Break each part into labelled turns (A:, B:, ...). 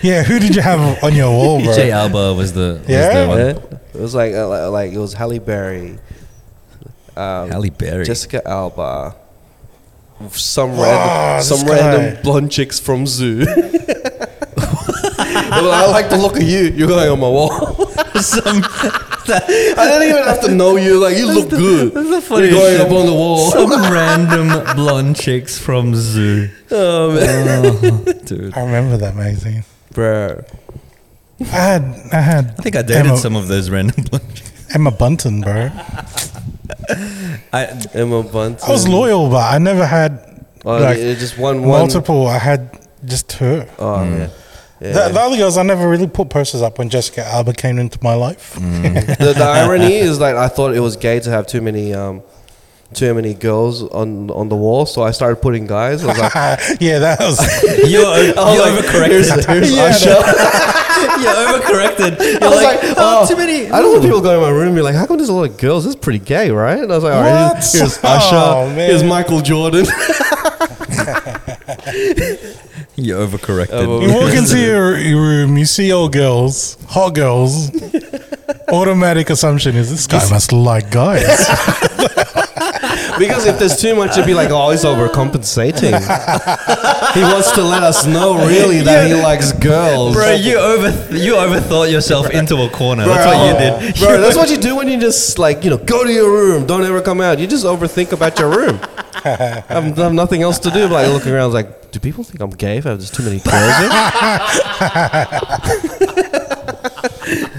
A: Yeah, who did you have on your wall, bro?
B: J Alba was the was
A: Yeah?
B: the one.
C: Yeah. It was like uh, like- like it was Halle Berry, um,
B: Halle Berry.
C: Jessica Alba, some
A: Ah,
C: random
A: this
C: some
A: guy.
C: random blonde chicks from Zoo. They were like, I like the look of you. You're going on my wall.
B: Some-
C: I don't even have to know you. Like you look good.
B: That's the
C: You're
B: funniest
C: going
B: shit.
C: up on the wall.
B: Some random blonde chicks from Zoo.
C: Oh man,
B: Dude.
A: I remember that magazine.
C: bro.
A: I had I had
B: I think I dated
A: Emma,
B: some of those random blonde chicks.
A: Emma Bunton, bro.
B: I,
C: Emma Bunton.
A: I was loyal, but I never had
C: Oh,
A: like
C: it- it just one one.
A: multiple. I had just her.
C: Oh, yeah. Yeah.
A: The, the other girls, I never really put posters up when Jessica Alba came into my life.
C: the, the irony is like I thought it was gay to have too many um, too many girls on on the wall, so I started putting guys. I was like,
A: yeah, that was.
B: you're you're
C: I was like,
B: overcorrected.
C: Here's, here's
A: Yeah,
C: Usher.
B: you're overcorrected. You're
C: I was like,
B: like, oh,
C: oh,
B: too many.
C: I don't want people going to my room and be like, how come there's a lot of girls? This is pretty gay, right? And I was like, all right, here's,
A: What?
C: here's
A: Oh,
C: Usher,
A: man.
C: here's Michael Jordan.
B: You're overcorrected.
C: Over-
A: You walk into your, your room, you see old girls, hot girls. Automatic assumption is this guy must like guys.
C: because if there's too much, it'd be like, oh, he's overcompensating. he wants to let us know really that he likes girls.
B: Bro, you over you overthought yourself into a corner.
C: Bro,
B: that's what you did.
C: Bro,
B: You
C: that's what you do when you just like, you know, go to your room, don't ever come out. You just overthink about your room. I have, I have nothing else to do. Like looking around, like, do people think I'm gay if I have just too many girls in?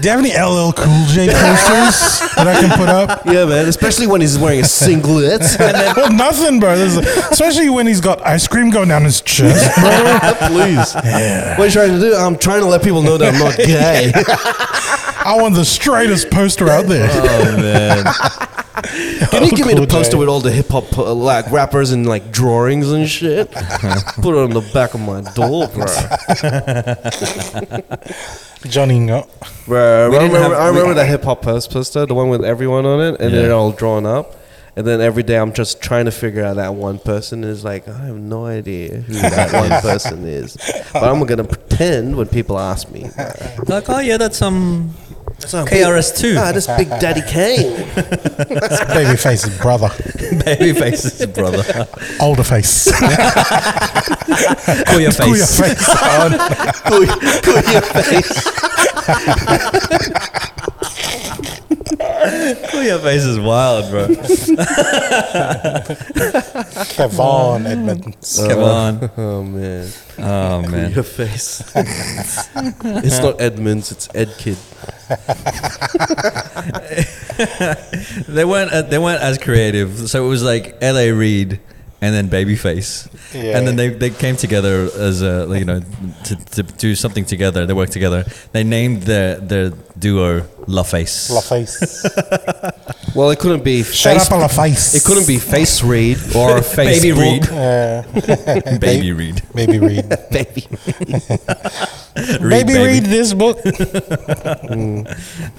A: Do you have any LL Cool J posters that I can put up?
C: yeah, man. Especially when he's wearing a singlet.
A: Well, nothing, bro. This is- especially when he's got ice cream going down his chest.
C: Please. What are you trying to do? I'm trying to let people know that I'm not gay.
A: I want the straightest poster out there.
B: oh man.
C: Can you give me
A: Cool
C: the
A: J.
C: poster with all the hip hop uh, like rappers and like drawings and shit? Put it on the back of my door, bro.
A: Johnny Ngo.
C: Bro,
B: We
C: I
B: didn't
C: remember,
B: have-
C: I
B: we-
C: remember that hip hop post poster, the one with everyone on it, and
B: Yeah.
C: they're all drawn up. And then every day I'm just trying to figure out that one person is like, I have no idea who that one person is. But I'm going to pretend when people ask me.
B: Like, oh yeah, that's um
C: That's not
B: KRS2.
C: Ah, that's Big Daddy Kane.
A: Babyface's brother.
B: babyface's brother.
A: Older face.
B: Call your
A: Cool your
B: face.
A: face. out.
C: Cool- cool your face.
B: Call your face is wild, bro.
A: Kevon Edmonds.
B: Come on.
C: Oh, man.
B: Oh
C: Cool
B: man.
C: your face. it's not Edmonds, it's Ed Kid.
B: They weren't uh, they weren't as creative. So it was like LA Reid and then Babyface.
A: Yeah.
B: And then they, they came together as a like, you know to, to do something together. They worked together. They named their their duo La Face.
A: La face.
C: Well, it couldn't be
A: Shut
C: face.
A: up, La face.
C: It couldn't be face read or face
B: Baby Reid.
A: Yeah.
B: Baby Reid.
A: Baby read.
C: Baby.
A: Baby, read this book.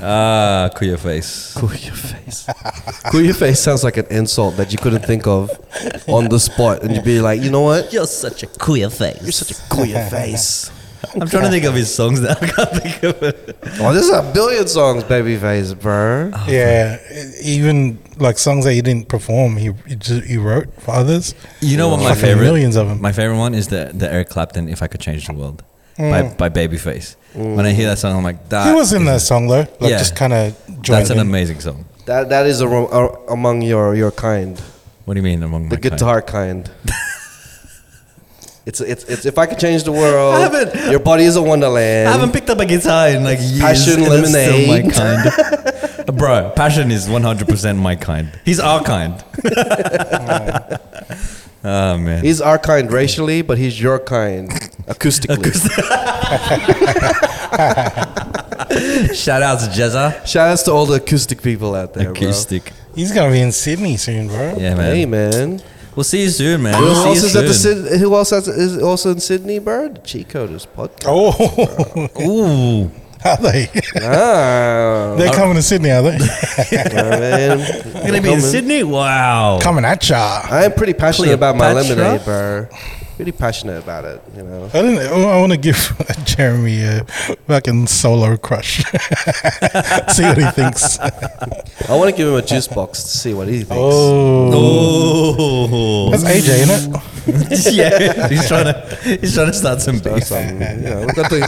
B: Ah, cool your face.
C: Cool your face. cool your face sounds like an insult that you couldn't think of on the spot, and you'd be like, you know what?
B: You're such a queer face.
C: You're such a cool your face.
B: I'm trying to think of his songs now. I can't think of it.
C: Oh, this is a billion songs, baby face, bro.
A: yeah, even like songs that he didn't perform, he he, ju- he wrote for others.
B: You know what my
A: Fucking
B: favorite?
A: millions of 'em.
B: My favorite one is the the Eric Clapton "If I Could Change the World" by by Babyface. When I hear that song, I'm like, that.
A: Mm. He was in
B: is-
A: that song though, like
B: Yeah.
A: just kind of.
B: That's an amazing song.
C: That that is a, ro- a, among your your kind,
B: What do you mean among
C: the
B: my kind?
C: guitar kind. It's, it's, it's if I could change the world.
B: I haven't-
C: your body is a wonderland.
B: I haven't picked up a guitar in like years.
C: Passion
B: and it's still
C: Lemonade.
B: my kind. Bro, passion is 100% my kind. He's our kind. oh man.
C: He's our kind racially, but he's your kind acoustically.
B: Shout out to Jezza.
C: Shout outs to all the acoustic people out there, bro.
B: Acoustic.
A: He's gonna be in Sydney soon, bro.
B: Yeah, man.
C: Hey, man.
B: We'll see you soon, man.
C: Who
B: We'll see
C: else
B: you
C: is
B: soon.
C: at the Syd- Who else has, is also in Sydney, bro? The Cheat Coders podcast.
A: Oh,
B: Ooh.
A: are they?
C: Ah,
A: They're coming to Sydney, are they?
C: man.
B: Gonna be in Sydney? Wow.
A: coming at ya.
C: I'm pretty passionate about my
B: Cleopatra?
C: lemonade, bro. really passionate about it. You know,
A: I didn't. oh, I want to give Jeremy a fucking solo crush. See what he thinks.
C: I want to give him a juice box to see what he thinks.
A: Oh,
B: Oh,
A: that's AJ, isn't it?
B: yeah. He's trying to he's trying to start some
C: Or
B: beef.
C: something, you know. we got the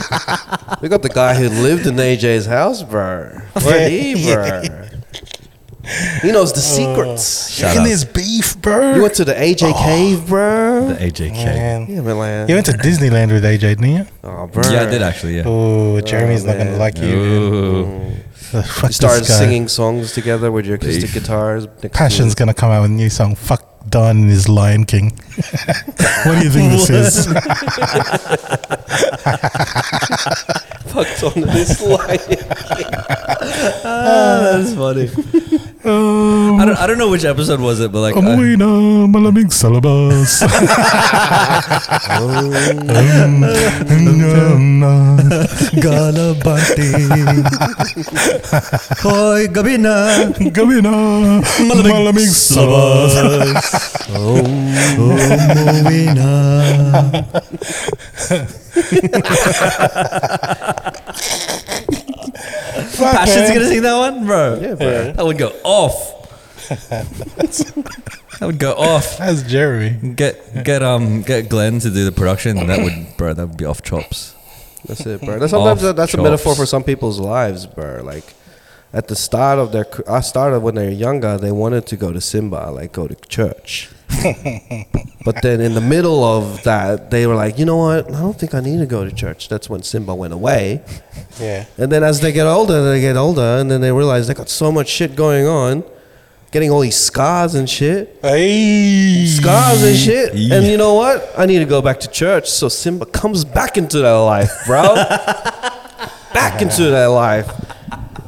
C: we got the guy who lived in AJ's house, bro. Freddie, bro. He knows the secrets.
B: Shut
A: and
B: up.
A: there's beef, bro.
C: You went to the AJ cave,
B: The
C: bro.
B: AJK.
A: Man.
C: Oh. Yeah, man. Like,
A: You went to Disneyland with AJ, didn't you?
C: Oh, bro.
B: Yeah, I did actually. Yeah.
A: Oh, Jeremy's not gonna
C: man.
A: like you. dude.
B: Ooh.
A: The fuck
C: You started
A: this guy.
C: singing songs together with your acoustic guitars. next to-
A: Passion's gonna come out with a new song. Fuck Don and his Lion King. what do you think this is?
C: fucked on this light.
B: Ah, That's funny. I don't, I don't know which episode was it, but
A: uh,
B: like I-
A: Amuina malamig salabas. Oh.
B: Galabante. Koy gabi na.
A: Gabi na malamig salabas.
B: Umuwi na. Passion's gonna sing that one, bro.
C: Yeah, bro.
B: That would go off. that would go off.
A: That's Jeremy.
B: Get get um get Glenn to do the production. That would bro. That would be off chops.
C: That's it, bro. That's sometimes
B: Off
C: that, that's
B: chops.
C: a metaphor for some people's lives, bro. Like at the start of their, c- I started when they were younger. They wanted to go to Simba, like go to church. but then in the middle of that, they were like, you know what? I don't think I need to go to church. That's when Simba went away.
A: Yeah.
C: And then as they get older, they get older, and then they realize they got so much shit going on, getting all these scars and shit
A: Hey.
C: scars and shit.
B: Yeah.
C: And you know what? I need to go back to church. So Simba comes back into their life, bro. back into their life.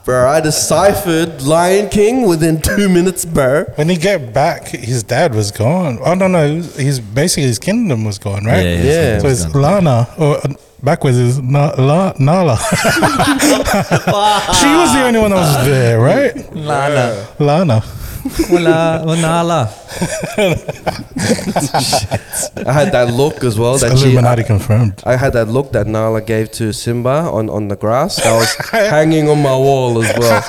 C: Bro, I deciphered Lion King within two minutes, bro.
A: When he got back, his dad was gone. Oh no, no, he's basically his kingdom was gone, right?
B: Yeah, yeah,
C: Yeah.
A: So it's
B: gone.
A: Lana, or uh, backwards is Na- La- Nala. she was the only one that was there, right?
B: Lana.
A: Lana.
B: Wala, wanala.
C: I had that look as well. That she,
A: Illuminati confirmed.
C: I had that look that Nala gave to Simba on, on the grass. That was hanging on my wall as well.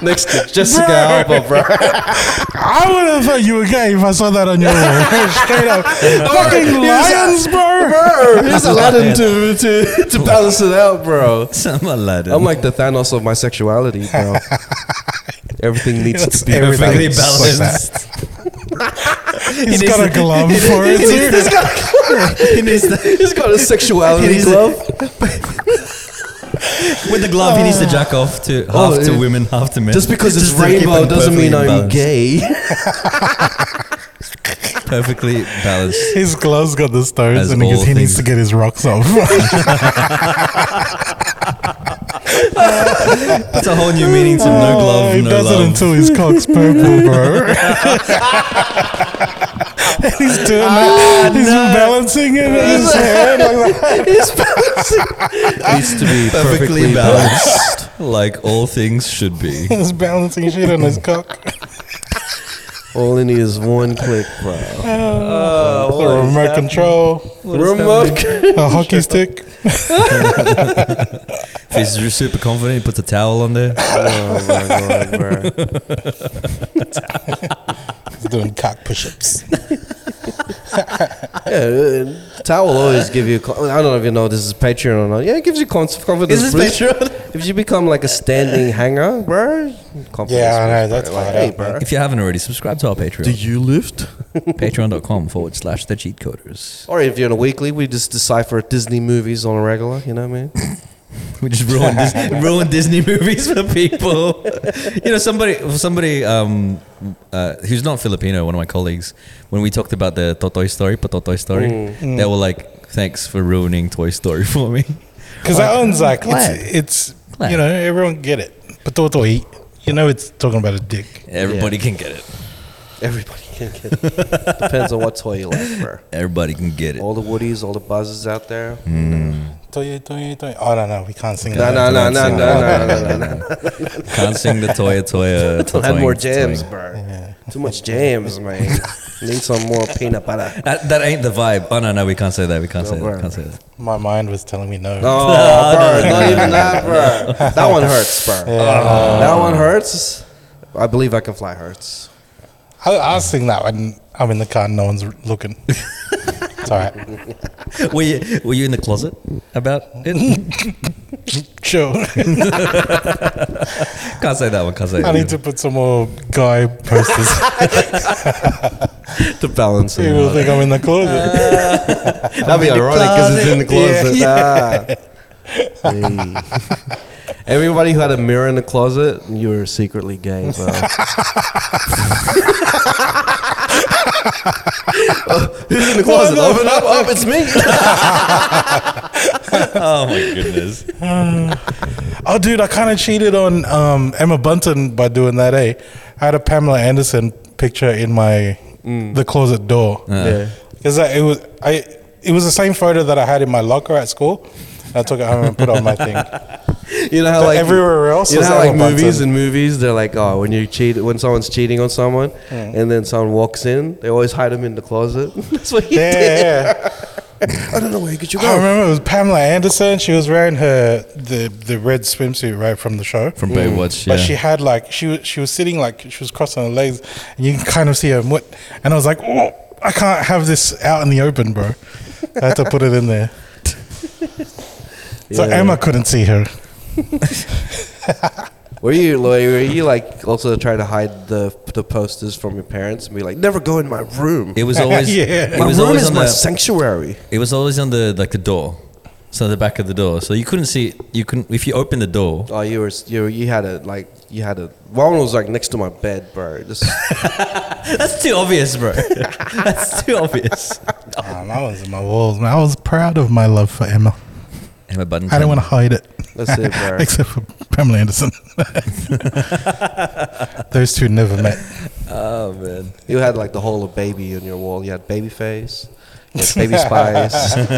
C: Next to Jessica
A: Bro.
C: Alba, bro.
A: I would have thought you were gay if I saw that on your wall. Straight up. Fucking lions, bro.
C: Bro, here's Aladdin to, to, to balance it out, bro.
B: Some uh, Aladdin.
C: I'm like the Thanos of Oh my sexuality, bro. Everything needs
A: That's
C: to be
A: everything.
B: perfectly
A: Like
B: balanced.
A: He's got a glove for it. too.
C: He's got,
B: He needs to-
C: he's got a
B: He
C: sexuality
B: needs a-
C: glove.
B: with the glove, he needs to jack off to half
C: Oh,
B: to
C: it-
B: women, half to men.
C: Just because it's
B: to keep
C: rainbow
B: him
C: doesn't
B: perfectly
C: mean I'm
B: balanced.
C: gay.
B: Perfectly balanced.
A: His gloves got the stones,
B: As
A: and he, goes,
B: all
A: he needs
B: things-
A: to get his rocks off.
B: That's a whole new meaning to no
A: Oh, he
B: glove, no
A: does
B: love.
A: it until his cock's purple, bro. And he's doing that. He's balancing it. in his hand like that.
C: He's balancing. needs to be
B: perfectly balanced, like all things should be.
A: He's balancing shit on his cock.
C: All in is one click, bro. Uh,
A: It's Oh, a remote control,
C: Remote. c-
A: a hockey stick.
B: If he's super confident, he puts a towel on there.
C: Oh my god, bro.
A: He's doing cock push-ups.
C: Yeah, uh, towel always give you. Con- I don't know if you know this is Patreon or not. Yeah, it gives you con- confidence.
B: Is this
C: boost.
B: Patreon?
C: If you become like a standing hanger, bro. Confidence
A: Yeah, I know, that's
C: boost, bro. like,
A: hard
C: hey,
A: out,
C: bro.
B: If you haven't already, subscribe to our Patreon.
C: you lift?
B: Patreon.com forward slash the cheat coders.
C: Or if you're on a weekly, we just decipher Disney movies on a regular, you know what I mean?
B: We just ruined Disney, ruined Disney movies for people. you know, somebody somebody um, uh, who's not Filipino, one of my colleagues, when we talked about the Totoy story, Patotoy story,
A: Mm.
B: they were like, thanks for ruining Toy Story for me.
A: Because that one's like,
B: Glad.
A: it's, it's
B: Glad.
A: you know, everyone get it. But Toto, he- you know, it's talking about a dick.
B: Everybody can get it.
C: Everybody can get it. Depends on what toy you like, bro.
B: Everybody can get it.
C: All the Woodies, all the Buzzes out there.
A: Toy, toy, toy. Oh, no, no, we can't sing
C: No,
A: that.
C: no, no, no,
B: Sing
C: no,
B: that.
C: no, no, no, no.
B: Can't sing the uh, Toya Toya.
C: Don't have more
B: totoing,
C: jams,
B: totoing.
C: bro.
A: Yeah.
C: Too much jams, man. Need some more peanut butter.
B: That, that ain't the vibe. Oh no, no, we can't say that. We can't say
C: bro.
B: that. Can't say that.
A: My mind was telling me no.
C: Oh, bro, not even that, bro. That one hurts, bro. that one hurts. I believe I can fly hurts.
A: I, I'll sing that when I'm in the car and no one's looking. it's all right.
B: Were you were you in the closet about it?
A: Sure.
B: can't say that one. Can't say
A: I
B: that.
A: need to put some more guy posters.
C: To balance it.
A: People think I'm in the
C: Uh.
A: closet.
C: That'd be ironic because it's in the closet. Ah. Hey. Everybody who had a mirror in the closet, you were secretly gay, bro. who's in the closet? Open up, up, it's me.
B: Oh my goodness.
A: oh, dude, I kind of cheated on um, Emma Bunton by doing that. Eh, I had a Pamela Anderson picture in my the closet door.
C: Mm. Yeah.
A: Because it was I it was the same photo that I had in my locker at school. And I took it home and put it on my thing.
C: You know how
A: But
C: like
A: everywhere else
C: You know
A: was
C: how like
A: Emma Bunton.
C: movies and movies, they're like, oh, when you cheat, when someone's cheating on someone, and then someone walks in, they always hide them in the closet. That's what he
A: Yeah,
C: did.
A: yeah.
C: I don't know where you get your
A: I remember it was Pamela Anderson. She was wearing her the the red swimsuit right from the show.
B: From Baywatch. Yeah.
A: But she had like she was she was sitting like she was crossing her legs, and you can kind of see her. Mut- and I was like, oh, I can't have this out in the open, bro. I had to put it in there. So
C: Yeah.
A: Emma couldn't see her.
C: Were you like, were you like also trying to hide the the posters from your parents and be like, never go in my room.
B: it was always.
A: Yeah.
B: It
C: my
B: was
C: room
B: always
C: is
B: on
C: my
B: the.
C: sanctuary.
B: It was always on the like the door, so the back of the door. So you couldn't see. You couldn't if you opened the door.
C: Oh, you were you you had a like you had a one was like next to my bed, bro. Just
B: That's too obvious, bro. That's too obvious.
C: Oh,
A: Um, I was in my walls, man. I was proud of my love for Emma.
B: Emma Button.
A: I didn't want to hide it,
C: that's it, bro.
A: except for Pamela Anderson. Those two never met.
B: Oh man.
C: You had like the whole of baby on your wall. You had baby face, you had baby spice.
A: Did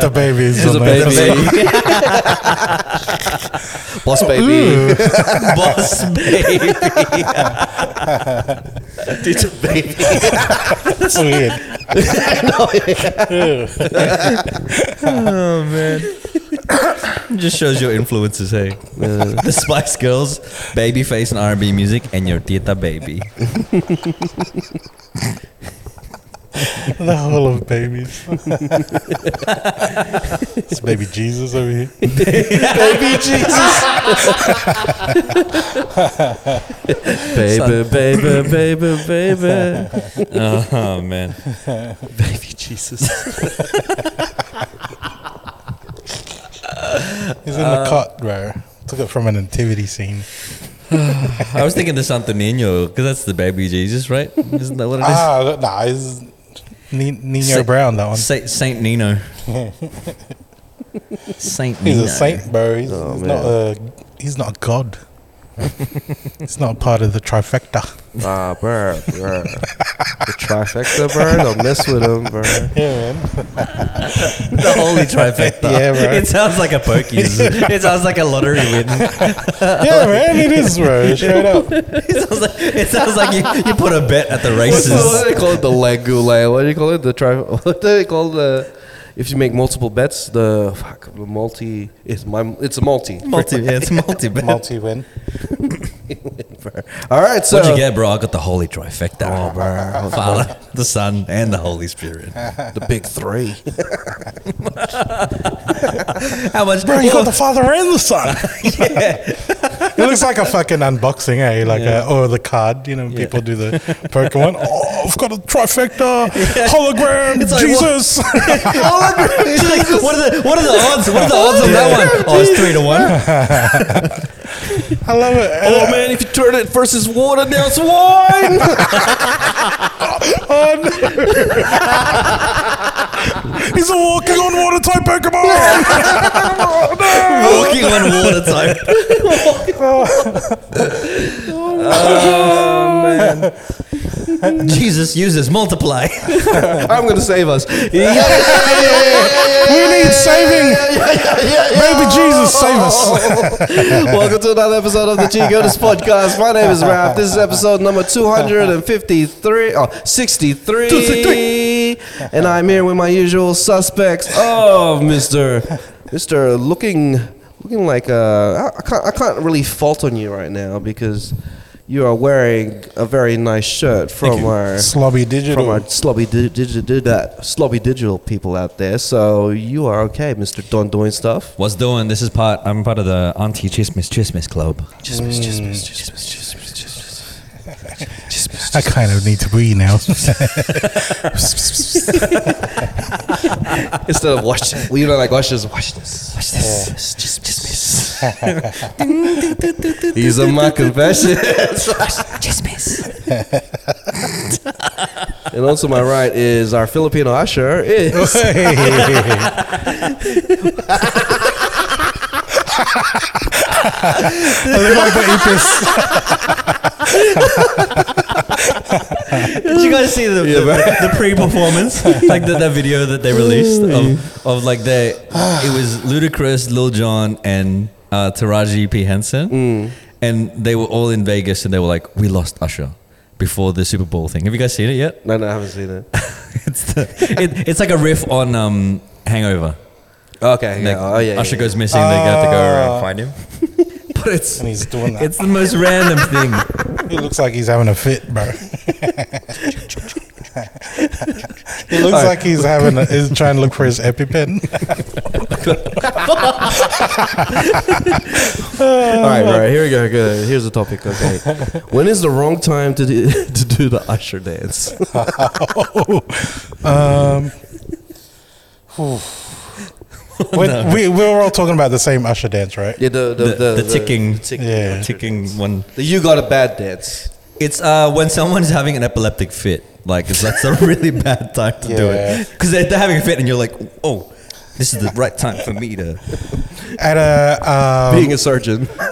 A: the babies?
C: She's a
A: on there.
C: baby. Boss baby.
A: Ooh.
B: Boss baby.
C: It's a baby.
A: That's weird.
B: Oh man. Just shows your influences, hey. the Spice Girls, Babyface and R&B music, and your Tita Baby.
A: The whole of babies. it's baby Jesus over here.
C: baby Jesus. baby, baby, baby, baby.
B: Oh, man,
C: Baby Jesus.
A: He's in the cot, bro. Took it from a nativity scene.
B: I was thinking the Santo Nino because that's the baby Jesus, right? Isn't that what it is?
A: Ah, nah, it's Ni- Nino
B: Sa-
A: Brown,
C: Ah.
A: that one.
B: Sa- Saint Nino. Saint
A: He's
B: Nino.
A: a saint, bro. He's,
C: Oh,
A: he's not a, he's not a god. he's not part of the trifecta.
C: Ah, bruh, bruh. The trifecta, bruh. Don't mess with him, bruh.
A: Yeah, man.
B: The holy trifecta.
A: Yeah, bro.
B: It sounds like a pokies. it sounds like a lottery win.
A: Yeah, man, it is, bro. Straight up.
B: It sounds like, it sounds like you, you put a bet at the
C: What's the, what
B: races.
C: do they call it? The leg goulay. What do you call it? The tri. What do they call the? If you make multiple bets, the fuck, the multi. It's my. It's a multi.
B: Multi, yeah, it's multi bet.
A: Multi win.
C: All right, so
B: What'd you get, bro? I got the holy trifecta. Oh, bro. Father, the Son, and the Holy Spirit.
C: the big three.
B: How much?
A: Bro, you got the father and the son. It looks like a fucking unboxing, eh? Like, a, or the card. You know, people do the Pokemon. Oh, I've got a trifecta, hologram,
B: It's like,
A: Jesus.
B: It's like, what, are the, what are the odds? What are the odds on that one? Oh, it's three to one.
A: I love it.
C: Oh man, if you turn it first it's water, now it's wine.
A: He's a walking on water type Pokemon.
B: Walking on water type. oh, man. Jesus uses multiply.
C: I'm gonna save us.
A: we need saving, baby Jesus. save us.
C: Welcome to another episode of the G Goaters Podcast. My name is Rap. This is episode number 253, oh, 63. And I'm here with my usual suspects of Mr. Mr. Looking looking like a. I, I, can't, I can't really fault on you right now because you are wearing a very nice shirt from our
A: Slobby digital.
C: from our slobby di- digi- di- that slobby digital people out there. So you are okay, Mister Don doing stuff.
B: What's doing? This is part. I'm part of the Auntie Chismis Chismis Club.
A: I kind of need to pee now.
C: Instead of watch, well, you know, like watch this, watch this.
B: Watch this. Chismis Chismis.
C: These are my confessions.
B: Chismis.
C: and also, my right is our Filipino usher is
A: Hey. I look like the Apis.
B: Did you guys see the, the, the pre-performance, Mm. like the, that video that they released of, of like they, it was Ludacris, Lil Jon, and uh, Taraji P Henson, and they were all in Vegas, and they were like, "We lost Usher." Before the Super Bowl thing, have you guys seen it yet?
C: no, no, I haven't seen it.
B: It's the, it, it's like a riff on um, Hangover.
C: Okay, yeah, oh yeah,
B: Usher
C: yeah,
B: goes missing. they have to go
A: Ah.
B: around find him. but it's
A: And he's doing that.
B: it's the most random thing.
A: He looks like he's having a fit, bro. he looks like he's having. A, is trying to look for his EpiPen.
C: yeah. All right, all right, here we go. Good. Here's the topic. Okay, when is the wrong time to do, to do the usher dance?
A: Um, whew. When- we, we were all talking about the same Usher dance, right?
C: Yeah, the the,
B: The, the, ticking,
C: ticking,
A: Yeah.
B: ticking one.
C: The you got a bad dance.
B: It's uh, when someone's having an epileptic fit. Like it's, that's a really bad time to do
A: Yeah.
B: it because they're, they're having a fit, and you're like, oh, this is the right time for me to.
A: At a. Um,
C: Being a surgeon.
A: I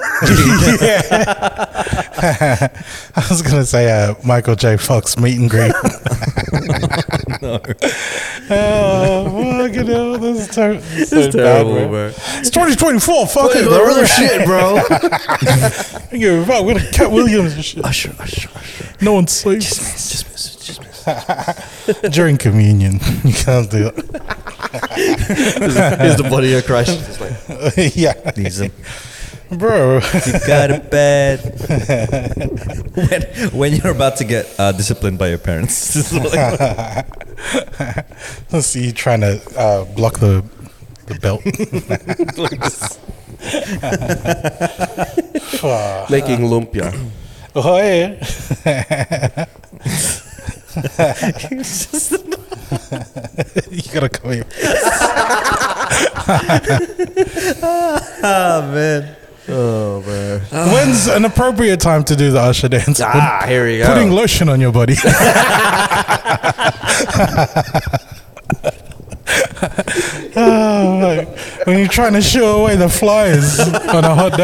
A: was going to say uh, Michael J. Fox meet and greet.
B: No.
A: oh, fucking hell. This is, ter- this is so bad, bro.
C: bro.
A: It's 2024. Fuck it, bro.
C: Real shit, bro.
A: I don't give a fuck. We're the Cat Williams and shit.
C: Usher, usher, usher.
A: No one sleeps.
C: Just miss it, just miss
A: During communion, you can't do that.
C: it. Here's the body of Christ. It's like,
A: yeah.
B: These are-
A: Bro.
B: you got a bad. when, when you're about to get uh, disciplined by your parents, It's like-
A: Let's see you trying to uh, block the the belt. Fuck.
C: making lumpia.
A: oh yeah. you gotta come here.
B: oh man.
C: Oh, man.
A: When's an appropriate time to do the usher dance?
C: Ah, here we go.
A: Putting lotion on your body. Oh, like, when you're trying to shoo away the flies on a hot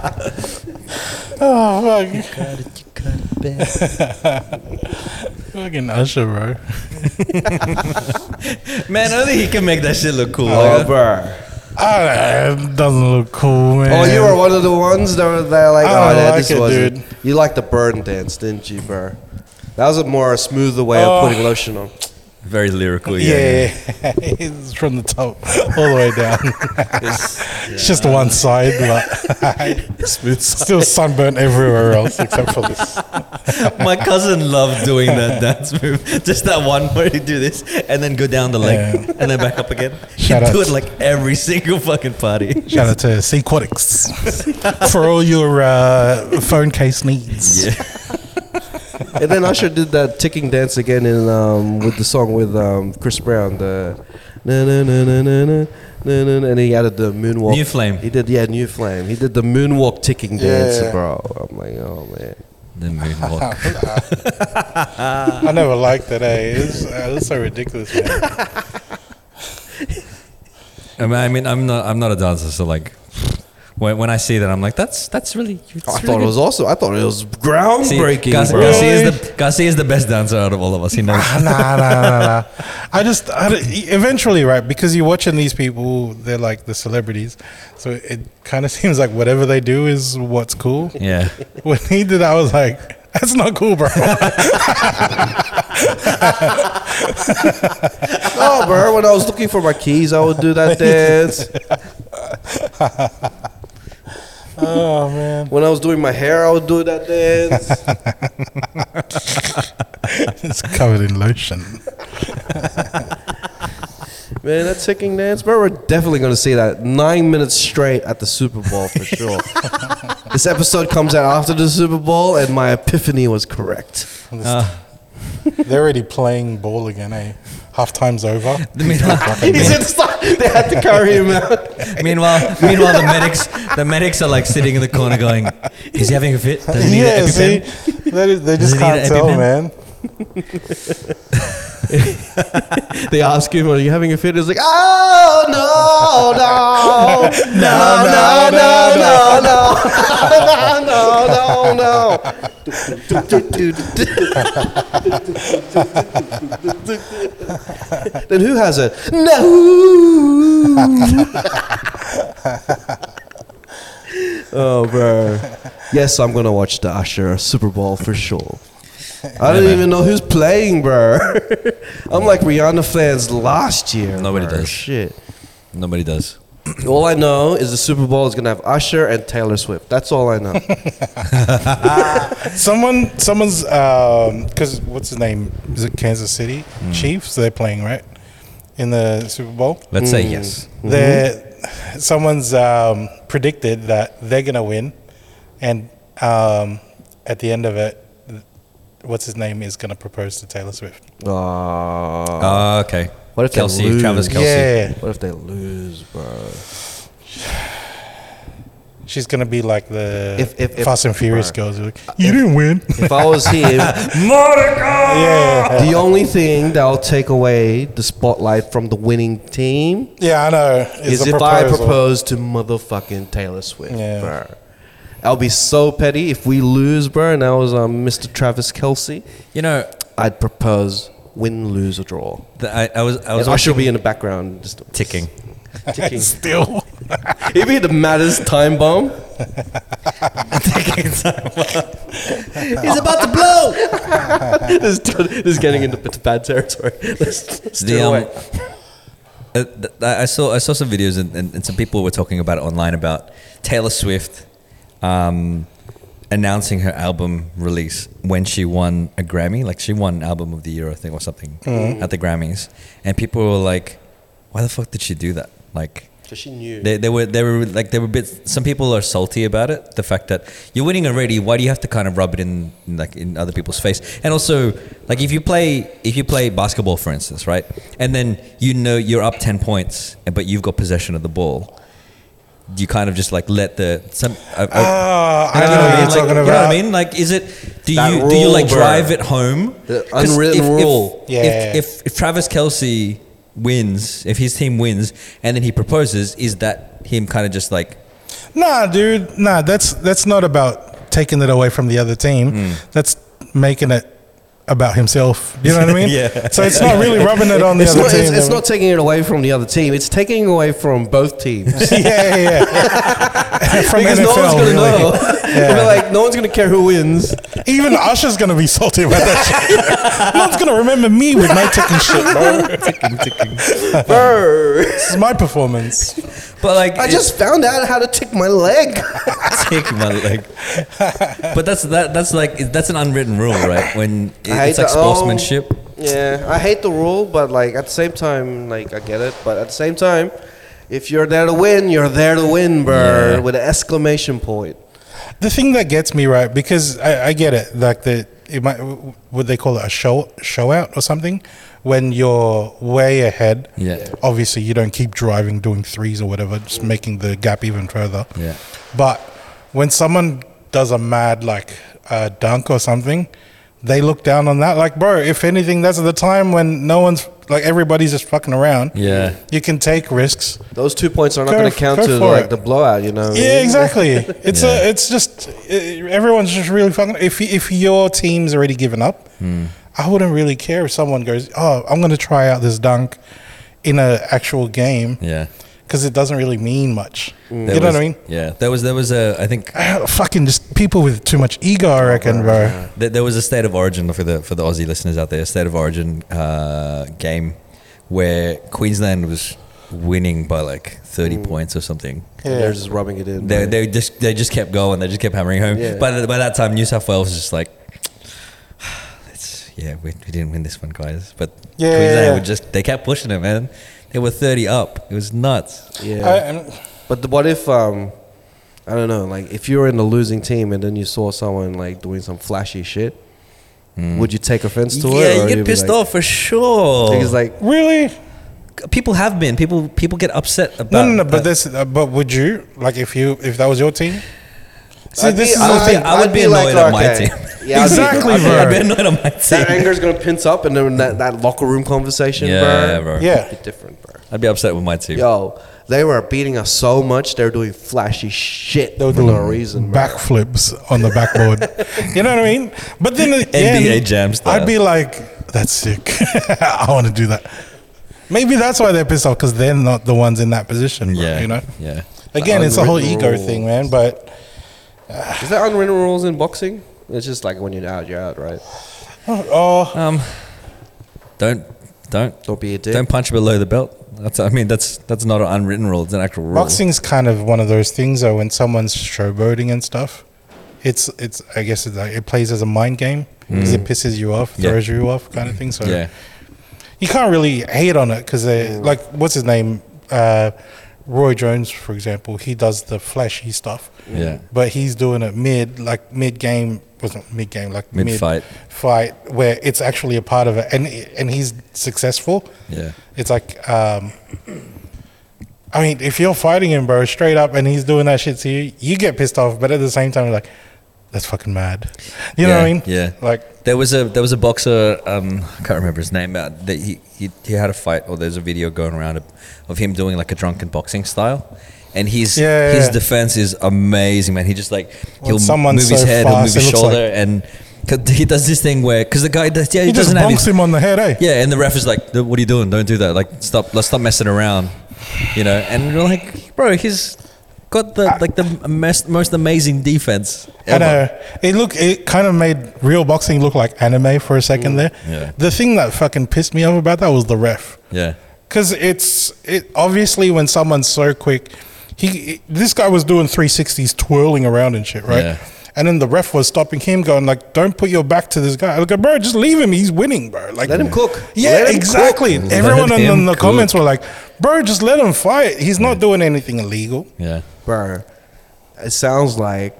A: day. oh fuck! Fucking Usher, bro.
B: Man, only he can make that shit look cool.
C: oh,
B: like,
C: bro.
A: Ah, it doesn't look cool, man.
C: Oh, you were one of the ones that were there like,
A: I
C: oh,
A: don't
C: yeah,
A: like
C: this
A: it,
C: wasn't.
A: dude.
C: You like the burn dance, didn't you, bro? That was a more smoother way
A: Oh.
C: of putting lotion on.
B: very lyrical. Yeah. yeah.
A: Yeah, yeah. it's from the top all the way down. It's just one side, but still sunburnt everywhere else except for this.
B: My cousin loved doing that dance move. Just that one where you do this and then go down the leg
A: Yeah.
B: and then back up again.
A: Shout
B: you do
A: out.
B: it like every single fucking party.
A: Shout out to Sequatics for all your uh, phone case needs.
B: Yeah.
C: and then Usher did that ticking dance again in um, with the song with um, Chris Brown, the na na na na na na na na, na, and he added the moonwalk.
B: New Flame.
C: He did yeah, New Flame. He did the moonwalk ticking
A: Yeah,
C: dance,
A: yeah.
C: bro. I'm like, oh man.
B: The moonwalk.
A: I never liked that. Eh? It's, uh, it's so ridiculous. Man.
B: I mean, I mean, I'm not, I'm not a dancer, so like, when, when I see that, I'm like, that's that's really. That's
C: I
B: really
C: thought
B: good.
C: it was awesome. I thought it was
B: See,
C: groundbreaking.
B: Garcia,
C: bro.
B: Garcia is the Garcia is the best dancer out of all of us. He knows.
A: Ah, nah, nah, nah, nah. I just I, don't- e, eventually, right? Because you're watching these people, they're like the celebrities, so it kind of seems like whatever they do is what's cool.
B: yeah.
A: When he did, I was like, "That's not cool, bro."
C: No, Oh, bro. When I was looking for my keys, I would do that dance.
A: oh man,
C: When I was doing my hair, I would do that dance.
A: it's covered in lotion.
C: Man, that ticking dance, bro. We're definitely gonna see that nine minutes straight at the Super Bowl for sure. this episode comes out after the Super Bowl, and my epiphany was correct.
B: Uh,
A: They're already playing ball again, eh? Half time's over.
B: meanwhile,
C: He said stop. They had to carry him out.
B: meanwhile, meanwhile, the medics the medics are like sitting in the corner going, "Is he having a fit? Does he need
A: yeah,
B: an
A: see,
B: EpiPen?"
A: they, they
B: Does
A: just
B: it need
A: can't
B: an
A: tell,
B: EpiPen?
A: man.
C: They ask him, "Are you having a fit?" He's like, "Oh no, no, no, no, no, no, no, no, no, no." Then who has it? No. oh, bro. Yes, I'm gonna watch the Usher Super Bowl for sure. I don't even know who's playing, bro. I'm like Rihanna fans last year.
B: Nobody
C: bro.
B: does.
C: Shit.
B: Nobody does.
C: All I know is the Super Bowl is gonna have Usher and Taylor Swift. That's all I know.
A: Someone, someone's, because what's his name? Is it Kansas City Chiefs? They're playing right in the Super Bowl.
B: Let's say yes.
A: Mm-hmm. They're, someone's um, predicted that they're gonna win, and um, at the end of it, th- what's his name is gonna propose to Taylor Swift.
C: Aw.
B: Ah, okay.
C: Mm. What if they
B: Kelsey,
C: lose?
B: Travis Kelsey?
A: Yeah,
C: what if they lose, bro?
A: she's gonna be like the
C: If- if- if-
A: Fast and Furious girls. Like, you didn't win.
C: If I was him,
A: yeah,
C: the only thing that'll take away the spotlight from the winning team
A: yeah, I know.
C: is,
A: It's a
C: if I
A: proposal.
C: propose to motherfucking Taylor Swift,
A: Yeah.
C: bro. I'll be so petty if we lose, bro, and I was um, Mr. Travis Kelsey.
B: You know,
C: I'd propose win, lose, or draw.
B: the, I, I was I
C: I,
B: was
C: and I should
B: watching-
C: be in the background just
B: ticking.
C: ticking.
A: still.
C: He'd be the maddest time bomb.
B: He's about to blow.
C: this, this is getting into p- bad territory. Let's, let's
B: The,
C: do
B: um,
C: it.
B: Uh, th- I saw I saw some videos and, and, and some people were talking about it online about Taylor Swift um, announcing her album release when she won a Grammy, like she won Album of the Year, I think, or something at the Grammys, and people were like, "Why the fuck did she do that?" Like.
C: Because she knew.
B: They, they were they were like they were bit. Some people are salty about it. The fact that you're winning already, why do you have to kind of rub it in like in other people's face? And also, like if you play if you play basketball, for instance, right, and then you know you're up ten points, but you've got possession of the ball, you kind of just like let the some. Uh, uh,
A: Ah, I
B: you know
A: know
B: what I
A: what
B: mean?
A: you're
B: Like, you
A: talking
B: know what I
A: about.
B: mean? Like, is it do
C: That
B: you do you
C: rule,
B: like
C: bro.
B: drive it home?
C: The
B: 'Cause
C: unwritten rule.
B: If,
A: Yeah.
B: if if Travis Kelsey wins, if his team wins, and then he proposes, is that him kind of just like
A: Nah, dude. Nah, that's that's not about taking it away from the other team.
C: Hmm.
A: That's making it about himself. You know what I mean?
B: Yeah.
A: So it's not really rubbing it on the
C: It's
A: other
C: not,
A: team.
C: it's, it's not taking it away from the other team. It's taking it away from both teams.
A: yeah, yeah, yeah. from
C: because
A: NFL,
C: no one's going to
A: really.
C: know. They're like, no one's going to care who wins.
A: Even Usher's gonna be salty about that shit. no one's gonna remember me with my ticking shit, bro.
C: Brr.
A: This is my performance.
B: But like,
C: I
B: it-
C: just found out how to tick my leg.
B: take my leg. But that's that. That's like that's an unwritten rule, right? When it,
C: I hate
B: it's like
C: the- oh,
B: sportsmanship.
C: yeah, I hate the rule, but like at the same time, like I get it. But at the same time, if you're there to win, you're there to win, bro,
B: Yeah.
C: with an exclamation point.
A: The thing that gets me right because I, I get it, like the it might what they call it a show show out or something when you're way ahead.
B: Yeah.
A: Obviously, you don't keep driving, doing threes or whatever, just making the gap even further.
B: Yeah.
A: But when someone does a mad like uh, dunk or something, they look down on that. Like, bro, if anything, that's the time when no one's like everybody's just fucking around.
B: Yeah.
A: You can take risks.
C: Those two points are not
A: Go
C: going
A: f-
C: to count
A: go
C: to
A: for
C: like
A: it.
C: the blowout, you know? what I
A: Yeah,
C: mean?
A: exactly. It's
B: Yeah.
A: a, it's just eh, everyone's just really fucking. If if your team's already given up,
B: Hmm.
A: I wouldn't really care if someone goes, "Oh, I'm going to try out this dunk in an actual game
B: Yeah.
A: because it doesn't really mean much." You know
B: There
A: what
B: was-
A: I mean?
B: Yeah. There was there was a I think
A: Ah, fucking just people with too much ego, I reckon, bro.
B: There, there was a state of origin for the for the Aussie listeners out there. A state of origin uh, game where Queensland was winning by like
A: Mm.
B: thirty points or something.
A: Yeah.
C: They're just rubbing it in.
B: They, they just they just kept going. They just kept hammering home.
C: Yeah.
B: By the, by that time, New South Wales was just like, Let's, yeah, we, we didn't win this one, guys. But
A: Yeah, yeah,
B: Queensland
A: yeah.
B: would just they kept pushing it, man. They were thirty up. It was nuts.
C: yeah.
A: I, and
C: But the, what if um, I don't know, like if you were in the losing team and then you saw someone like doing some flashy shit, would you take offense to it?
B: Mm. yeah,
C: or
B: you
C: you'd
B: get
C: be
B: pissed
C: like,
B: off for sure.
C: Because like
A: really,
B: people have been people people get upset about.
A: no, no, no. But
B: that.
A: this, uh, but would you like if you if that was your team? See,
C: I'd
A: this
C: be-
A: is
B: I would
A: like-
B: be- I would be annoyed at my team.
C: Yeah, I'd be-
A: Exactly,
C: I'd be-
A: bro.
B: I've been annoyed on my
C: That
B: team.
C: anger's gonna pins up, and then that, that locker room conversation,
B: Yeah,
C: bro.
B: bro.
A: Yeah.
C: Be different, bro.
B: I'd be upset with my team.
C: Yo, they were beating us so much. They were doing flashy shit
A: they were
C: for
A: doing
C: no reason. bro.
A: backflips on the backboard. you know what I mean? But then again,
B: NBA Jam style.
A: I'd be like, "That's sick. I want to do that." Maybe that's why they're pissed off because they're not the ones in that position. Bro,
B: Yeah,
A: you know.
B: yeah.
A: Again, it's a whole
C: Unwritten
A: ego
C: rules.
A: thing, man. But
C: Is there unwritten rules in boxing? It's just like when you're out, you're out, right?
A: oh,
B: Um, don't don't
C: Don't be a dick.
B: don't punch below the belt. That's I mean that's that's not an unwritten rule. It's an actual rule.
A: boxing's kind of one of those things, though. When someone's showboating and stuff, it's it's. I guess it's like, it plays as a mind game because it pisses you off,
B: Yeah.
A: throws you off, kind of thing. So
B: Yeah,
A: you can't really hate on it because they like what's his name uh, roy jones for example he does the flashy stuff
B: Yeah.
A: but he's doing it mid like mid game wasn't mid game like mid
B: Mid-fight.
A: fight where it's actually a part of it and and he's successful
B: yeah.
A: it's like um I mean, if you're fighting him, bro, straight up, and he's doing that shit to you, you get pissed off. But at the same time, you're like, "That's fucking mad," you know
B: yeah,
A: what I mean?
B: Yeah.
A: Like,
B: there was a there was a boxer. Um, I can't remember his name. Uh, that he, he he had a fight, or there's a video going around of, of him doing like a drunken boxing style. And his
A: Yeah, yeah,
B: his
A: yeah.
B: defense is amazing, man. He just like
A: Well,
B: he'll move
A: someone's
B: his
A: so
B: head, he'll move
A: fast,
B: his
A: it looks like-
B: shoulder, and 'cause he does this thing where because the guy does yeah he,
A: he just
B: doesn't have his,
A: bonks him on the head, eh?
B: Yeah, and the ref is like, "What are you doing? Don't do that! Like, stop! Let's stop messing around." You know, and you're like, "Bro, he's got the like the mes- most amazing defense
A: Ah. I
B: ever."
A: know. uh, It look. It kind of made real boxing look like anime for a second there.
B: Mm, Yeah.
A: The thing that fucking pissed me off about that was the ref,
B: Yeah,
A: because it's it obviously when someone's so quick, he this guy was doing three sixties, twirling around and shit, right?
B: Yeah.
A: And then the ref was stopping him, going like, "Don't put your back to this guy." I was like, bro, just leave him. He's winning, bro. Like,
C: Let him cook.
A: Yeah,
C: Let him
A: exactly.
B: cook.
A: Everyone
B: Let
A: in,
B: him
A: the
B: cook.
A: comments were like, "Bro, just let him fight. He's not doing anything illegal."
B: yeah.
C: bro. It sounds like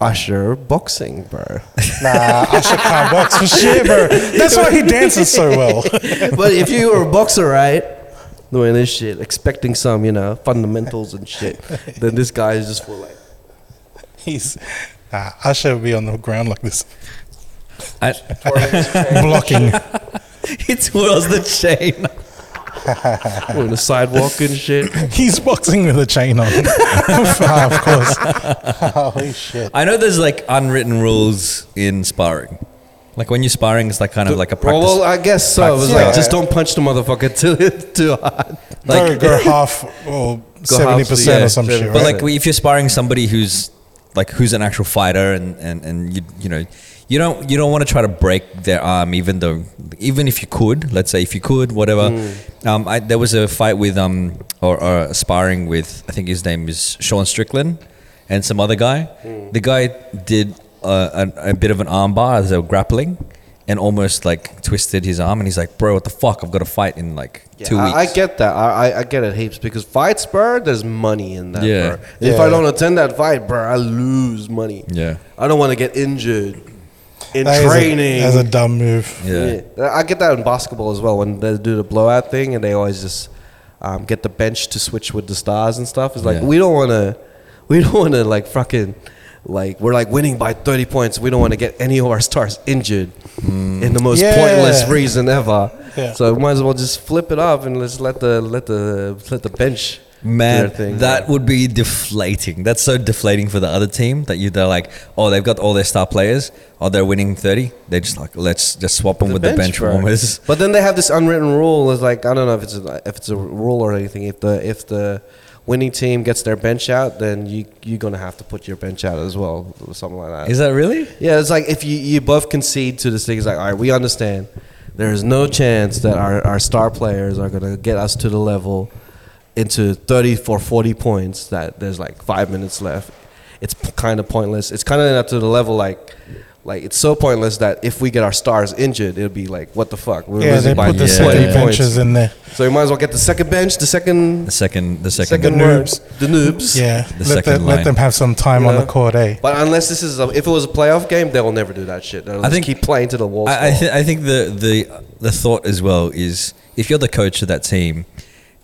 C: Usher boxing, bro.
A: Nah, Usher can't box for shit, bro. That's why he dances so well.
C: but if you were a boxer, right, doing this shit, expecting some, you know, fundamentals and shit, then this guy is just for like,
A: He's nah, Usher would be on the ground like this,
B: I,
A: blocking.
B: he twirls the chain.
C: on the sidewalk and shit.
A: He's boxing with a chain on. Ah, of course. Holy shit.
B: I know there's like unwritten rules in sparring. Like when you're sparring, it's like kind of like a practice.
C: Well, I guess so. It was
A: Yeah.
C: like, just don't punch the motherfucker too, too hard.
A: Like,
B: Like-
A: go, half or seventy percent
C: yeah,
A: or some shit.
C: seven-
A: Right?
B: But
C: right?
B: like, if you're sparring somebody who's like who's an actual fighter, and and and you you know, you don't you don't want to try to break their arm, even though even if you could, let's say if you could, whatever.
C: Hmm.
B: Um, I, there was a fight with um or, or sparring with I think his name is Sean Strickland and some other guy.
C: Hmm.
B: The guy did uh, a, a bit of an arm bar as they were grappling. And almost like twisted his arm, and he's like, "Bro, what the fuck? I've got a fight in like two
C: I,
B: weeks."
C: I get that. I, I, I get it heaps because fights, bro, there's money in that.
B: Yeah.
C: Yeah. If
A: Yeah.
C: I don't attend that fight, bro, I lose money.
B: Yeah.
C: I don't want to get injured in
A: That is a-
C: training.
A: That's a dumb move.
B: yeah,
C: Yeah. I get that in basketball as well when they do the blowout thing and they always just um, get the bench to switch with the stars and stuff. It's like
B: Yeah.
C: we don't want to, we don't want to like fucking like we're like winning by 30 points. We don't want to get any of our stars injured
B: Hmm.
C: in the most pointless
A: Yeah.
C: reason ever.
A: Yeah.
C: So we might as well just flip it up and let's let the let the let the bench do
B: Man,
C: their thing.
B: that would be deflating. That's so deflating for the other team that you they're like, oh, they've got all their star players. Oh, they're winning thirty. They're just like, let's just swap them with the bench
C: bro.
B: warmers.
C: But then they have this unwritten rule. It's like I don't know if it's a, if it's a rule or anything. If the if the winning team gets their bench out, then you you're gonna have to put your bench out as well, or something like that.
B: Is that really?
C: yeah, it's like if you you both concede to this thing, it's like all right, we understand. There is no chance that our, our star players are gonna get us to the level into 30 or 40 points that there's like five minutes left. It's kind of pointless. It's kind of up to the level like. Like it's so pointless that if we get our stars injured, it'll be like, what the fuck? We're
A: Yeah,
C: losing
A: they
C: by
A: put the
C: 20
A: second
B: yeah.
C: points.
A: benches in there.
C: So you might as well get the second bench, the
B: The
C: second,
B: second, the second.
C: second,
A: The
C: noobs, the noobs.
A: Yeah,
B: The
A: let,
B: second
A: them, let
B: line.
A: them have some time
C: You
A: on the
C: know?
A: court, eh?
C: But unless this is, a, if it was a playoff game, they'll never do that shit. They'll
B: I
C: just
B: think-
C: keep playing to the walls.
B: I, I, th- I think the, the the thought as well is if you're the coach of that team,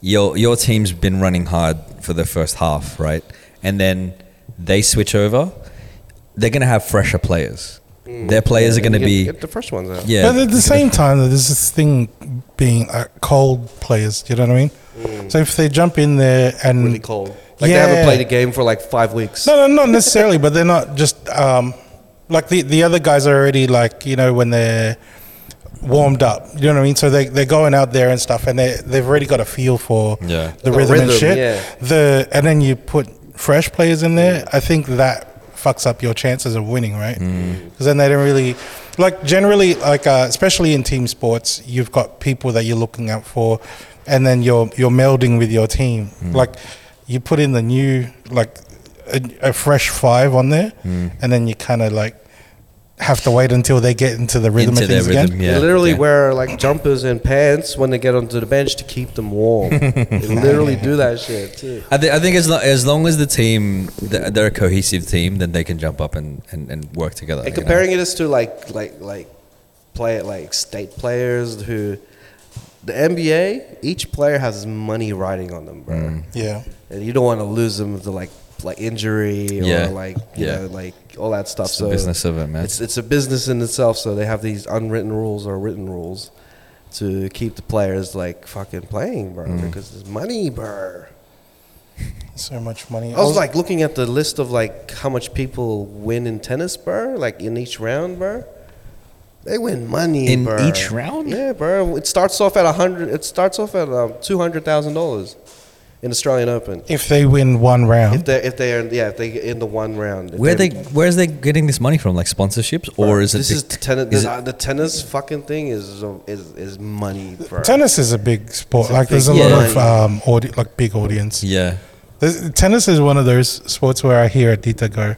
B: your your team's been running hard for the first half, right? And then they switch over, they're gonna have fresher players. Their players are gonna
C: get,
B: be
C: get the fresh ones out.
B: yeah.
A: but at the same time, there's this thing being uh, cold players. You know what I mean? So if they jump in there and
C: Mm. really cold. Like they haven't
A: Yeah.
C: played a game for like five weeks.
A: No, no, not necessarily, but they're not just um, like the the other guys are already like you know when they're warmed up. You know what I mean? So they they're going out there and stuff, and they they've already got a feel for
B: Yeah.
A: the
C: The
A: rhythm, and
C: rhythm,
A: shit.
C: yeah.
A: The and then you put fresh players in there. I think that fucks up your chances of winning, right? Because then they don't really like generally like uh, especially in team sports, you've got people that you're looking out for, and then you're you're melding with your team. Like you put in the new like a, a fresh five on there,
B: Hmm.
A: and then you kind of like have to wait until they get into the rhythm
B: into
A: of
B: their
A: things
B: rhythm.
A: again.
B: Yeah,
C: they literally
B: yeah.
C: wear like jumpers and pants when they get onto the bench to keep them warm. they literally do that shit too.
B: I, th- I think as, lo- as long as the team th- they're a cohesive team, then they can jump up and, and, and work together.
C: And
B: you know?
C: comparing it is to like like like play like state players who the NBA each player has money riding on them, bro.
B: Mm.
A: Yeah,
C: And you don't want to lose them to like like injury or
B: Yeah.
C: like you
B: Yeah.
C: know like all that stuff.
B: It's the
C: so
B: business of it, man.
C: It's it's a business in itself. So they have these unwritten rules or written rules to keep the players like fucking playing, bro,
B: Mm-hmm.
C: because there's money, bro.
A: so much money.
C: I was like looking at the list of like how much people win in tennis, bro. Like in each round, bro. They win money
B: In
C: bro.
B: each round?
C: Yeah, bro. It starts off at a hundred. It starts off at um, two hundred thousand dollars in Australian Open.
A: if they win one round,
C: If they if they are yeah if they in the one round. If
B: where they where is they getting this money from? Like sponsorships, or is it?
C: this
B: bec-
C: is tennis?
B: is
C: the, the tennis fucking thing is is is money, bro.
A: Tennis is a big sport.
C: It's a
A: like, there's a
C: big
A: lot
B: one.
A: of um, audi- like big audience.
B: yeah,
A: There's, tennis is one of those sports where I hear Adita go,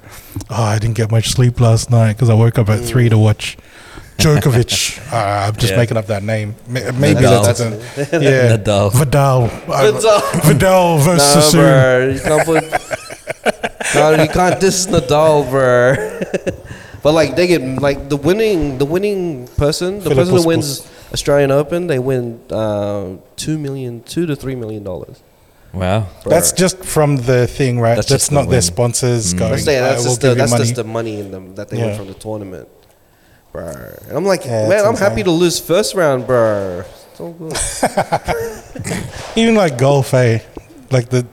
A: "Oh, I didn't get much sleep last night because I woke up at three
C: Mm.
A: to watch Djokovic." uh, I'm just
B: Yeah.
A: making up that name. Ma- Maybe
B: Nadal.
A: that's, it. yeah,
B: Nadal.
A: Vidal, Uh,
C: Vidal.
A: Vidal versus
C: no,
A: Sassoon.
C: bro, you can't put. no, you can't. This is Nadal, bro. but like they get like the winning, the winning person, the
A: Philip
C: person who
A: Puskos.
C: wins Australian Open, they win uh, two million, two to three million dollars.
B: wow.
C: bro.
A: That's just from the thing, right?
B: That's
A: That's,
B: just the
A: not
B: win.
A: their sponsors going.
C: Mm. That's, the,
A: "I
C: that's,
A: will
C: just, the,
A: give you
C: that's
A: money."
C: just the money in them that they
A: Yeah.
C: win from the tournament, bro. And I'm like,
A: Yeah,
C: man,
A: that's
C: I'm happy
A: insane.
C: to lose first round, bro. It's all good.
A: Even like golf, eh? Like the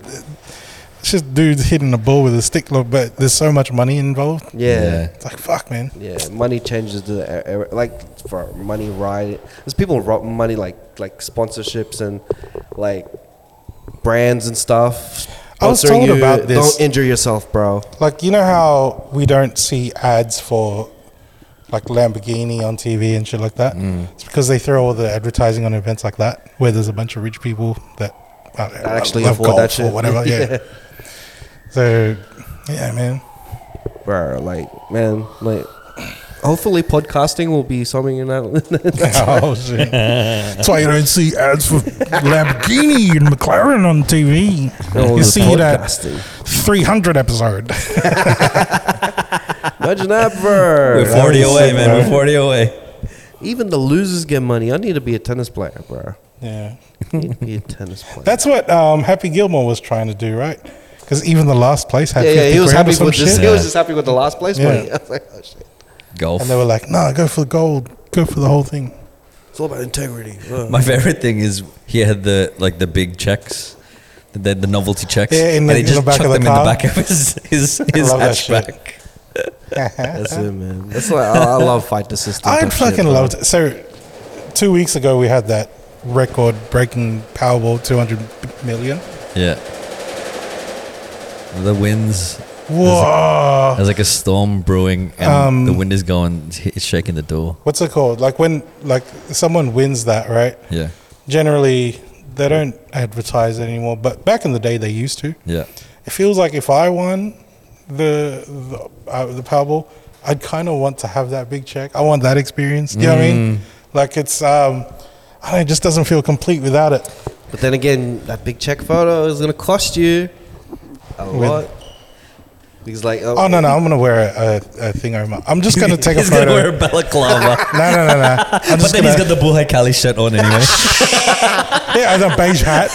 A: it's just dudes hitting a ball with a stick, look, but there's so much money involved.
C: yeah.
A: It's like fuck, man.
C: Yeah, money changes the er- er- like for money ride. There's people ro- money like like sponsorships and like brands and stuff.
A: I was
C: sponsoring
A: told
C: you.
A: about this.
C: Don't injure yourself, bro.
A: Like you know how we don't see ads for like Lamborghini on TV and shit like that.
C: Mm.
A: It's because they throw all the advertising on events like that, where there's a bunch of rich people that, I don't know,
C: That actually
A: love
C: afford
A: golf
C: that shit.
A: or whatever. Yeah. So, yeah, man.
C: Bro, like man, like hopefully podcasting will be something in that.
A: oh shit. That's why you don't see ads for Lamborghini and McLaren on TV.
C: all
A: you
C: the
A: see
C: podcasting.
A: that 300 episode.
C: Imagine that, bro.
B: We're forty
A: was
B: away,
A: sick,
B: man.
A: bro.
B: We're forty away.
C: Even the losers get money. I need to be a tennis player, bro.
A: yeah.
C: I need to be a tennis player.
A: That's what um, Happy Gilmore was trying to do, right? Because Because even the last place had
D: Yeah, yeah,
A: 50
D: he was
A: grand or
D: happy
A: some
D: with this.
A: shit.
D: He was just happy with the last place
A: Yeah.
D: money. I was like, oh shit.
B: Golf.
A: And they were like, no, go for the gold. Go for the whole thing.
C: It's all about integrity.
B: My favorite thing is he had the like the big checks, the, the novelty checks,
A: Yeah, in
B: and
A: the-
B: he
A: in
B: just
A: the back
B: chucked
A: of the
B: them
A: car.
B: in the back of his his, his
A: love that shit.
B: hatchback.
C: That's it, man. That's why I, I love fight the system.
A: I
C: type
A: Uh-huh. fucking
C: shit, bro.
A: loved it. So, two weeks ago, we had that record breaking Powerball 200 million.
B: Yeah. The winds.
A: Whoa.
B: There's like a storm brewing, and
A: Um,
B: the wind is going. It's shaking the door.
A: What's it called? Like when like someone wins that, right?
B: Yeah,
A: Generally, they don't advertise it anymore. But back in the day, they used to.
B: yeah.
A: It feels like if I won the the, uh, the Powerball, I'd kind of want to have that big check. I want that experience. Do you know what I
B: Mm.
A: mean? Like it's um, I don't, know, it just doesn't feel complete without it.
C: But then again, that big check photo is gonna cost you a
A: With-
C: lot. Because like,
A: Oh no no, I'm gonna wear a, a, a thing over my. I'm just gonna take a
B: he's gonna
A: photo.
B: wear a balaclava,
A: No no no no. I'm
B: but
A: just
B: then
A: gonna,
B: he's got the Buhai Kali shirt on anyway.
A: yeah, and a beige hat.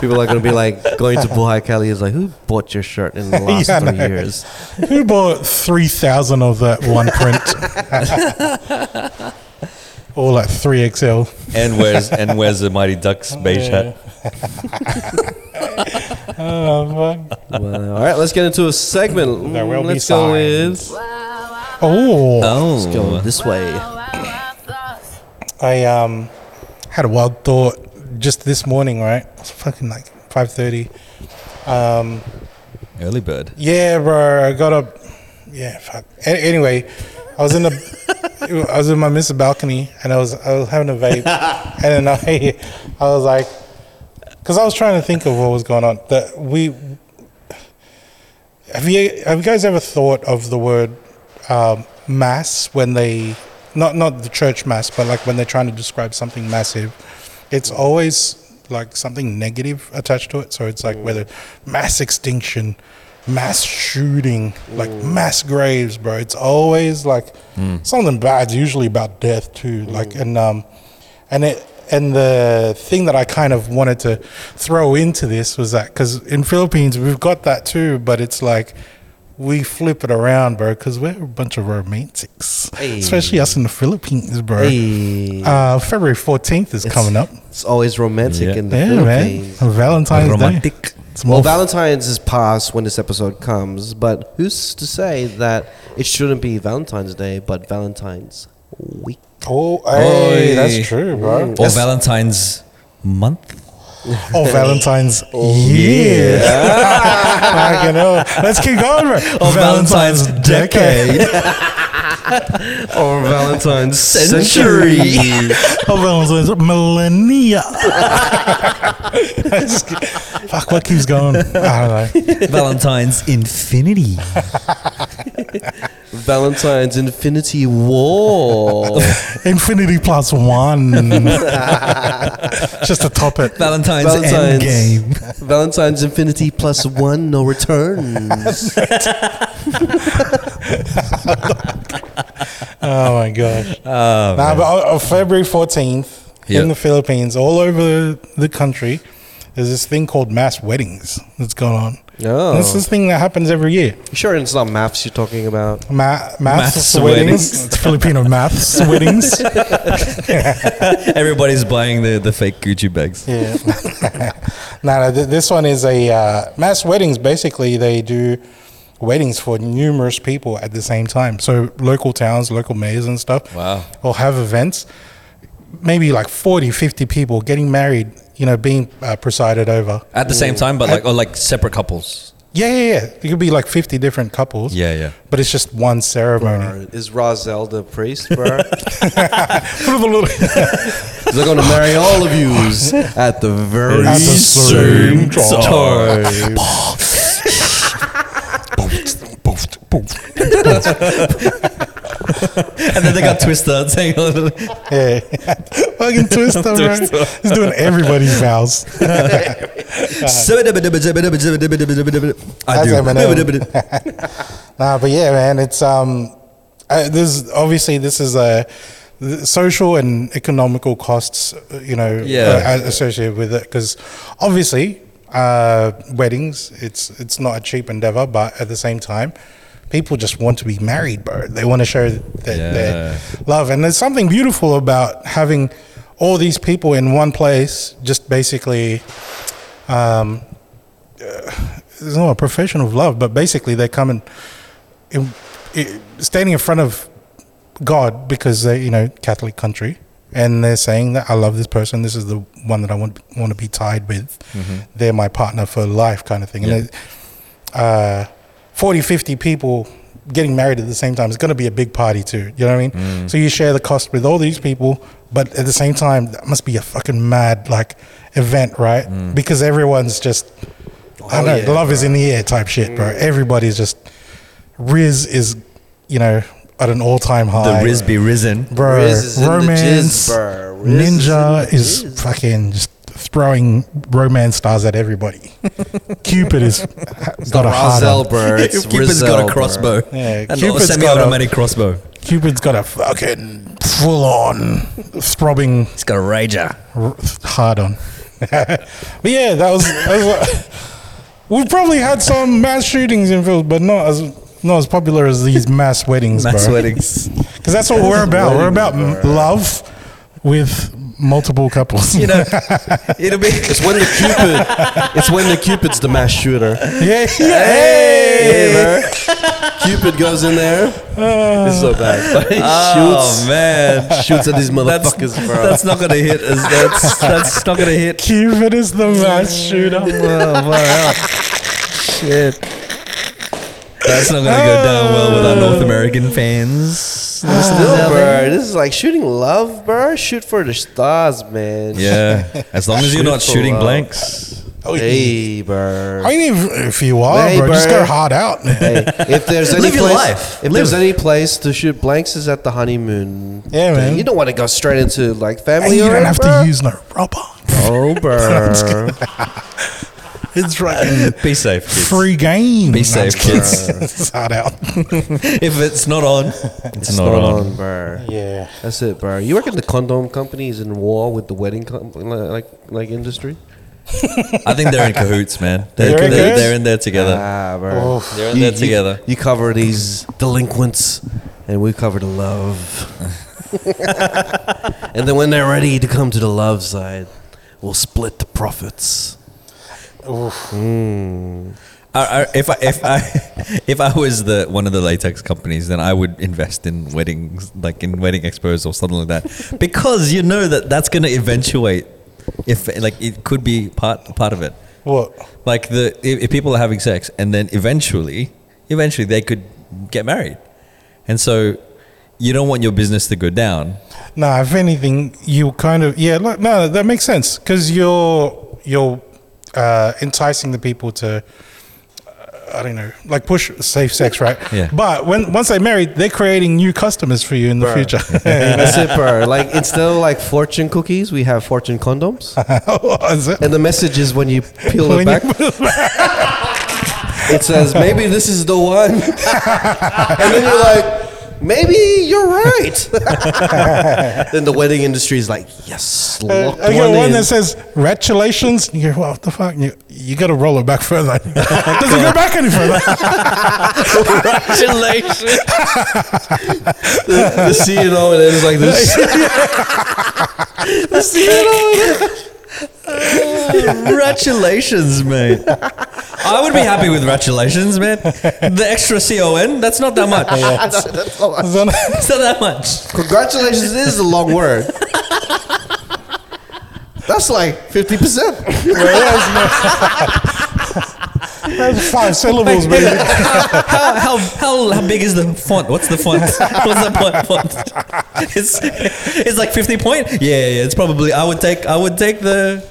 C: people are gonna be like going to Buhai Kelly is like, who bought your shirt in the last
A: Yeah, I
C: three
A: know.
C: years?
A: Who bought three thousand of that one print? All like three XL.
B: and wears and wears the Mighty Ducks beige hat.
A: Oh, fuck.
C: Well, all right, let's get into a segment.
A: There will be
C: let's go
A: signs.
C: with.
A: Oh,
C: Let's go
B: Oh,
C: this way.
A: I um had a wild thought just this morning. Right, it's fucking like five thirty. Um,
B: early bird.
A: yeah, bro, I got up. Yeah, fuck. A- anyway, I was in the I was in my miss balcony and I was I was having a vape and then I I was like, because I was trying to think of what was going on. That we have you have you guys ever thought of the word um, mass when they not not the church mass, but like when they're trying to describe something massive, it's always like something negative attached to it. So it's like whether mass extinction, mass shooting, like mass graves, bro. It's always like something bad. It's usually about death too. Like and um and it and the thing that I kind of wanted to throw into this was that because in Philippines we've got that too, but it's like we flip it around, bro, because we're a bunch of romantics, especially us in the Philippines, bro.
C: Hey,
A: Uh, February fourteenth is coming up.
C: it's always romantic
B: Yeah.
C: in the
A: Yeah, man.
C: Philippines. Oh,
A: Valentine's Day.
B: Romantic.
A: It's
C: Well,
A: more
C: Valentine's is past when this episode comes, but who's to say that it shouldn't be Valentine's Day, but Valentine's week?
A: oh, hey,
B: Oi. Oh.
A: that's true, bro.
B: Or Valentine's month.
A: Oh, Valentine's year. Fucking hell. Let's keep going, bro.
B: Or Oh, Valentine's, decade.
C: Or Valentine's
B: century.
A: Oh, Valentine's millennia. I just keep- fuck, what keeps going? I don't know.
B: Valentine's infinity.
C: Valentine's Infinity War.
A: Infinity plus one. just to top it.
B: Valentine's,
C: Valentine's
B: endgame.
C: Valentine's Infinity plus one, no returns.
A: Oh my gosh.
B: Oh,
A: nah, but on, on February 14th
B: Yeah.
A: in the Philippines, all over the country, there's this thing called mass weddings that's going on.
C: Oh.
A: This is this thing that happens every year.
C: sure, it's not maps you're talking about.
A: Ma- maths,
B: Maths
A: weddings.
B: weddings.
A: It's Filipino maths weddings.
B: Everybody's buying the, the fake Gucci bags.
A: Yeah. no, no, th- this one is a uh, mass weddings. Basically, they do weddings for numerous people at the same time. So local towns, local mayors and stuff
B: Wow.
A: will have events. Maybe like 40, 50 people getting married, you know, being uh, presided over.
B: At the same time, but like or like separate couples.
A: Yeah, yeah, yeah. It could be like 50 different couples.
B: Yeah, yeah.
A: But it's just one ceremony.
C: Is Razel the priest, bro? They're gonna marry all of yous at the very
A: At the same
C: same time.
B: And then they got Twister saying,
A: Yeah. Fucking Twister, bro.
B: Twister.
A: He's doing everybody's vows.
B: I
A: That's
B: do.
A: Eminem. Nah, but yeah, man, it's um, uh, there's obviously this is a the social and economical costs, uh, you know,
B: Yeah.
A: uh, associated with it because obviously uh, weddings. It's it's not a cheap endeavor, but at the same time, people just want to be married, bro. They want to show their, their
B: Yeah.
A: love, and there's something beautiful about having all these people in one place. Just basically, um, uh, there's not a profession of love, but basically they come and in, i standing in front of God because they, you know, Catholic country, and they're saying that I love this person. This is the one that I want want to be tied with. They're my partner for life, kind of thing. And it, uh, 40, 50 people getting married at the same time is going to be a big party too. You know what I mean? So you share the cost with all these people, but at the same time, that must be a fucking mad like event, right? Because everyone's just I know, love is in the air type shit, bro. Everybody's just Riz is, you know, at an all time high.
B: The Riz be risen.
A: bro.
C: Riz is in the
A: romance,
C: jizz, bro. Riz is in
A: Ninja
C: the
A: is,
C: jizz.
A: fucking just throwing romance stars at everybody. Cupid is got a hard
C: Razel,
A: on.
C: bro. It's
B: Cupid's got
C: Razel,
B: a
C: bro.
B: crossbow.
A: Yeah,
B: and a
A: Cupid's got a-
B: semi-automatic crossbow.
A: Cupid's got a fucking full on throbbing
B: It's got a rager.
A: r- hard on. but yeah, that was. That was what- we've probably had some mass shootings in Phil, but not as not as popular as these mass weddings,
B: Mass
A: bro.
B: weddings.
A: Because that's what we're about. We're about m love with multiple couples.
B: You know, it'll be.
C: It's when the cupid. it's when the cupid's the mass shooter.
A: yeah, yeah.
C: Hey, bro. Cupid goes in there. This is so bad. He
B: Oh man,
C: shoots. Shoots at these motherfuckers,
B: that's,
C: bro.
B: that's not gonna hit. Is that's that's not gonna hit.
A: Cupid is the mass shooter.
B: Well, well, shit. That's not gonna go down well with our
A: Oh.
B: North American fans.
C: Still, bro. This is like shooting love, bro. Shoot for the stars, man.
B: Yeah, as long as you're not
C: Shoot for
B: shooting
C: love.
B: blanks.
A: Oh, yeah.
C: Hey, bro.
A: I mean, if, if you are,
C: Hey,
A: bro, just
C: bro.
A: go hard out.
C: Hey, if there's any
B: Live your
C: place,
B: life.
C: if there's any place to shoot blanks, is at the honeymoon.
A: Yeah,
C: thing.
A: man.
C: You don't want to go straight into like
A: and
C: family.
A: you don't
C: alright,
A: have
C: bro?
A: to use no rubber.
C: Oh, bro.
A: It's fucking
B: Be safe, kids.
A: free game.
B: Be
A: No,
B: safe,
A: I'm just
B: kids.
A: kidding. it's hard out.
B: If it's not on, it's,
C: It's
B: not, on.
C: bro.
A: Yeah.
C: That's it, bro. You reckon the condom company is in war with the wedding com- like like industry?
B: I think they're in cahoots, man.
A: They're
B: They're,
A: in
B: they're,
A: cahoots?
B: they're in there together.
C: Ah, bro.
A: Oof.
B: They're in there together.
C: You, cover these delinquents, and we cover the love. and then when they're ready to come to the love side, we'll split the profits.
B: I, I, if I if I if I was the one of the latex companies, then I would invest in weddings, like in wedding expos or something like that, because you know that that's going to eventuate. If like it could be part part of it,
A: What?
B: like the if, if people are having sex and then eventually, eventually they could get married, and so you don't want your business to go down.
A: Nah, if anything, you kind of yeah. Like, no, that makes sense because you're you're uh, enticing the people to. uh, I don't know, like push safe sex, right?
B: Yeah.
A: But when once they're married, they're creating new customers for you in the future.
C: That's it, bro. Like instead of like fortune cookies, we have fortune condoms.
A: Is it?
C: And the message is when you peel
A: When you
C: it back. it says, maybe this is the one. and then you're like, maybe you're right. then the wedding industry is like, yes,
A: Uh,
C: locked
A: I get
C: one,
A: one
C: in.
A: that says "Congratulations." You go, what the fuck? You, you got to roll it back further. Does it go back any further?
B: Congratulations!
C: the, the CNO and it's like this. the
B: E
C: CNO.
B: Congratulations, mate. I would be happy with congratulations, man. The extra con, that's not that much. It's not that much.
C: Congratulations is a long word. That's like 50%.
A: That's five syllables, baby.
B: How, how, how, how big is the font? What's the font? What's the font? font? It's, it's like 50 point? Yeah, yeah, yeah, it's probably, I would take, I would take the,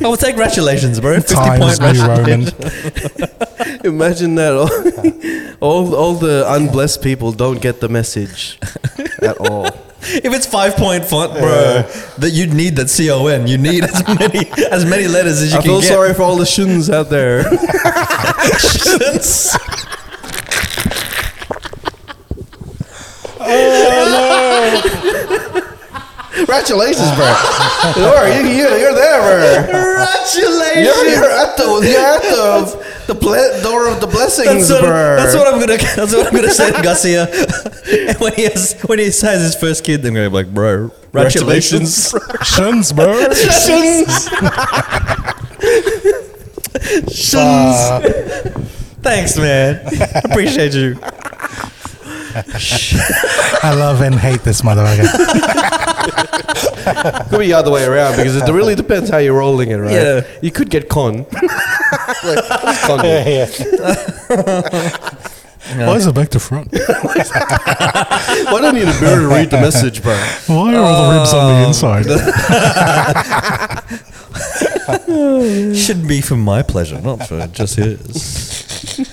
B: I would take congratulations, bro. 50
A: Times
B: point
A: New
B: ration.
A: Roman.
C: Imagine that all, all all the unblessed people don't get the message at all.
B: If it's five point font, bro, that you'd need that con. You need as many, as many letters as you
C: I
B: can
C: feel
B: get.
C: sorry for all the shuns out there.
A: Oh
C: Congratulations, bro. Bro, you, you, you're there, bro. You're,
B: Congratulations.
C: you're at the you're at the, the ble- door of the blessings,
B: That's what,
C: bro.
B: that's what I'm gonna. That's what I'm gonna say to Garcia when he has when he has his first kid. I'm gonna be like, bro, congratulations.
A: Shuns, bro.
B: Thanks, man. Appreciate you.
A: I love and hate this motherfucker.
C: could be the other way around because it really depends how you're rolling it, right?
B: Yeah.
C: You could get con.
A: yeah, yeah. Why is it back to front?
C: Why don't you need a mirror to read the message, bro?
A: Why are all the ribs on
C: Oh.
A: the inside?
B: Should be for my pleasure, not for just his.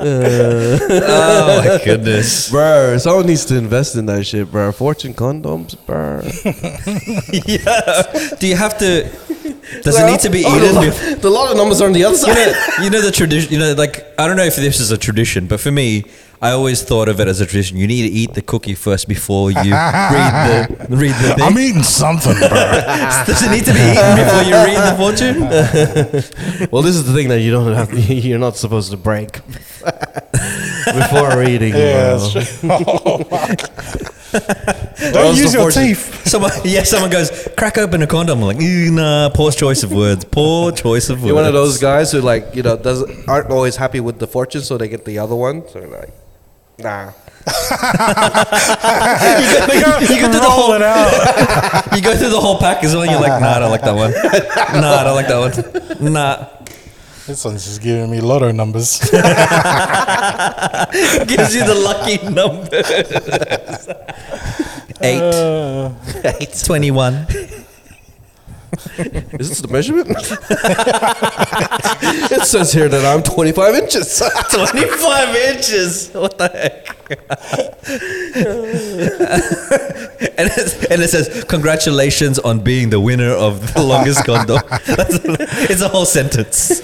B: oh my goodness!
C: Bro, someone needs to invest in that shit, bro. Fortune condoms, bro.
B: yeah. Do you have to? Does it need to be eaten?
C: Oh,
B: bef-
C: the, lot, the lot of numbers are on the other
B: you
C: side.
B: know, you know the tradition. You know, like I don't know if this is a tradition, but for me, I always thought of it as a tradition. You need to eat the cookie first before you read the read the thing.
A: I'm eating something, bro.
B: Does it need to be eaten before you read the fortune?
C: Well, this is the thing that you don't have. You're not supposed to break before reading.
A: Yeah,
C: bro.
A: that's true. Oh,
C: Or
A: Don't
C: else
A: use
C: the
A: your
C: fortune-
A: teeth.
B: Someone, yeah, someone goes crack open a condom. I'm like, "Ew, nah, poor choice of words. Poor choice of words.
C: You're one of those guys who like you know doesn't aren't always happy with the fortune, so they get the other one. So they're like, nah.
B: you go through the
A: Roll
B: whole
A: it out.
B: you go through the whole pack as well. and You're like, nah, I don't like that one. Nah, I don't like that one. Nah,
A: This one's just giving me lotto numbers.
B: gives you the lucky number. Eight.
A: Uh,
B: Eight. Twenty-one.
C: Is this the measurement? it says here that I'm 25 inches.
B: Twenty-five inches. What the heck? and, it's, and it says, "Congratulations on being the winner of the longest condom." That's- it's a whole sentence.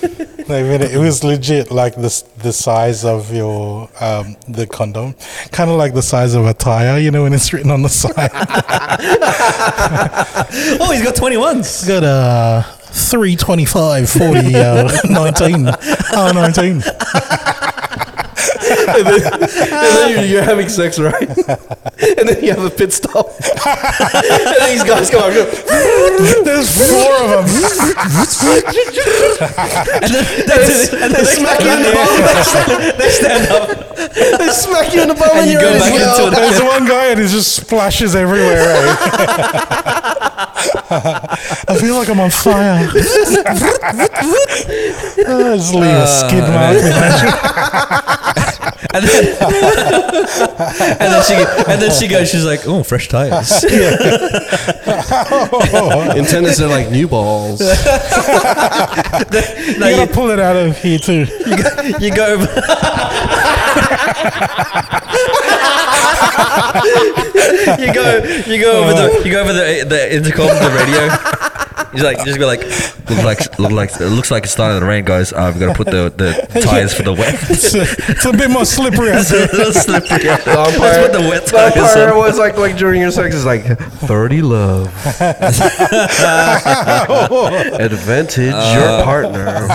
A: no, I mean, it was legit like this the size of your um, the condom, kind of like the size of a tire. You know when it's written on the side.
B: Oh, he's got twenty-ones.
A: got a 325 40 uh, 19 oh 19
C: and then, and then you're, you're having sex, right? and then you have a pit stop. and these guys come out.
A: there's four of them
B: And then, that's it. and then they
C: smack you in the
B: They stand up.
C: They smack you in the bum
B: And
C: and,
B: you
C: you're
B: go
C: in
B: back
C: jail.
B: into it.
A: there's one guy and he just splashes everywhere right? I feel like I'm on fire Ah, just leave a skid mark behind you.
B: And then, and then she and then she goes, she's like, oh, fresh tires.
C: In tennis, they're like new balls.
B: No,
A: you
B: you,
A: gotta pull it out of here too
B: you go, you go over. you go, you go over the, you go over the, the intercom, the radio. He's like, just be like, looks like, look like, it looks like it started to rain, guys. I've got to put the, the tires for the wet.
A: it's a, it's a bit more slippery out there.
B: slippery. Let's
C: umpire-
B: put the wet
C: The
B: tires
C: umpire
B: on.
C: was like, like during your sex is like thirty love. Advantage your partner.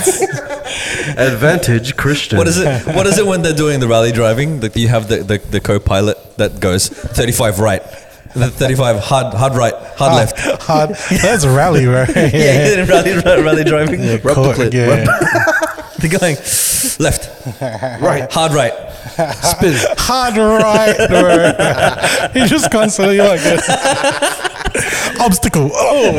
C: Advantage Christian.
B: What is it? What is it when they're doing the rally driving? That you have the, the, the co-pilot that goes 35 right, and then 35 hard hard right,
A: Ah.
B: hard left.
A: Hard. That's rally, right?
B: Yeah, rally, rally rally driving.
C: Rub the clip.
A: Yeah.
B: They're going left,
C: Right.
B: hard right.
C: Spin.
A: hard right. bro. He's just constantly like this. Obstacle. Oh,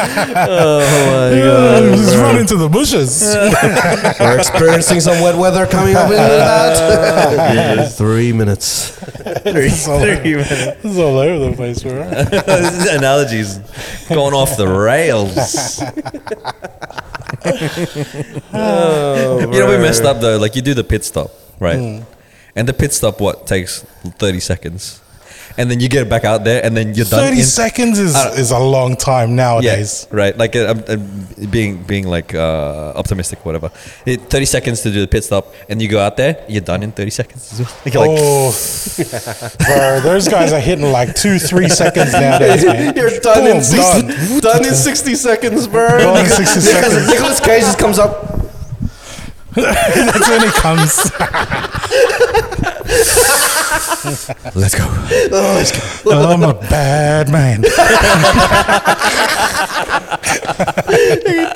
C: Oh my
A: yeah, just run into the bushes.
C: We're experiencing some wet weather coming up in about three minutes.
A: It's all,
B: minutes.
A: it's all over the place, bro.
B: This analogies going off the rails. Oh, you know we messed up though. Like you do the pit stop, right? And the pit stop what takes 30 seconds. and then you get back out there, and then you're done.
A: Thirty
B: in-
A: seconds is,
B: Uh,
A: is a long time nowadays.
B: Yeah, right. Like uh, I'm, I'm being being like uh, optimistic, whatever. It, Thirty seconds to do the pit stop, and you go out there, you're done in thirty seconds. As well. You're like,
A: oh, bro, those guys are hitting like two, three seconds nowadays. Man.
D: You're done in
A: Boom,
D: 60, done. in 60 seconds, bro.
A: Done in 60 seconds.
C: Nicholas Cage just comes up.
A: That's when it comes.
B: let's go.
A: I'm a bad man.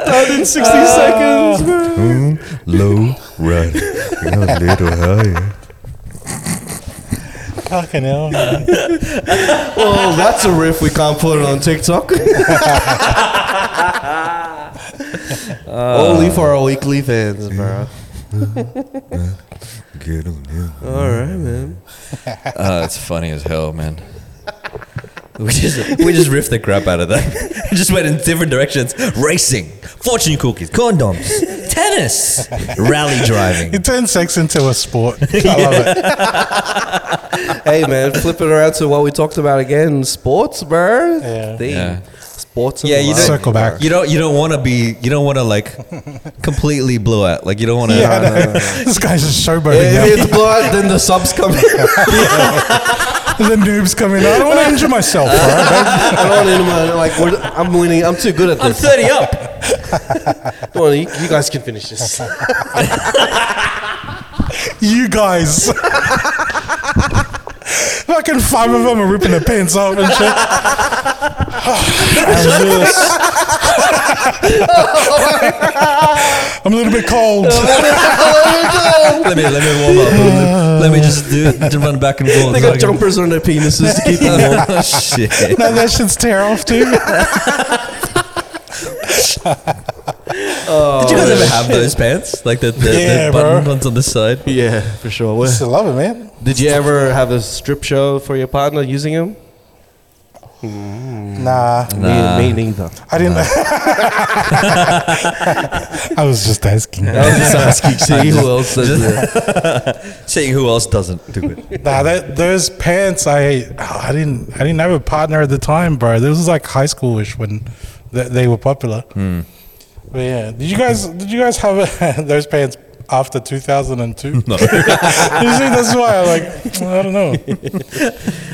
D: Done in 60 seconds, bro.
B: Low run.
A: Fucking hell. man.
C: Oh, that's a riff we can't put it on TikTok. Only for our weekly fans, bro. All right, man.
B: Uh, it's funny as hell, man. We just we just riffed the crap out of that. just went in different directions. Racing, fortune cookies, condoms, tennis, rally driving.
A: It turns sex into a sport. I love it.
C: hey, man, flip it around to what we talked about again sports, bro.
A: Yeah.
C: Thing.
B: Yeah.
C: Sports.
B: Yeah, you
C: do
B: don't
A: Circle back.
B: You don't you don't want to be you don't want to like completely blow out. Like you don't want to.
A: Yeah, no, this guy's just showboating
C: If
A: now.
C: it's blood, then the subs come in.
A: the noobs coming. I don't want to injure myself. all right?
C: I don't want anyone like we're, I'm winning. I'm too good at
B: I'm
C: this.
B: thirty up.
C: Come on, you, you guys can finish this.
A: You guys. Fucking five of them are ripping their pants off and shit. I'm, just- I'm a little bit cold.
B: let me let me warm up. Let me, let me just do just run back and forth.
C: they got jumpers on their penises to keep them warm.
B: Shit.
A: now that shit's tear off too.
B: Did you guys ever have those pants? Like the, the,
A: Yeah,
B: the button
A: bro.
B: ones on the side?
C: Yeah, for sure.
A: I still love it, man.
C: Did you ever have a strip show for your partner using him?
A: Nah,
B: Nah.
C: Me, me neither.
A: I didn't. I was just asking.
C: I was just asking, see who else does that.
B: Seeing who else doesn't do it.
A: Nah, that, those pants, I I didn't I didn't have a partner at the time, bro. This was like high schoolish when th- they were popular.
B: Hmm.
A: But yeah, did you guys did you guys have those pants after two thousand and two? You see,
B: No.
A: that's why I like I don't know.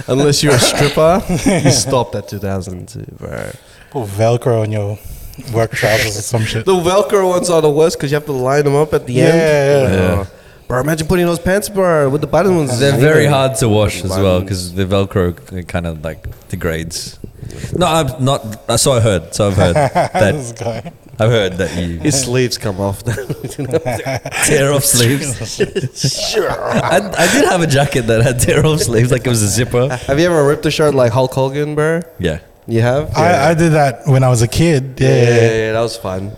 C: Unless you're a stripper, you stopped at 2002, bro.
A: Put Velcro on your work trousers or some shit.
C: The Velcro ones are the worst because you have to line them up at the end.
A: Yeah, yeah,
B: yeah.
C: Oh. Bro, imagine putting those pants, bro, with the button ones.
B: They're very hard to wash as well because the Velcro kind of like degrades. No, I'm not. uh, So I heard. So I've heard
A: this
B: that.
A: guy.
B: I've heard that you
C: His sleeves come off.
B: tear off sleeves. I, I did have a jacket that had tear off sleeves, like it was a zipper.
C: have you ever ripped a shirt like Hulk Hogan, bro?
B: Yeah.
C: You have?
A: I, I did that when I was a kid. Yeah,
C: yeah,
A: yeah,
C: yeah,
A: yeah.
C: yeah, that was fun.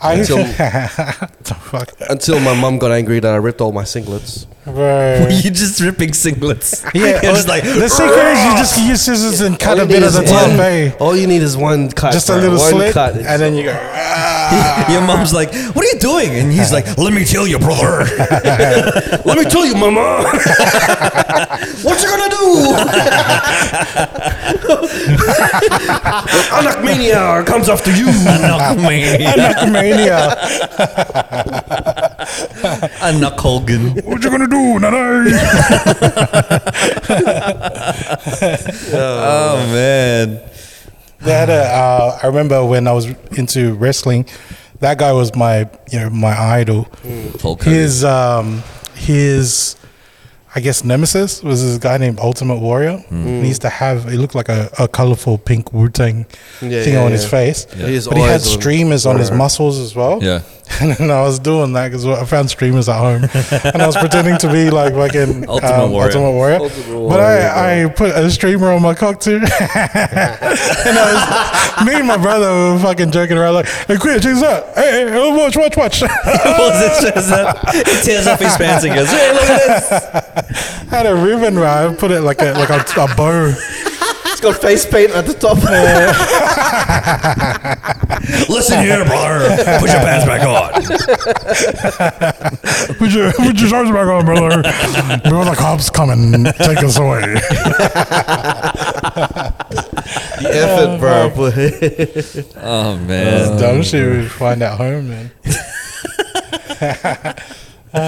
A: I
C: Until-
A: the fuck,
C: Until my mum got angry that I ripped all my singlets.
A: bro.
B: You're just ripping singlets.
A: Yeah,
B: You're just like
A: the secret is you just use scissors and cut a
C: you need
A: bit at
C: is
A: the
C: one-
A: top, eh?
C: All you need is one cut.
A: just a
C: bro,
A: little
C: one
A: slit,
C: cut.
A: and then you go. "Ah."
B: Your mom's like, "What are you doing?" And he's like, "Let me tell you, brother."
C: Let me tell you, mama. what you gonna do? Anakmania comes after you.
B: Knock me.
A: Mania.
B: A knock Hogan.
A: What you gonna do, Nanai?
B: Oh man.
A: They had a. Uh, I remember when I was into wrestling, that guy was my, you know, my idol.
B: Hulk Hogan.
A: His, um, his, I guess nemesis was this guy named Ultimate Warrior.
C: Hmm.
A: And He used to have. It looked like a, a colorful pink Wu Tang
C: Yeah,
A: thing
C: yeah,
A: on his
C: yeah.
A: face,
C: His
A: but he had
C: eyes on-
A: streamers on his muscles as well.
B: Yeah.
A: And then I was doing that because I found streamers at home, and I was pretending to be like fucking
B: Ultimate
A: um,
B: Warrior.
A: Ultimate Warrior.
C: Ultimate
A: but I,
C: Warrior.
A: I put a streamer on my cock too, and I was, me and my brother were fucking joking around like, "Hey, quit, check this out! Hey, hey, oh, watch, watch, watch!"
B: What's this? What's that? He tears off his pants and goes, "Hey, look at this!"
A: had a ribbon, right? I put it like a like a, a bow. It's
D: got face paint at the top.
B: Listen here, brother. Put your pants back on.
A: Would you, would you charge back on, brother? Before the cops come and take us away.
C: The effort, bro.
B: Oh man.
A: It's dumb shit we find at home, man.
B: Uh,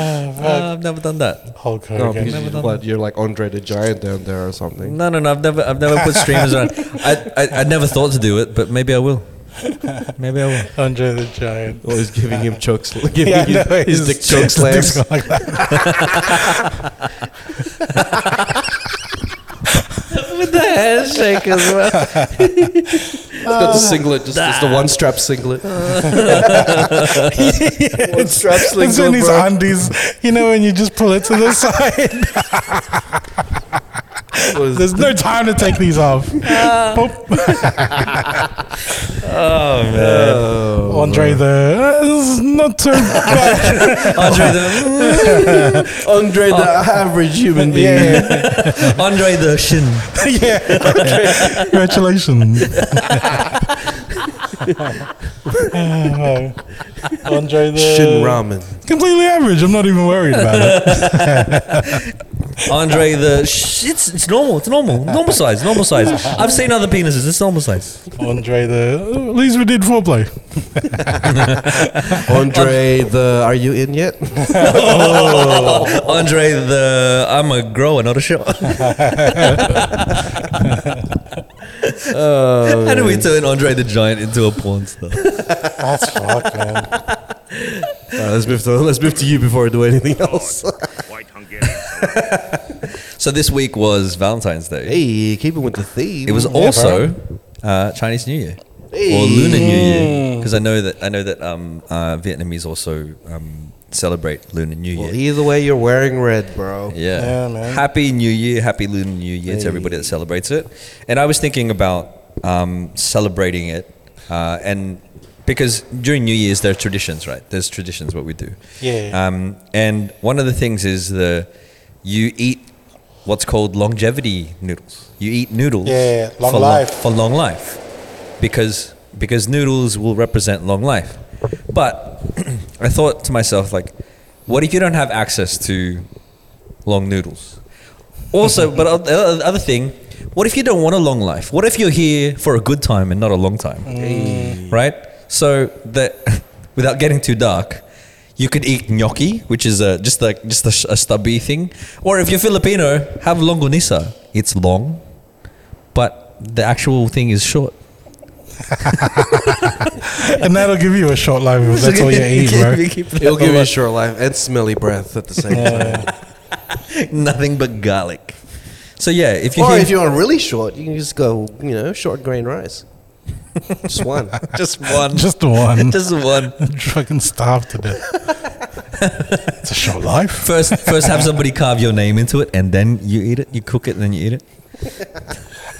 B: I've never done that.
A: Hulk
C: no,
A: Hogan.
C: because
B: Never
C: you-
B: done
C: what, you're like Andre the Giant down there or something.
B: No, no, no. I've never, I've never put streamers on. I, I, I never thought to do it, but maybe I will. Maybe I will.
A: Andre the Giant.
C: Always Oh, giving him chokes, giving
A: Yeah, I
C: his,
A: know, his-
C: his dick choke
A: his dick's
C: slams.
A: going like that.
B: With the handshake as well.
C: It's got the singlet, just, just the one strap singlet. one strap
A: It's in
C: singlet,
A: his
C: bro.
A: undies. You know when you just pull it to the side. There's no time to take these off. Boop.
B: Oh man.
A: Oh, Andre the. "Uh, This is not too bad.
B: Andre the,
C: Andre the average human being.
A: Oh. yeah,
B: Andre the shin.
A: yeah. yeah. Congratulations. Oh. Andre the.
C: Shin ramen.
A: Completely average. I'm not even worried about it.
B: Andre the. Sh- it's it's normal. It's normal. Normal size. Normal size. I've seen other penises. It's normal size.
A: Andre the. "Oh, At least we did foreplay.
C: Andre the are you in yet?
B: Andre the. I'm a grower, not a show. How do we turn Andre the Giant into a porn star?
A: That's fucked, man.
C: let's move to let's move to you before I do anything else.
E: White Hungarian.
B: So this week was Valentine's Day.
C: hey, keep it with the theme.
B: It was also uh, Chinese New Year or Lunar New Year because I know that I know that um, uh, Vietnamese also um, celebrate Lunar New Year.
C: Well, either way, you're wearing red, bro.
B: Yeah.
A: Yeah, man.
B: Happy New Year, happy Lunar New Year to everybody that celebrates it. And I was thinking about um, celebrating it, uh, and because during New Year's there are traditions, right? There's traditions what we do.
A: Yeah.
B: Um, and one of the things is the you eat what's called longevity noodles. You eat noodles.
A: Yeah, long
B: for
A: life.
B: for long life, because because noodles will represent long life. But I thought to myself, like, what if you don't have access to long noodles? Also, but oth- uh, other thing, what if you don't want a long life? What if you're here for a good time and not a long time?
C: Mm.
B: Right? So that without getting too dark, you could eat gnocchi, which is a, just like just a, sh- a stubby thing, or if you're Filipino, have longanisa. It's long, but the actual thing is short.
A: And that'll give you a short life if that's all you eat, bro.
C: It'll give you a short life and smelly breath at the same time.
B: Nothing but garlic. So yeah, if you
C: Or
B: hear,
C: if you want really short, you can just go, you know, short grain rice. Just one.
B: just one,
A: Just the one.
B: just one.
A: Fucking starved to death. it's a short life.
B: First, first have somebody carve your name into it, and then you eat it. You cook it, and then you eat it.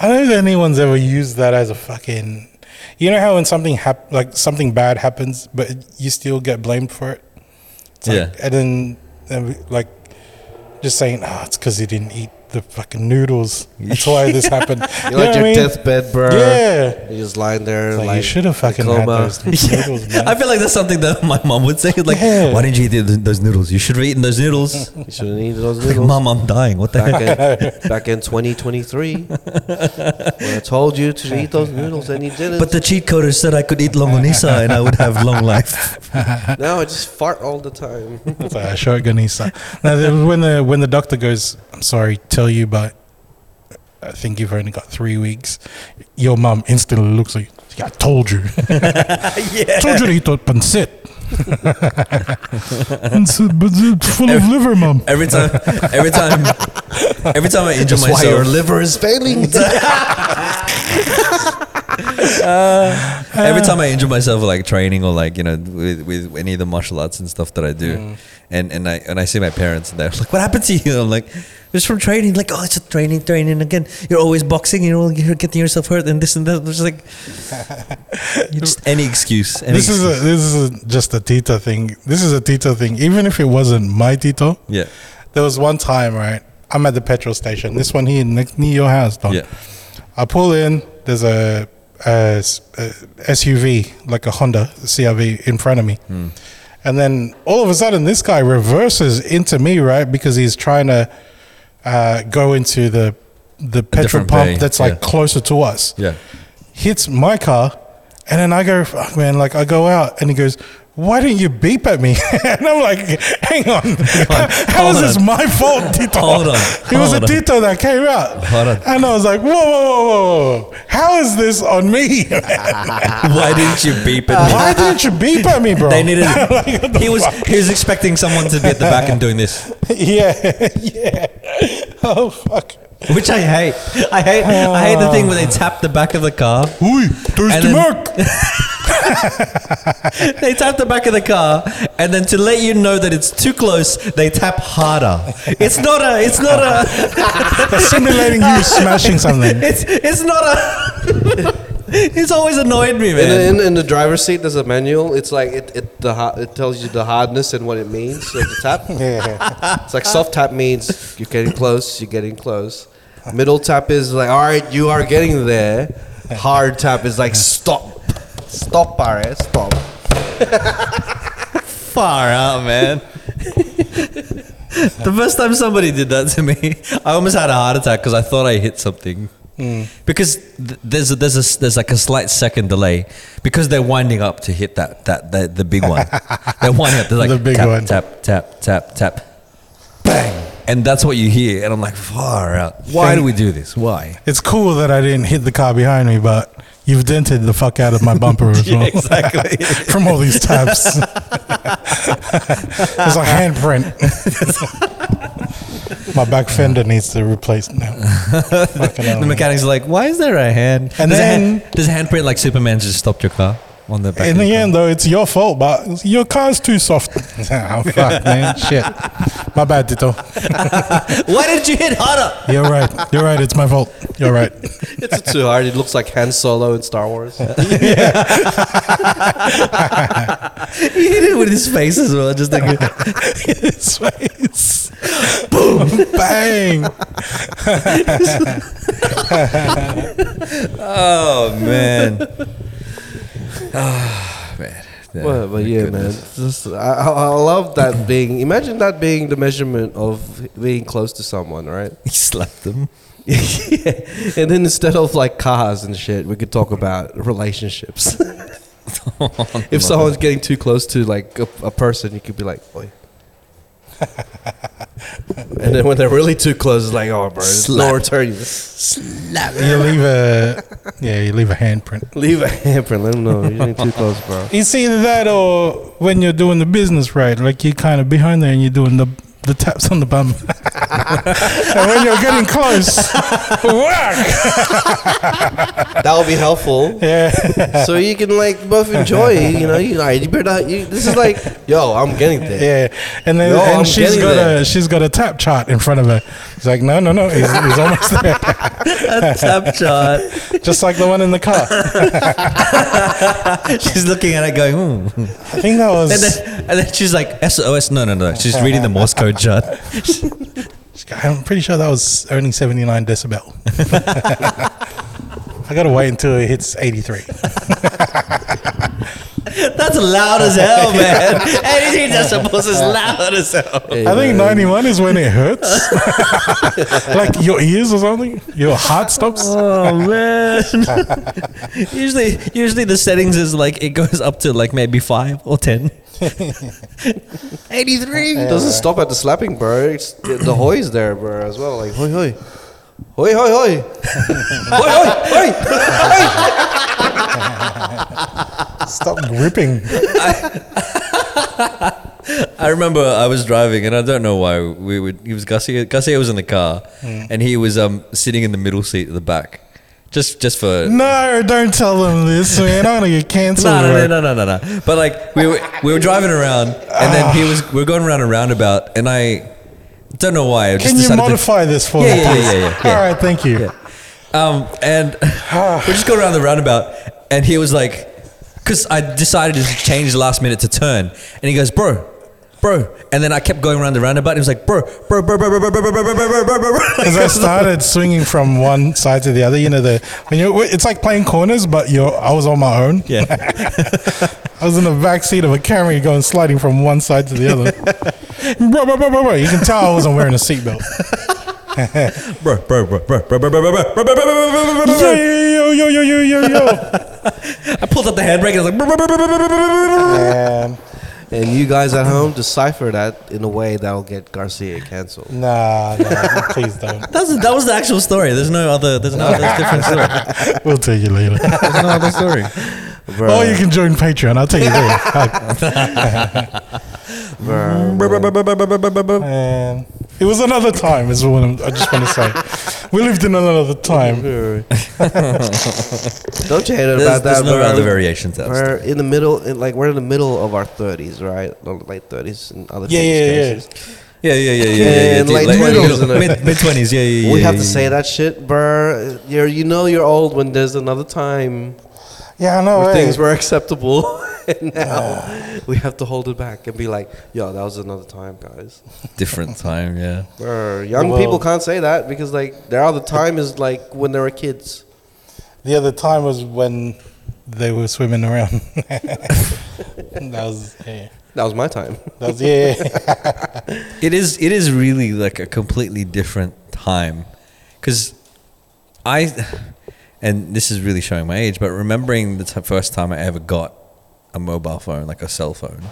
A: I don't think anyone's ever used that as a fucking. You know how when something hap- like something bad happens, but you still get blamed for it. It's like-
B: Yeah.
A: And then, and we- like, just saying, oh, it's because he didn't eat the fucking noodles. That's why this happened. You
C: You're
A: know
C: like
A: what I
C: your
A: mean?
C: deathbed, bro.
A: Yeah.
C: You're just lying there.
A: Like,
C: Like,
A: you should have fucking had
C: coma.
A: those noodles, man.
B: I feel like that's something that my mom would say. Like,
A: Yeah.
B: why didn't you eat th- those noodles? You should have eaten those noodles.
C: You should have eaten those
B: Like,
C: noodles.
B: mom, I'm dying. What the heck?
C: Back in, back in 2023, when I told you to eat those noodles and you didn't.
B: But the cheat coder said I could eat longanisa and I would have long life.
C: now I just fart all the time.
A: It's like a shotgun Issa. Now, the- when the when the doctor goes, I'm sorry, to tell you, but I think you've only got three weeks. Your mum instantly looks like, yeah, I told you,
B: yeah.
A: told you to eat that pancit. pancit, but it's full of liver, mum.
B: Every time, every time, every time I injure
C: That's why your
B: myself,
C: liver is failing.
B: every time I injure myself, like training or like you know with, with any of the martial arts and stuff that I do, and and I and I see my parents and they're like, "What happened to you?" I'm like, "It's from training." Like, "Oh, it's a training, training again. You're always boxing. You're all you're getting yourself hurt and this and that." I'm just like, you just any excuse. Any
A: This is a, this is a, just a Tito thing. This is a Tito thing. Even if it wasn't my Tito,
B: yeah,
A: Oh. there was one time, right? I'm at the petrol station. This one here, next near your house, Don.
B: yeah.
A: I pull in. There's a, a s- a SUV, like a Honda CRV, in front of me,
B: Hmm.
A: and then all of a sudden, this guy reverses into me, right? Because he's trying to uh, go into the the petrol
B: different
A: pump
B: bay,
A: that's like
B: yeah.
A: closer to us.
B: Yeah.
A: Hits my car, and then I go, "Fuck, man!" Like I go out, and he goes. Why didn't you beep at me? and I'm like, hang on. How
B: hold
A: is this
B: on.
A: my fault, Tito?
B: Hold on,
A: It was a
B: hold on.
A: Tito that came out.
B: Hold on.
A: And I was like, whoa, whoa, whoa, whoa, whoa. How is this on me?
B: Why didn't you beep at me?
A: Why didn't you beep at me, bro?
B: They needed.
A: Like, what the
B: he was
A: fuck?
B: he was expecting someone to be at the back and doing this,
A: yeah, yeah. Oh, fuck.
B: which I hate. I hate. I hate the thing where they tap the back of the car.
A: Ui,
B: And
A: thirsty
B: then-
A: Mark.
B: They tap the back of the car, and then to let you know that it's too close, they tap harder. It's not a. It's not a.
A: They're simulating you smashing something.
B: It's it's not a. it's always annoyed me,
C: In, the-
B: man.
C: in, in the driver's seat, there's a manual. It's like it, it the ho- it tells you the hardness and what it means of the tap.
A: Yeah.
C: It's like soft tap means you're getting close, you're getting close. Middle tap is like all right, you are getting there. Hard tap is like stop, stop, alright, stop.
B: Far out, man. the first time somebody did that to me, I almost had a heart attack because I thought I hit something.
A: Hmm.
B: Because th- there's a, there's a, there's like a slight second delay because they're winding up to hit that that the, the big one. they're winding up. They're like
A: The big
B: tap,
A: one.
B: tap tap tap tap, bang, and that's what you hear. And I'm like, far out. Why do we do this? Why?
A: It's cool that I didn't hit the car behind me, but you've dented the fuck out of my bumper as well.
B: Yeah, exactly.
A: From all these taps. There's a handprint. my back fender needs to replace now. Fucking hell,
B: The
A: man.
B: mechanic's like, why is there a hand?
A: And
B: there's
A: then-
B: a hand, there's a handprint like Superman just stopped your car on the back.
A: In
B: of
A: the
B: your
A: end, though, it's your fault, but your car's too soft. oh, fuck, man. Shit. My bad, Tito.
B: car. why did you hit harder?
A: You're right. You're right. It's my fault. You're right.
C: It's too hard. It looks like Han Solo in Star Wars.
B: He hit it with his face as well. Just like
A: His face. Boom. Bang.
B: oh man, oh man. Yeah,
C: Well, but yeah,
B: goodness.
C: man. Just, I, I I love that being. Imagine that being the measurement of being close to someone, right?
B: He slapped them.
C: And then instead of like cars and shit, we could talk about relationships. if someone's getting too close to like a, a person, you could be like, "Oi." and then when they're really too close, it's like, "Oh, bro, it's no
B: Slap.
C: return." You
A: You leave a yeah, you leave a handprint.
C: leave a handprint. Let them know you're getting too close, bro.
A: It's either that or when you're doing the business right, like you're kind of behind there and you're doing the the taps on the bum. and when you're getting close, whack.
C: That would be helpful.
A: Yeah,
C: so you can like both enjoy. You know, you, like, you better. You, this is like, yo, I'm getting there.
A: yeah. And then
C: No,
A: and
C: I'm
A: she's
C: getting
A: got
C: there.
A: a she's got a tap chart in front of her. It's like no, no, no. He's, he's almost there,
B: A tap chart.
A: just like the one in the car.
B: She's looking at it going, hmm.
A: I think that
B: And
A: was.
B: then, and then she's like, SOS. No, no, no. She's reading the Morse code chart.
A: I'm pretty sure that was only 79 decibel. I gotta wait until it hits 83.
B: That's loud as hell, man. Anything that's supposed is loud as hell.
C: Hey,
A: I think
C: man.
A: 91 is when it hurts. like your ears or something? Your heart stops?
B: Oh man! usually, usually the settings is like it goes up to like maybe five or ten. Eighty-three.
C: It doesn't stop at the slapping, bro. It's the, the hoi's there, bro, as well. Like hoi hoi, hoi hoi hoi, hoi hoi hoi.
A: Stop gripping.
B: I remember I was driving, and I don't know why we would. He was Garcia. Garcia was in the car, and he was um sitting in the middle seat at the back, just just for.
A: No, don't tell them this, man. I'm gonna get cancelled.
B: No,
A: bro.
B: no, no, no, no, no, no. But like we were, we were driving around, and then he was. We are going around a roundabout, and I don't know why. I just
A: Can you
B: decided to-
A: modify this for
B: Yeah,
A: me,
B: yeah,
A: please?
B: yeah, yeah, yeah.
A: All right, thank you.
B: Um, and we just go around the roundabout, and he was like, because I decided to change the last minute to turn, and he goes, bro, bro. And then I kept going around the roundabout. And it was like, bro, bro, bro, bro, bro, bro, bro, bro, bro, bro, bro, bro, bro, bro.
A: Because I started swinging from one side to the other, you know the when you it's like playing corners, but you're I was on my own.
B: Yeah.
A: I was in the back seat of a Camry going sliding from one side to the other. bro, bro, bro, bro, bro. You can tell I wasn't wearing a seatbelt.
B: Bro, bro, bro, bro, bro, bro, bro, bro, bro, bro, bro, bro, bro, bro, bro, bro,
A: yo,
B: bro.
A: yo, yo, yo, yo, yo, yo.
B: I pulled up the handbrake and I was like, bro, bro, bro, bro, bro, bro, bro, bro, bro.
A: Um,
C: And you guys at home decipher that in a way that'll get Garcia canceled.
A: nah, nah, please don't.
B: That was, that was the actual story. There's no other. There's no other different story.
A: We'll tell you later.
B: There's no other story.
A: Or you can join Patreon. I'll tell you later. Um, it was another time, is what I'm, I just want to say. We lived in another time.
C: Don't you hate it
B: There's,
C: about
B: there's
C: that?
B: no
C: bro?
B: other variations. That's
C: We're in the middle, in, like we're in the middle of our thirties, right? Or late thirties and other
A: Yeah, yeah,
C: people's
A: yeah.
C: cases.
B: Yeah, yeah, yeah, yeah,
C: Yeah,
B: yeah. yeah,
C: and late
B: like,
C: 20s,
B: mid-
C: isn't it?
B: mid mid twenties. Yeah, yeah, yeah.
C: We have
B: yeah,
C: to
B: yeah.
C: say that shit, bruh. You're, you know you're old when there's another time
A: Yeah, I know.
C: where
A: eh?
C: things were acceptable, and now we have to hold it back and be like, "Yo, that was another time, guys."
B: different time. Yeah,
C: Bruh, young
A: Well-
C: people can't say that because like their other time is like when they were kids.
A: The other time was when they were swimming around. that was yeah.
C: That was my time.
A: That was yeah. yeah.
B: it is. It is really like a completely different time, because I, and this is really showing my age, but remembering the t- first time I ever got a mobile phone, like a cell phone,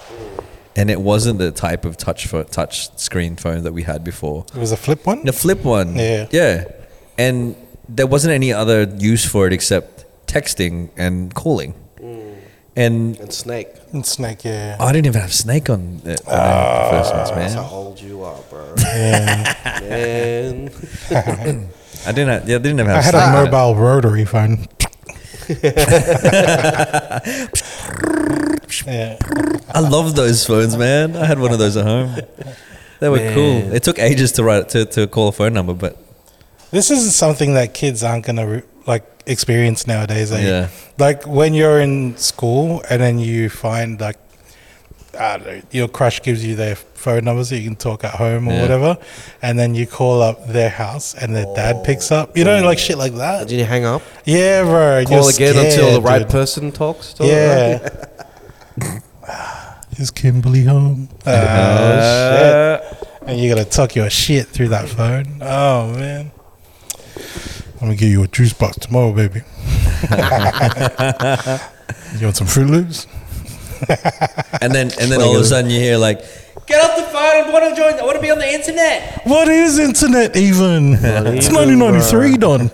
B: and it wasn't the type of touch fo- touch screen phone that we had before.
A: It was a flip one.
B: The flip one.
A: Yeah.
B: Yeah. And there wasn't any other use for it except texting and calling.
A: Mm.
B: And
C: And Snake,
A: And snake, yeah.
B: I didn't even have Snake on the, on
A: Ah,
B: the first ones,
C: that's how
B: man.
C: old you are, bro.
A: yeah.
C: Man,
B: I didn't. Have, yeah, I didn't even have.
A: I had
B: Snake
A: a
B: on it.
A: mobile rotary phone. yeah.
B: I love those phones, man. I had one of those at home. They were cool. It took ages to write to, to call a phone number, but
A: This is something that kids aren't gonna re- like experience nowadays. eh?
B: Yeah.
A: Like when you're in school and then you find like I don't know, your crush gives you their phone number so you can talk at home or
B: Yeah.
A: whatever, and then you call up their house and their dad picks up. You know, like shit like
C: did
A: that.
C: you hang up?
A: Yeah, bro. you're
C: Call again until the
A: scared,
C: right
A: dude.
C: person talks. To it,
A: Yeah.
C: right?
A: Is Kimberly home? Oh,
C: Uh,
A: shit. And you gotta tuck your shit through that phone. Oh, man. I'm gonna give you a juice box tomorrow, baby. you want some Fruit Loops?
B: and then and then all of a sudden you hear like,
E: Get off the phone. I want to join. I want to be on the internet.
A: What is internet even? it's
C: even,
A: 1993, Don.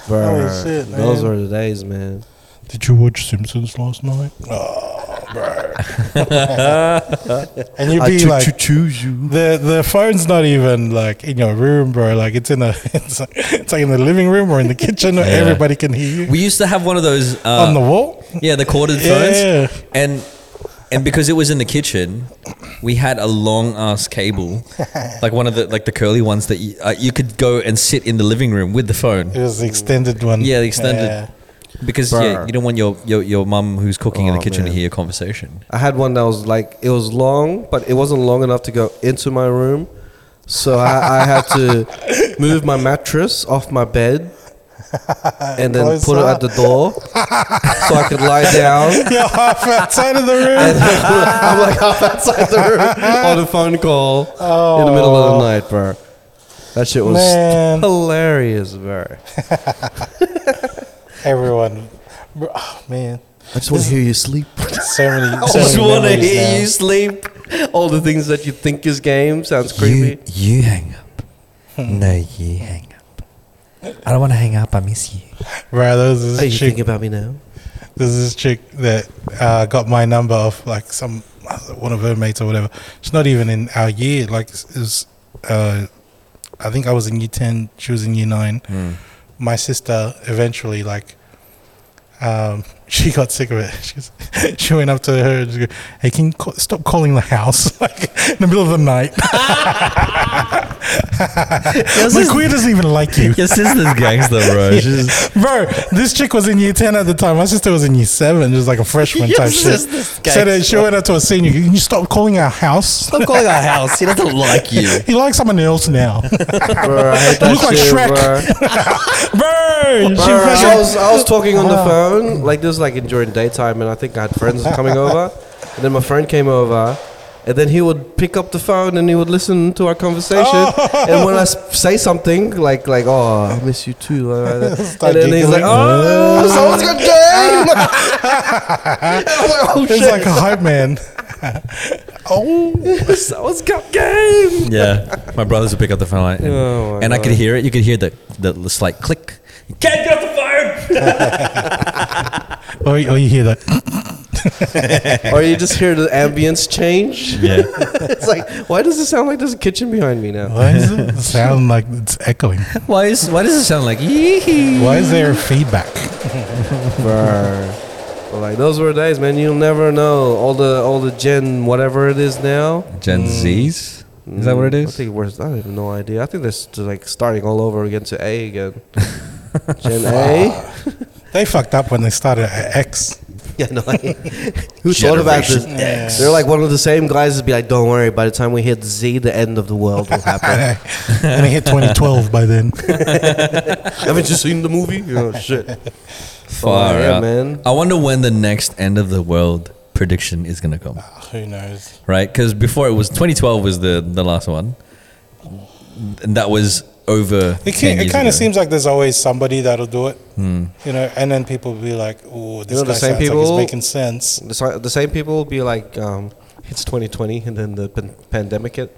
C: Bruh,
A: Holy shit,
C: those
A: man.
C: were the days, man.
A: Did you watch Simpsons last night? Oh, bro. and you'd be like,
C: choose you.
A: The the phone's not even like in your room, bro. Like it's in a it's, like- it's like in the living room or in the kitchen. Where
B: Yeah.
A: Everybody can hear you
B: we used to have one of those uh,
A: on the wall.
B: Yeah, the corded phones.
A: Yeah.
B: And and because it was in the kitchen, we had a long ass cable, like one of the like the curly ones that you, uh, you could go and sit in the living room with the phone.
A: It was the extended one.
B: Yeah, the extended.
A: Yeah.
B: Because
C: Bruh.
B: yeah, you don't want your your, your mum who's cooking in the
C: Oh,
B: kitchen to
C: man.
B: hear your conversation.
C: I had one that was like it was long, but it wasn't long enough to go into my room, so I, I had to move my mattress off my bed and then
A: Close
C: put it
A: up.
C: at the door so I could lie down.
A: You're half outside of the room.
C: I'm like half outside the room on a phone call in the middle
A: Oh,
C: of the night, bro. That shit was
A: Man.
C: hilarious, bro.
A: Everyone, bro, oh, man,
C: I just want to hear you sleep.
A: so many. So
C: I just
A: many
C: want to
A: memories
C: hear
A: now.
C: you sleep. All the things that you think is game sounds
E: You,
C: creepy.
E: you hang up. No, you hang up. I don't want to hang up. I miss you.
A: Bro, there was this
C: Are you
A: chick.
C: thinking about me now?
A: There's this chick that uh, got my number off like some one of her mates or whatever. She's not even in our year. Like it was, uh, I think I was in year ten. She was in year nine. my sister eventually like um, she got sick of it. She's, she went up to her and she go, "Hey, can you call, stop calling the house like in the middle of the night?
B: Your,
A: My
B: sis-
A: queer doesn't even like you,
B: your sister's gangster, bro. She's
A: bro." This chick was in year ten at the time. My sister was in year seven, just like a freshman
B: Your
A: type shit.
B: sister's
A: So then she went up to a senior. Can you stop calling our house?
B: stop calling our house. She doesn't like you.
A: He likes someone else now,
C: bro, I hate
A: You
C: that
A: look like
C: shit,
A: Shrek.
C: bro.
A: bro. She
C: Bro,
A: fresh-
C: I was I was talking on the phone like this was like in- during daytime, and I think I had friends coming over, and then my friend came over, and then he would pick up the phone and he would listen to our conversation,
A: Oh.
C: and when I s- say something like like oh I miss you too, like that,
A: Start
C: and then he's
A: giggling.
C: like oh someone's got game. I was like, oh
A: He's
C: shit,
A: like a hype man.
C: someone's got game.
B: Yeah, my brothers would pick up the phone like, and,
C: Oh my
B: and I could hear it. You could hear the the slight click. Can't get off the phone.
A: Or, or Oh, you hear that?
C: Or you just hear the ambience change.
B: Yeah.
C: it's like why does it sound like there's a kitchen behind me now?
A: Why does it sound like it's echoing?
B: Why is why does it sound like?
A: Why is there feedback?
C: Brr. But like those were days, man. You'll never know all the all the Gen whatever it is now. Mm.
B: Gen Zs. Is that what it
C: I
B: is?
C: think worse. I have no idea. I think they're st- like starting all over again to A again. Gen A.
A: They fucked up when they started at X.
C: Yeah, no. Who thought about this?
B: Generation X.
C: They're like one of the same guys. Be like, don't worry. By the time we hit Z, the end of the world will happen.
A: and they hit 2012 by then.
C: Haven't you seen the movie? Oh shit.
B: Far
C: yeah,
B: out.
C: man.
B: I wonder when the next end of the world prediction is gonna come.
A: Who knows?
B: right? Because before it was 2012 was the the last one, and that was over.
A: It, can,
B: 10
A: it
B: years
A: kind
B: ago.
A: of seems like there's always somebody that'll do it, you know. And then people will be like, "Oh, this
C: know Hmm. the
A: guy
C: same
A: sounds like
C: people-
A: it's making sense."
C: The, si- the same people will be like, um, it's 2020, and then the pan- pandemic hit.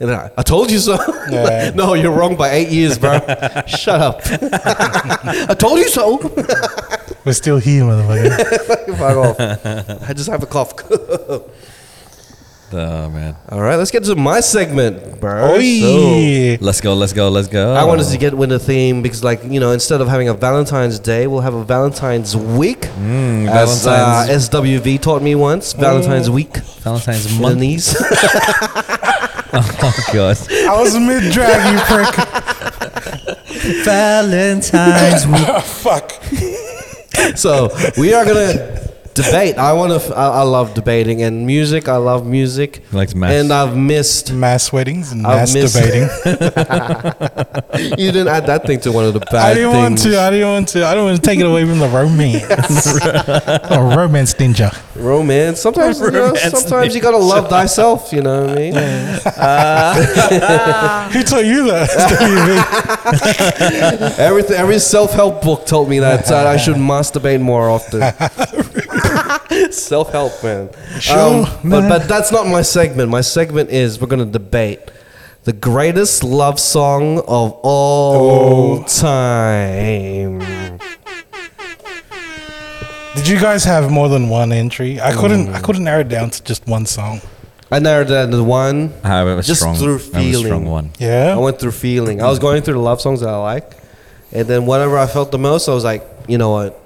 C: And then I, I told you so. Like,
A: Yeah.
C: no, you're wrong by eight years, bro. Shut up. I told you so.
A: We're still here, motherfucker.
C: Fuck off. I just have a cough.
B: Oh man,
C: All right, let's get to my segment, bro.
A: oh
C: So,
A: yeah.
B: let's go, let's go, let's go.
C: I wanted to get with a theme because, like, you know, instead of having a Valentine's Day, we'll have a Valentine's Week.
B: Mm,
C: as uh,
B: Valentine's Mm.
C: SWV taught me once, Valentine's Week.
B: Valentine's
C: The
B: month.
C: knees.
B: Oh god,
A: I was mid drag, you prick.
B: Valentine's week.
A: Oh, Fuck.
C: So we are gonna debate. I want to. I, I love debating and music. I love music.
B: He likes maths.
C: And I've missed.
A: Mass weddings and
C: I've missed-
A: masturbating.
C: You didn't add that thing to one of the bad
A: I didn't want
C: things.
A: to. I didn't want to. I don't want to take it away from the romance. oh, romance ninja.
C: Romance. Sometimes you know,
B: Romance
C: Sometimes you gotta love thyself. You know what I mean?
A: Who told you that?
C: Everything. Every self-help book told me that uh, I should masturbate more often. self-help, man. Um,
A: Sure,
C: but, but that's not my segment. My segment is we're gonna debate. The greatest love song of
A: Oh.
C: all time.
A: Did you guys have more than one entry? I couldn't.
C: Mm.
A: I couldn't narrow it down to just one song.
C: I narrowed it down to one.
B: I have a
C: Just
B: strong,
C: through
B: I have a strong
C: feeling.
B: one.
A: Yeah.
C: I went through feeling. I was going through the love songs that I like, and then whatever I felt the most, I was like, you know what,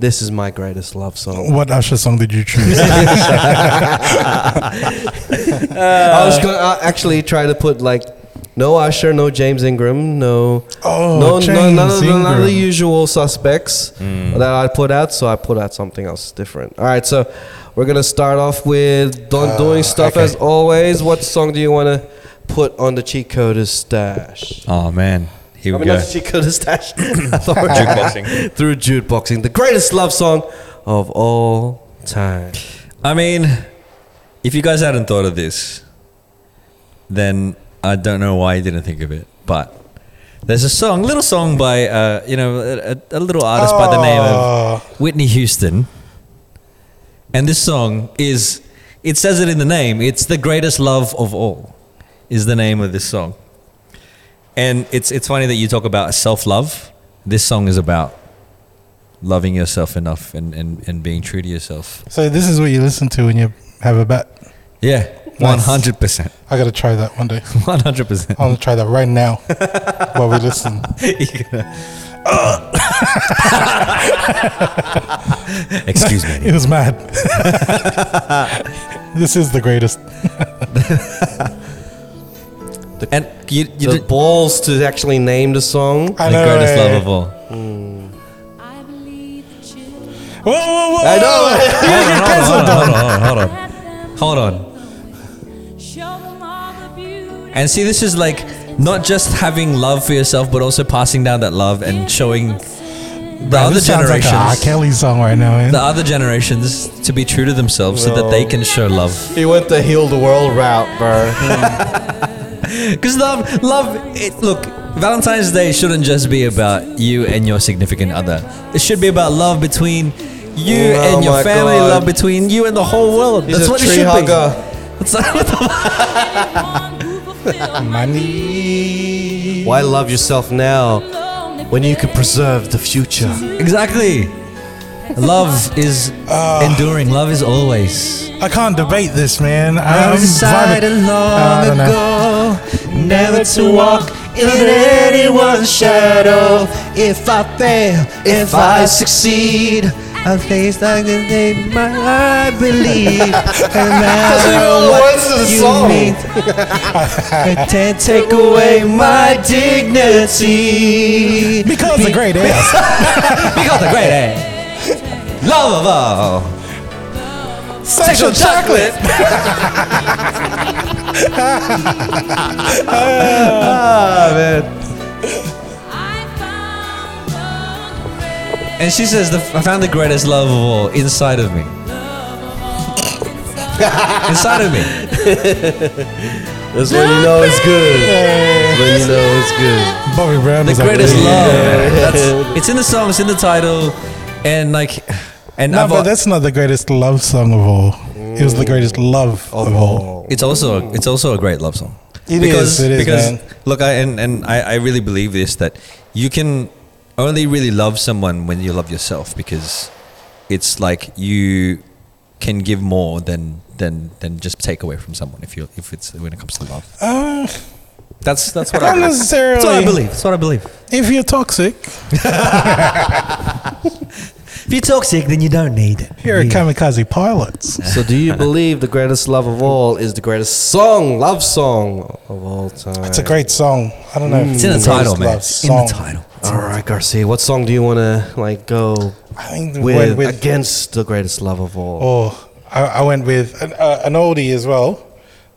C: this is my greatest love song.
A: What Usher song did you choose?
C: I was going to actually try to put like. No Usher, no James Ingram, no,
A: Oh,
C: no, no,
A: James
C: none of, the- none of the
A: Ingram.
C: usual suspects
B: Hmm.
C: that I put out. So I put out something else different. All right, so we're gonna start off with don-
B: Uh,
C: doing stuff
A: okay.
C: as always. What song do you want to put on the cheat coders stash?
B: Oh man, here
C: I
B: we
C: mean,
B: go.
C: not cheat coders stash. I thought we were- through jukeboxing, the greatest love song of all time.
B: I mean, if you guys hadn't thought of this, then I don't know why you didn't think of it. But there's a song, little song by uh, you know a, a- a little artist by the name
A: Oh.
B: of Whitney Houston, and this song is it says it in the name. It's the greatest love of all, is the name of this song. And it's it's funny that you talk about self love. This song is about loving yourself enough and, and, and being true to yourself.
A: so this is what you listen to when you have a bet.
B: Yeah, one
A: Nice.
B: hundred percent,
A: I gotta try that one day.
B: one hundred percent.
A: I'm gonna try that right now while we listen.
B: Excuse
A: It
B: me.
A: was mad. this is the greatest.
B: And you, you
C: the
B: did
C: balls to actually name the song.
A: I
B: the
A: know, eh?
B: greatest
A: right?
B: love of all.
F: I believe the children
A: Whoa, whoa, whoa!
C: I know.
B: Hold on, hold on, hold on, hold on, hold on. Hold on.
F: show them all the beauty.
B: And see, this is like not just having love for yourself, but also passing down that love and showing the other
A: this sounds like
B: generations,
A: a R. Kelly song right now, man.
B: the other generations, to be true to themselves, so that they can show love.
C: He went the heal the world route, bro.
B: Because love, love. It, look, Valentine's Day shouldn't just be about you and your significant other. It should be about love between you
C: Oh
B: and your
C: my
B: family,
C: God.
B: love between you and the whole world.
C: He's
B: That's
C: a
B: what it
C: tree
B: should
C: hugger.
B: be. That's not what the
A: Money.
C: Why love yourself now when you can preserve the future?
B: Exactly. Love is
C: Ah.
B: enduring. Love is always.
A: I can't debate this, man. I'm vibing. I don't
B: long ago never to walk in anyone's shadow. If I fail, if I succeed, a face like the name I believe. And I know what you mean. I can't take away my dignity.
A: Because the great ass.
B: Because the great eh? Love of all.
A: Sexual
B: chocolate. And she says, the, I found the greatest love of all inside of me. inside of me.
C: That's when you know it's good. When you know it's good.
A: Bobby Brown
B: The
A: was like,
B: greatest
A: "Yeah."
B: love. man. That's- it's in the song, it's in the title. And like, and
A: No,
B: I've-
A: but that's not the greatest love song of all. It was the greatest love of, all.
B: it's also it's also a great love song.
A: It is, it is,
B: because
A: man.
B: look, I and, and I, I really believe this that you can only really love someone when you love yourself because it's like you can give more than than than just take away from someone if you if it's when it comes to love.
A: Uh,
B: That's that's what I
A: not
B: believe.
A: necessarily.
B: That's what I believe. That's what I believe.
A: If you're toxic,
E: If you're toxic, then you don't need it.
A: you're
B: Mm.
E: Yeah.
A: a kamikaze pilot.
C: So do you believe the greatest love of all is the greatest song, love song of all time?
A: It's a great song. I don't know. if
B: Mm. It's in the
A: greatest
B: title, man.
A: love
B: It's in the
A: song.
B: title.
C: All right, Garcia. What song do you want to like go
A: I think the
C: with,
A: word with
C: against the greatest love of all?
A: Oh, I, I went with an, uh, an oldie as well.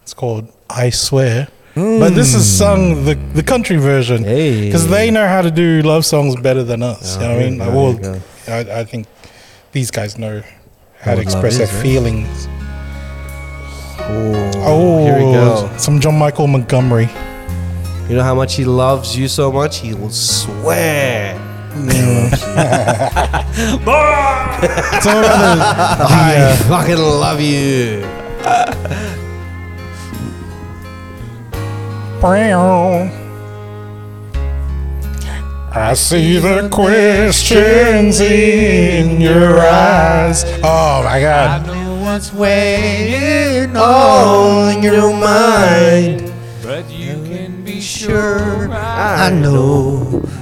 A: It's called I Swear. But this is sung the, the country version
C: Hmm. Hey. Ah,
A: because they know how to do love songs better than us. you know what I mean?
C: there
A: Like,
C: you
A: well,
C: go.
A: I, I think these guys know how to
C: What love
A: express their
C: is, eh? right?
A: feelings.
C: Oh,
A: Oh,
C: here we go.
A: some John Michael Montgomery.
C: You know how much he loves you so much? He will swear.
A: It's all about the-
C: I fucking love you.
A: I see the questions in your eyes. Oh my god. I know what's weighing on your mind.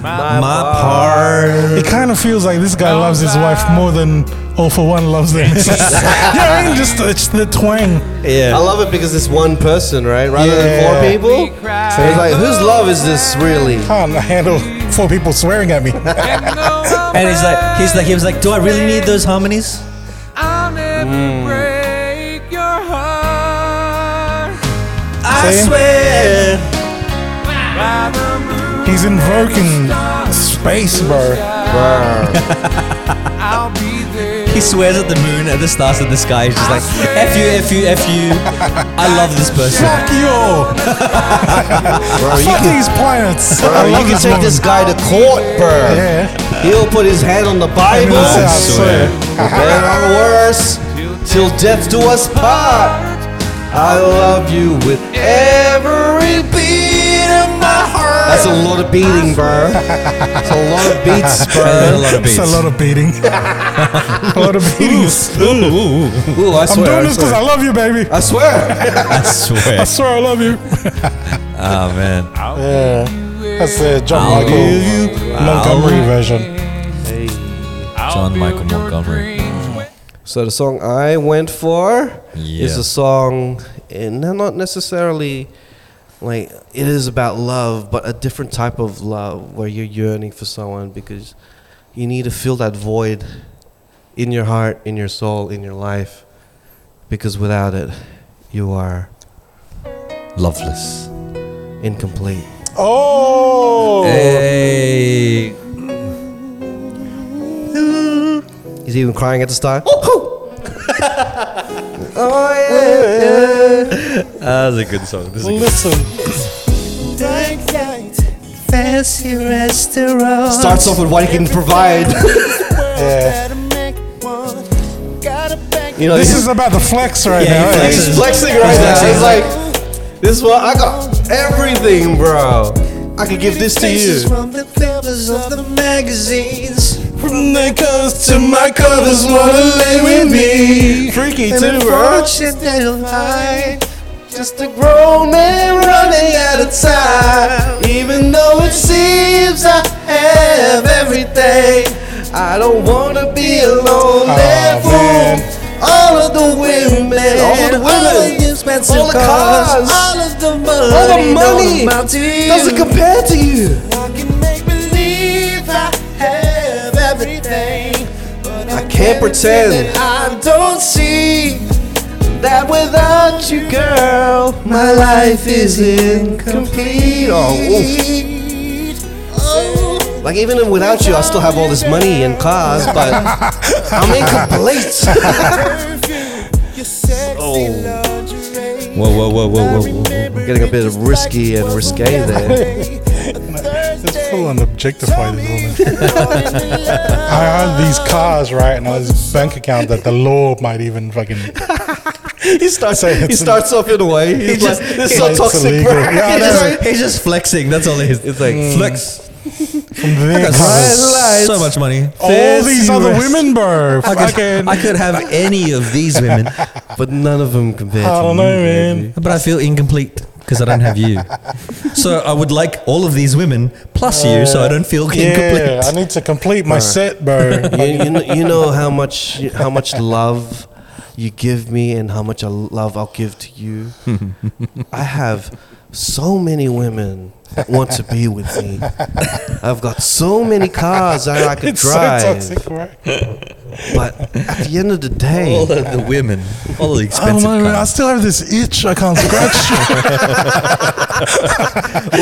B: My part.
A: It kind of feels like this guy loves his wife more than All for One loves them. It's just, yeah, I mean, just it's the twang.
C: I love it because it's one person, right? Rather
A: Yeah.
C: than four people. So it's like, whose love is this really?
A: Can't handle four people swearing at me.
B: And he's like he's like he was like, do I really need those harmonies? I
A: See?
B: swear.
A: He's invoking space, bro.
B: He swears at the moon, at the stars, at the sky. He's just like, F you, F you, F you. I love this person.
A: Fuck you all.
C: Bro, you
A: Fuck
C: can,
A: these planets.
C: bro,
A: I
C: you
A: love
C: can
A: this
C: take
A: woman.
C: this guy to court, bro.
A: Yeah.
C: He'll put his hand on the Bible.
A: I swear.
C: Better or worse, till death do us part. I love you with every beat of my heart. That's a lot of beating, bro. That's a lot of beats,
B: A
C: bro.
B: lot of
A: It's
B: beats.
A: a lot of beating. a lot of beatings.
C: Ooh, I
A: I'm
C: swear.
A: doing
C: I
A: this because I
C: swear.
A: love you, baby.
C: I swear.
B: I swear.
A: I swear I love you.
B: oh man.
A: Yeah. That's the John
B: I'll
A: Michael
B: give
A: Montgomery version.
B: John Michael Montgomery.
C: So the song I went for is
B: Yeah.
C: a song, and not- not necessarily like it is about love, but a different type of love where you're yearning for someone because you need to fill that void in your heart, in your soul, in your life, because without it, you are
B: Loveless.
C: incomplete.
A: Oh,
B: Hey.
C: He's even crying at the start. oh yeah, yeah.
B: That's a good song. This is a good
A: listen.
E: Fancy restaurant.
C: Starts off with what he can provide.
A: Yeah.
C: You know,
A: This
C: he's-
A: is about the flex right
B: Yeah,
A: now. eh?
B: he flexes.
C: He's flexing right now. He's like, this is what I got everything, bro. I could give this to you.
E: From the covers of the magazines.
A: From the coast to my covers, wanna lay with me. Freaky too, bro.
C: Just a grown man running out of time. Even though it seems I have everything, I don't wanna be alone.
A: Aw, man.
C: All of the women, all of the women,
E: expensive
C: all the cars,
E: all of the money,
C: all the money
E: amount to you.
C: doesn't compare to you. I can't pretend I don't see that without you, girl, my life is incomplete. Oh, oof. like even without you, I still have all this money and cars, but I'm incomplete. Oh.
B: song. Whoa, whoa, whoa, whoa, whoa, whoa.
C: Getting a bit of risky and risque there.
A: It's full on objectify this woman. I own these cars, right? And I have this bank account that the law might even fucking.
C: He starts.
A: Say it's-
C: off in a way. He's
B: just-
C: this
A: it's illegal." Yeah, I
B: He's
A: know.
B: just, he's just flexing. That's all it is. It's like hmm. flex.
A: From there,
B: I got
C: Highlights.
B: so much money.
A: all these other women, bro.
B: I
A: Fucking.
B: could, I could have any of these women,
C: But none of them compare
A: I
C: to
A: don't
C: you,
A: know, man.
C: baby.
B: but I feel incomplete because I don't have you. So I would like all of these women plus you, so I don't feel
A: Yeah, I
B: incomplete.
A: need to complete my set, bro.
C: You, you, know, you know how much how much love you give me and how much I love I'll give to you. I have so many women that want to be with me. I've got so many cars that I could
A: it's so
C: drive.
A: toxic, right?
C: but at the end of the day,
B: All of the women, all the
A: I don't
B: expensive
A: know, man. I
B: cars.
A: still have this itch I can't scratch.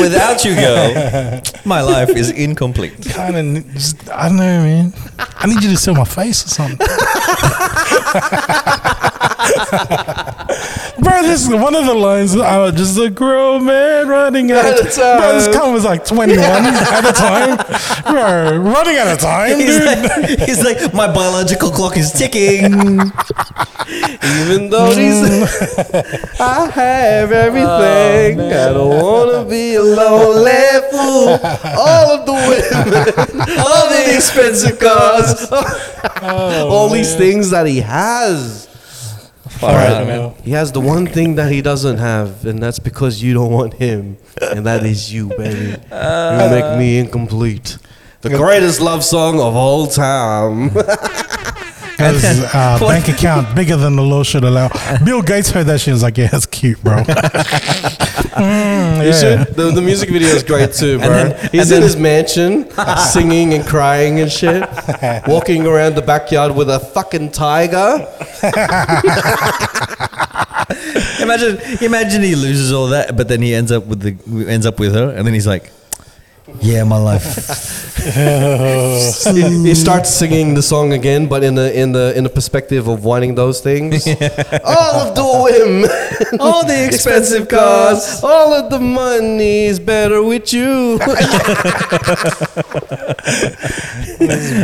B: Without you, girl, my life is incomplete.
A: kind of, just, I don't know, man. I need you to sell my face or something. Bro, this is one of the lines. I was just a grown man running out of time. Bro, this cunt was like 21 at a time. Bro, running out of time,
B: He's
A: dude.
B: like, he's like, my biological clock is ticking.
C: even though these,
B: Mm.
C: I have everything.
B: Oh,
C: I don't wanna be a lonely fool. All of the women, all
B: Oh,
C: the expensive cars, all these things that he has.
B: All right, man.
C: He has the one thing that he doesn't have, and that's because you don't want him, and that is you, baby. you make me incomplete. The greatest love song of all time.
A: Has uh, bank account bigger than the law should allow. Bill Gates heard that shit. and was like, yeah, that's cute, bro. Mm,
C: You
A: yeah.
C: should. The, the music video is great too, bro.
B: then-
C: He's
B: and
C: in
B: then-
C: his mansion, singing and crying and shit, walking around the backyard with a fucking tiger.
B: Imagine, imagine he loses all that, but then he ends up with the ends up with her, and then he's like, "Yeah, my life."
C: He, he starts singing the song again, but in the in the in the perspective of wanting those things. all of the women, all the expensive cars, all of the money is better with you.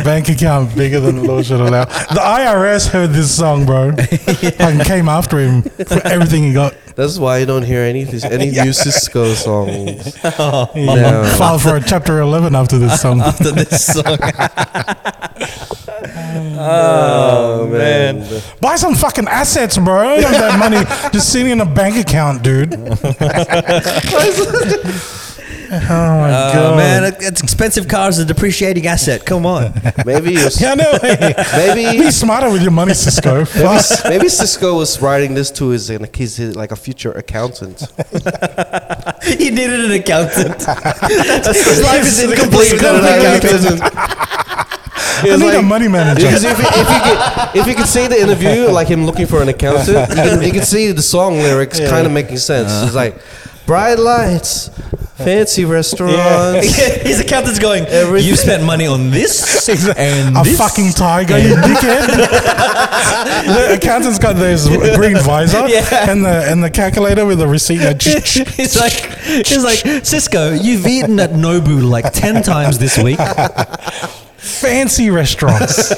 A: bank account bigger than the law should allow. The IRS heard this song, bro, and came after him for everything he got.
C: That's why you don't hear any any new Cisco songs.
A: He
C: No.
A: filed for a chapter 11 after this song.
B: After this song,
C: Oh
B: man.
A: Buy some fucking assets, bro. You have Oh that money just sitting in a bank account, dude. Oh my
B: Oh,
A: god,
B: man, it's expensive cars a depreciating asset. Come on.
C: Maybe you're,
A: Yeah, I know. eh?
C: maybe
A: Be smarter with your money, Cisco. Fuck.
C: maybe Cisco was writing this to his, his, his like a future accountant.
B: he needed an accountant. His life is incomplete
C: Complete
B: without an accountant.
C: accountant. He
A: I
C: was
A: need a
C: like-
A: money manager.
C: Because if you, if you could, if you could see the interview, like him looking for an accountant, you can, you can see the song lyrics kind of making sense. It's like bright lights, fancy restaurants.
B: His accountant's going,
C: Everything.
B: you've spent money on this and
A: a
B: this.
A: fucking tiger, you dickhead. the accountant's got this green visor
B: Yeah.
A: and the and the calculator with the receipt. and ch- ch-
B: He's like, he's like, Cisco, you've eaten at Nobu like 10 times this week.
A: Fancy restaurants.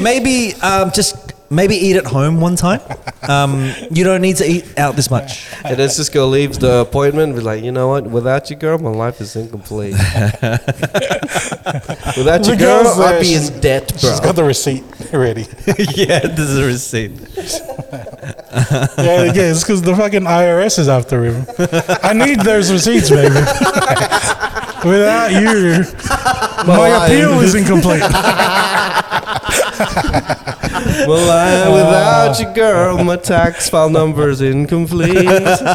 B: Maybe um, just maybe eat at home one time. Um, you don't need to eat out this much.
C: And then Cisco leaves the appointment. Be like, you know what? Without you, girl, my life is incomplete. Without you,
A: The
C: girl,
A: girl's
C: I'd
A: there,
C: be
A: she's-
C: in debt, bro.
A: She's got the receipt ready.
B: yeah, this is a receipt.
A: Yeah, yeah, it's because the fucking IRS is after him. I need those receipts, baby. Without you, my appeal is incomplete.
C: Well, I, without you, girl, my tax file number is incomplete. my tax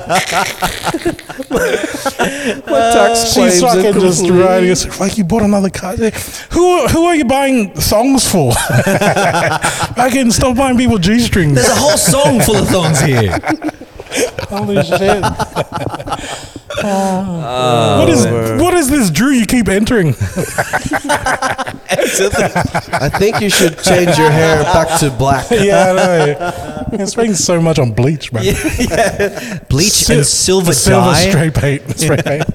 A: Uh, She's
C: claims
A: fucking
C: incomplete.
A: just riding. It's like you bought another car. Who who are you buying songs for? I can stop buying people G strings.
B: There's a whole song full of thongs here.
A: Holy shit. what is what is this Drew you keep entering?
C: I think you should change your hair back to black.
A: yeah, I know. You're spending so much on bleach, man.
B: Bleach
A: Sil-
B: and silver,
A: silver
B: dye.
A: spray paint. Spray paint.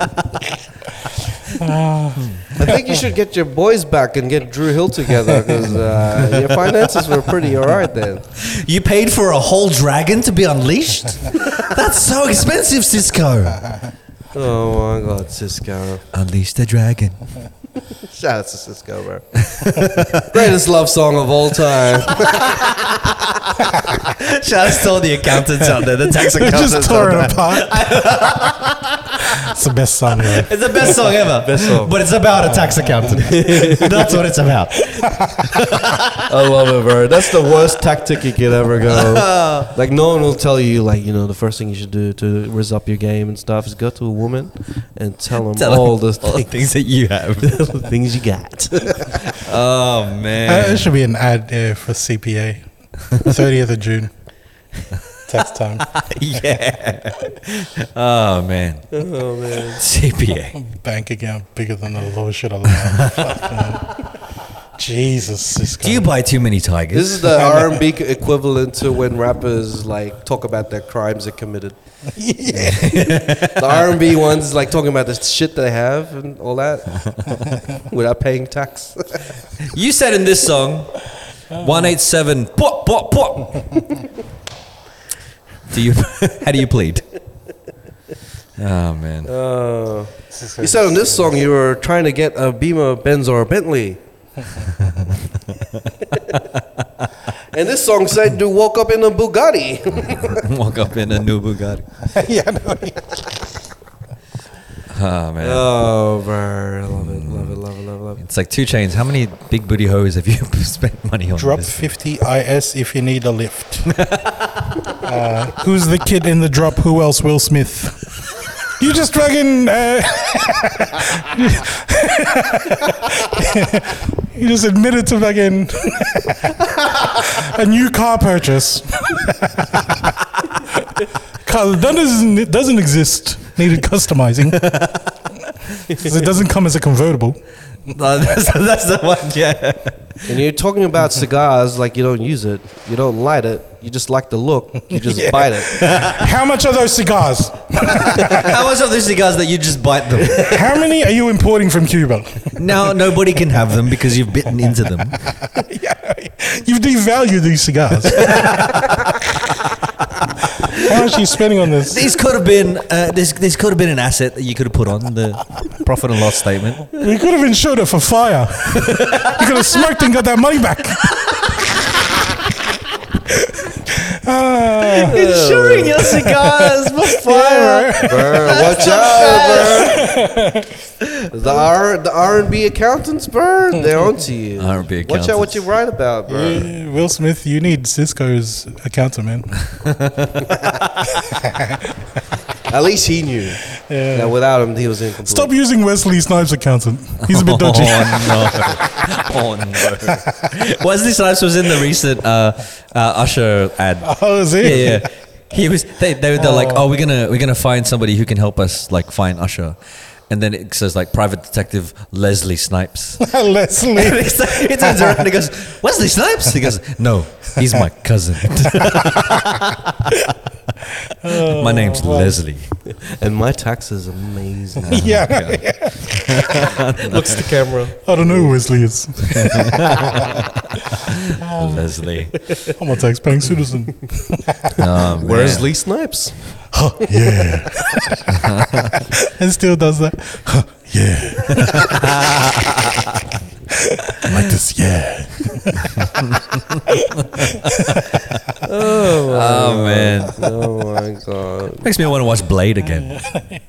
C: I think you should get your boys back and get Drew Hill together because uh, your finances were pretty alright then.
B: You paid for a whole dragon to be unleashed? That's so expensive, Cisco.
C: Oh my God, Cisco!
B: Unleash the dragon.
C: Shout out to Cisco, bro. Greatest love song of all time.
B: Shout out to all the accountants out there, the tax
A: They
B: accountants.
A: just
B: out
A: tore
B: there.
A: it apart. it's the best song ever.
B: It's the best song ever. Best song. But it's about a tax accountant. That's what it's about.
C: I love it, bro. That's the worst tactic you could ever go. Like no one will tell you, like you know, the first thing you should do to res up your game and stuff is go to a woman and tell them
B: Tell
C: all
B: them
C: the
B: all the
C: things,
B: things that you have.
C: the things you got.
B: oh,
A: Uh,
B: man.
A: it should be an ad uh, for CPA. 30th of June. Tax time.
B: yeah. Oh, man. Oh, man. CPA.
A: Bank account bigger than the law should allow. Fucking hell. Jesus. Cisco.
B: Do you buy too many tigers?
C: This is the R and B equivalent to when rappers like talk about their crimes they committed. the R and B ones like talking about the shit they have and all that without paying tax.
B: You said in this song, 187, pop, pop, pop. Do you, how do you plead? Oh, man.
A: Uh.
C: You said on this song you were trying to get a Beamer, Benz, or a Bentley. and this song said you woke up in a Bugatti.
B: Walk up in a new Bugatti.
A: yeah, I know.
B: Oh, man.
C: oh, bro. Love it, love it, love it, love it, love it.
B: It's like two chains. How many big booty hoes have you spent money on?
A: Drop
B: this?
A: 50 IS E if you need a lift. uh, who's the kid in the drop? Who else? Will Smith. You just fucking. Uh, you just admitted to fucking. a new car purchase. car that doesn't, doesn't exist. Needed customizing. 'Cause it doesn't come as a convertible.
B: No, that's, that's the one, yeah.
C: And you're talking about cigars like you don't use it, you don't light it, you just like the look, you just bite it.
A: How much are those cigars?
B: How much of these cigars that you just bite them?
A: How many are you importing from Cuba?
B: Now nobody can have them because you've bitten into them.
A: You've devalued these cigars. How much are you spending on this?
B: These could have been uh, this this could have been an asset that you could have put on the profit and loss statement.
A: We could have insured it for fire. you could have smoked and got that money back.
B: Ensuring your cigars before.
C: Burr, watch out, burr. The R the R and B accountants, burr, they're onto you.
B: R&B
C: Watch out
B: accountants.
C: what you write about, burr.
A: Uh, Will Smith, you need Cisco's accountant, man.
C: At least he knew.
A: Yeah.
C: That without him, he was incomplete.
A: Stop using Wesley Snipes' accountant. He's a bit dodgy.
B: Oh no! Oh no! Wesley Snipes was in the recent uh, uh, Usher ad.
A: oh, is
B: Yeah,
A: it?
B: yeah. He was. They, they were like, "Oh, we're gonna we're gonna find somebody who can help us like find Usher," and then it says like private detective Leslie Snipes.
A: Leslie.
B: And he's like- he turns around and he goes, Wesley Snipes? He goes, No, he's my cousin. my name's Leslie.
C: And my tax is amazing.
A: yeah.
C: Looks the camera.
A: I don't know who Wesley is.
B: Leslie.
A: I'm a tax-paying citizen.
B: Oh, man.
C: Where's Lee Snipes?
A: yeah. and still does that. Huh, yeah. like this, yeah.
B: Oh, man.
C: Oh my god.
B: Makes me want to watch Blade again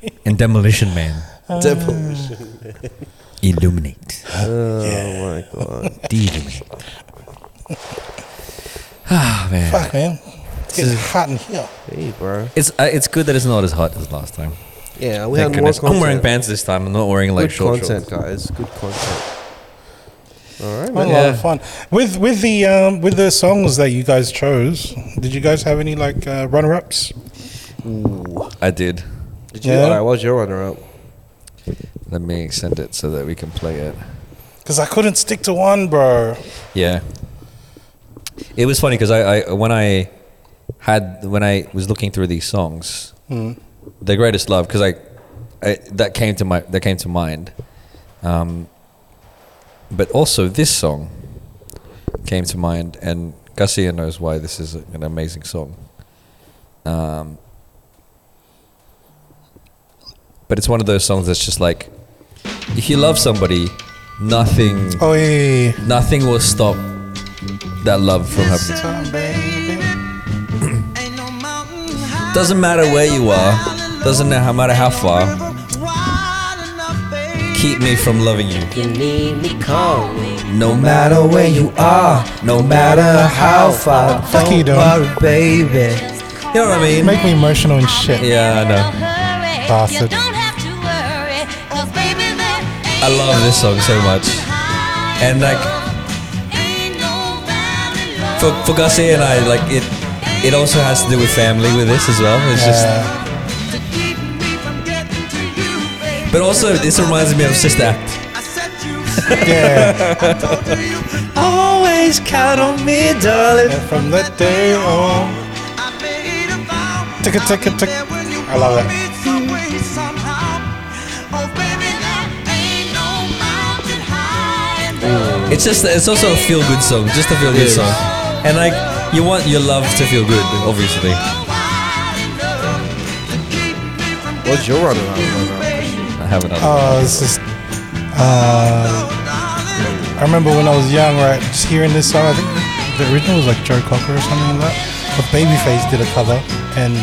B: and Demolition Man.
C: Demolition.
B: Illuminate.
C: Oh my god.
B: Deilluminate. Ah, man.
A: Fuck, man. It's getting hot in here.
C: Hey, bro.
B: It's, uh, it's good that it's not as hot as last time.
C: Yeah, we
B: Thank
C: had more
B: goodness.
C: content.
B: I'm wearing pants this time. I'm not wearing like
C: Good
B: short
C: content,
B: shorts.
C: guys. Good content. All right,
A: A lot
C: man.
A: of fun with with the um, with the songs that you guys chose. Did you guys have any like uh, runner-ups?
B: I did.
C: Did you?
A: Yeah.
C: All right, what was your runner-up?
B: Let me extend it so that we can play it.
A: Because I couldn't stick to one, bro.
B: Yeah. It was funny because I, I when I had when I was looking through these songs, the greatest love because I, I that came to my that came to mind, um, but also this song came to mind, and Garcia knows why this is an amazing song. Um, but it's one of those songs that's just like, if you love somebody, nothing
A: Oh yeah.
B: nothing will stop that love from happening. Doesn't matter where you are, doesn't na- matter how far, keep me from loving you. No matter where you are, no matter how far,
A: Fuck you,
B: worry,
A: don't.
B: baby. You know what I mean?
A: Make me emotional and shit.
B: Yeah, I know.
A: Bastard.
F: I
B: I love this song so much. And like, for, for Garcia and I, like it, it also has to do with family with this as well. It's just.
A: Uh,
B: But also, this reminds me of Sister Act.
A: yeah.
B: Always count on me, darling.
A: From that day on. Tick tick tick. I love that.
B: It's just, it's also a feel good song, just a feel good
C: Yes.
B: song. And like, you want your love to feel good, obviously.
C: What's your runner-up? runner-up?
B: I have another.
A: Oh, it's just. Uh, I remember when I was young, right, just hearing this song. I think the original was like Joe Cocker or something like that. But Babyface did a cover, and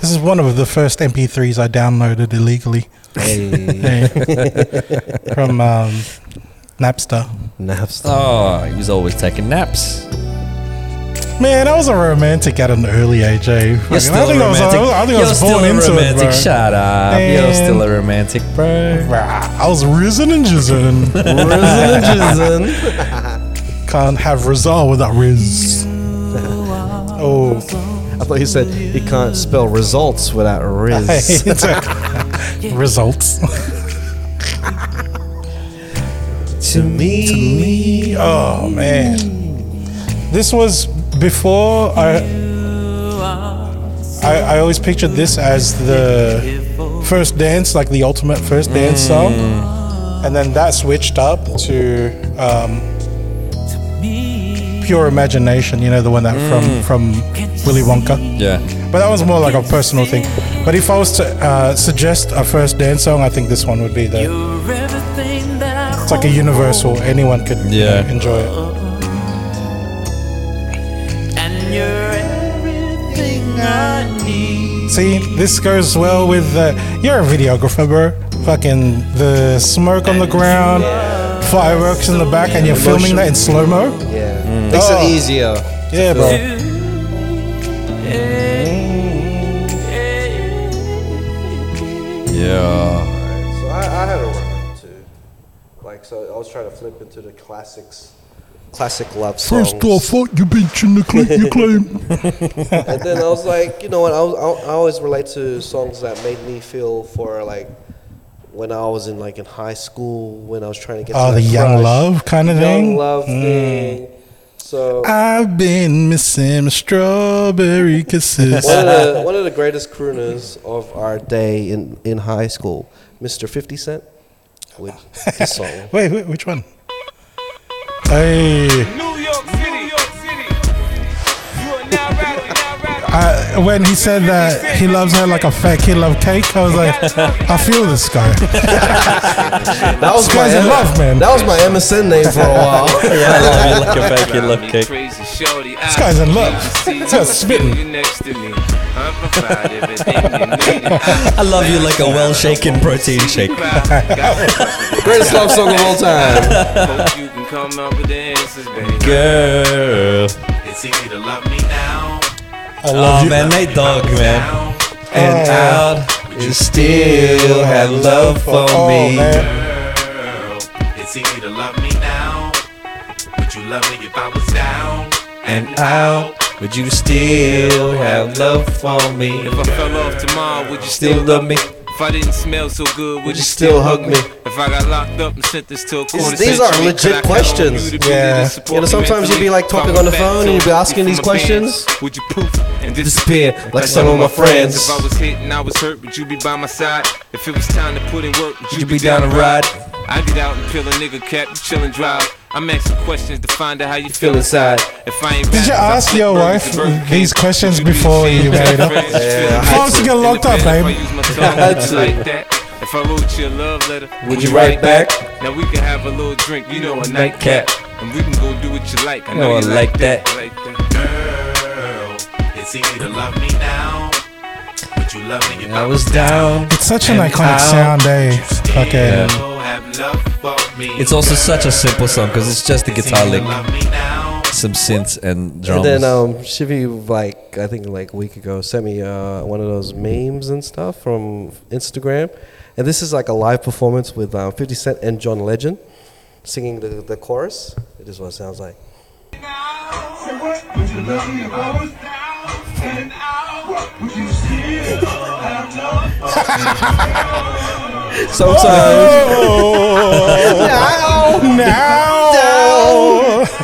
A: this is one of the first MP3s I downloaded illegally
C: Hey,
A: Yeah. from um, Napster.
C: Napster.
B: Oh, he was always taking naps.
A: Man, I was a romantic at an early age. Eh?
B: You're
A: Fucking- I
B: still a
A: think I was,
B: romantic.
A: I was, I think I
B: You're
A: was
B: still
A: born
B: a
A: into it,
B: romantic.
A: bro.
B: Shut up. You're
A: Man.
B: still a romantic, bro.
A: Bro, I was risen and jizzing.
C: Resident
A: Can't have Rizal without Riz. Oh,
C: I thought you said he can't spell results without a riz.
A: it's a results.
C: to me,
A: Oh man, this was before I. I, I always pictured this as the first dance, like the ultimate first dance song, and then that switched up to um, pure imagination. You know, the one that from from Willy Wonka.
B: Yeah.
A: But that was more like a personal thing. But if I was to uh, suggest a first dance song, I think this one would be the. It's like a universal; anyone could you
B: Yeah.
A: know, enjoy it.
G: And you're everything I need.
A: See, this goes well with the. You're a videographer, bro. Fucking the smoke on the ground, fireworks in the back, and you're filming that in slow mo.
C: Yeah.
A: Makes
C: Makes
A: it
C: it easier.
A: Yeah, bro.
B: Yeah.
C: So I, I had a run too. Like, so I was trying to flip into the classics, classic love songs.
A: what you bitching the clip you claim?
C: and then I was like, you know what? I, was, I, I always relate to songs that made me feel for like when I was in like in high school when I was trying to get.
A: Oh,
C: to
A: the
C: that
A: young
C: crush.
A: love kind of
C: Young
A: thing. Hmm.
C: love thing. So
A: I've been missing strawberry kisses.
C: one of the one of the greatest crooners of our day in in high school, Mr. Fifty Cent, with this song.
A: wait, wait, which one? Hey.
G: New York City, New York City. You are now rapping, now rapping.
A: I, when he said that he loves her like a fat kid love cake, I was like, I feel this guy.
C: That was
A: guy's in love, man.
C: That was my MSN name for a while.
B: like a fat kid love cake.
G: Crazy shorty. This
A: guy's in love. This guy's spitting.
G: next to me. I provide everything you need.
B: I love you like a well shaken protein shake.
C: Greatest love song of all time.
G: Hope you can come up with the answers, baby.
B: Girl.
G: It's easy to love me now.
A: I love
B: Oh
A: you.
B: man, they dog man.
G: Now.
B: And out, you still have love for
A: Oh,
B: me.
A: man.
G: Girl, it's easy to love me now. Would you love me if I was down
B: And out, would you still have love for me?
G: If I fell off tomorrow, would you
B: Still
G: still
B: love me?
G: If I didn't smell so good, would
C: you
G: you
C: still
G: still
C: hug
G: hug me? If I got locked up and sent this to a quarter
C: these are
G: century,
C: legit
G: could I count on
C: questions.
G: you to be
A: Yeah.
G: there to support
C: You know,
G: me
C: sometimes you'd be,
G: mentally?
C: like,
G: If
C: talking
G: I
C: on the
G: went
C: phone
G: back
C: and you'd be
G: to
C: asking
G: you
C: these
G: from a band,
C: questions.
G: Would you poof and
B: Disappear like some of my friends.
G: If I was hit and I was hurt, would you be by my side? If it was time to put in work, would
B: Would you be down to ride?
G: I get out and peel a nigga cap, chill and drive. I'm asking questions to find out how you
B: Feel
G: feel inside.
B: inside.
G: If I ain't
A: Did you
G: rapping, I
A: ask
G: flip
A: your
G: burgers
A: wife
G: at Burger King.
A: these questions
G: Would you be
A: before
G: ashamed
A: you
G: if
A: married
G: your
A: up?
G: friends
A: I
G: feel
A: had
G: like
A: to.
G: that?
A: get locked
G: In the
A: up,
G: bed,
A: babe.
G: If I use my tongue, would you like that? If I wrote you a love letter,
B: Would you write back?
G: Now we can have a little drink, you know, a nightcap. And we can go do what you like. I
B: know I
G: know you
B: like
G: like that.
B: that.
G: Like that. Girl, it's easy to love me now. Would you love me if
B: I was down.
A: It's such an
B: And
A: iconic
B: out.
A: sound, eh?
G: Still
A: Fucking.
G: have love for me.
B: It's also such a simple song because it's just a guitar lick,
G: Love me now.
B: some synths, and
C: And
B: drums.
C: then um, Shivy, like I think like a week ago, sent me uh, one of those memes and stuff from Instagram, and this is like a live performance with um, Fifty Cent and John Legend singing the, the chorus. It is what it sounds like. Sometimes,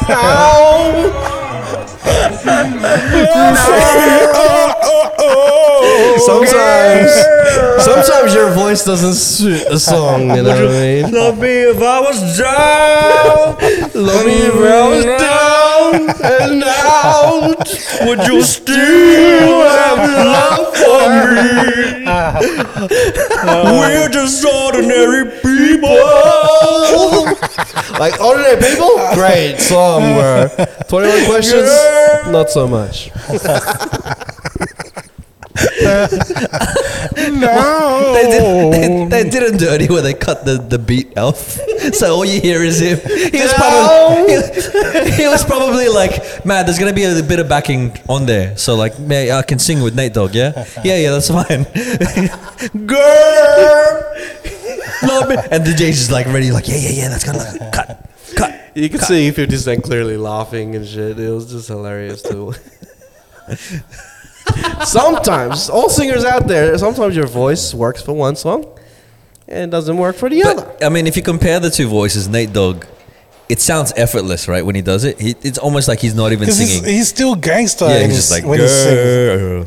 A: Now.
C: sometimes, sometimes your voice doesn't suit a song. You know what I mean?
B: Love me if I was down. Mm-hmm. Love me if I was down and out. Would you still have love for me? We're just ordinary people.
C: Like ordinary people, great song. Bro. Twenty-one questions, not so much.
A: Now.
B: They, did,
A: Oh.
B: they, they did a dirty where they cut the, the beat off. So all you hear is him. He was probably, he, he was probably like, man, there's going to be a bit of backing on there. So like, man, I can sing with Nate Dogg, yeah? Yeah, yeah, that's fine. Girl! Love me. And the DJ's just like ready, like, yeah, yeah, yeah, that's going to cut. Cut.
C: You could see 50 Cent clearly laughing and shit. It was just hilarious too. sometimes, all singers out there, sometimes your voice works for one song and doesn't work for the other.
B: But, I mean, if you compare the two voices, Nate Dogg, it sounds effortless, right? When he does it, he, it's almost like he's not even
A: Because he's,
B: singing.
A: he's still gangster.
B: Yeah,
A: in
B: he's just
A: his-
B: like,
A: when he sings.
B: girl.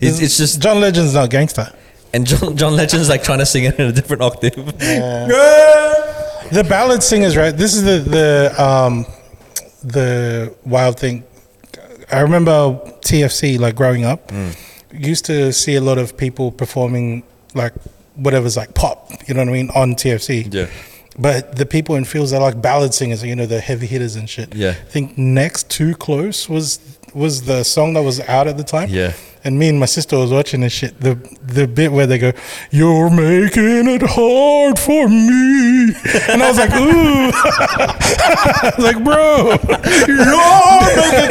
B: It's, it's just,
A: John Legend's not gangster.
B: and John, John Legend's like trying to sing it in a different octave.
A: The ballad singers, right? This is the the um, the wild thing. I remember TFC, like growing up, used to see a lot of people performing like whatever's like pop. You know what I mean on TFC.
B: Yeah.
A: But the people in fields are like ballad singers, you know, the heavy hitters and shit.
B: Yeah.
A: I think next too close was was the song that was out at the time.
B: Yeah.
A: and me and my sister was watching this shit. The the bit where they go, "You're making it hard for me," and I was like, "Ooh," I was like, "Bro,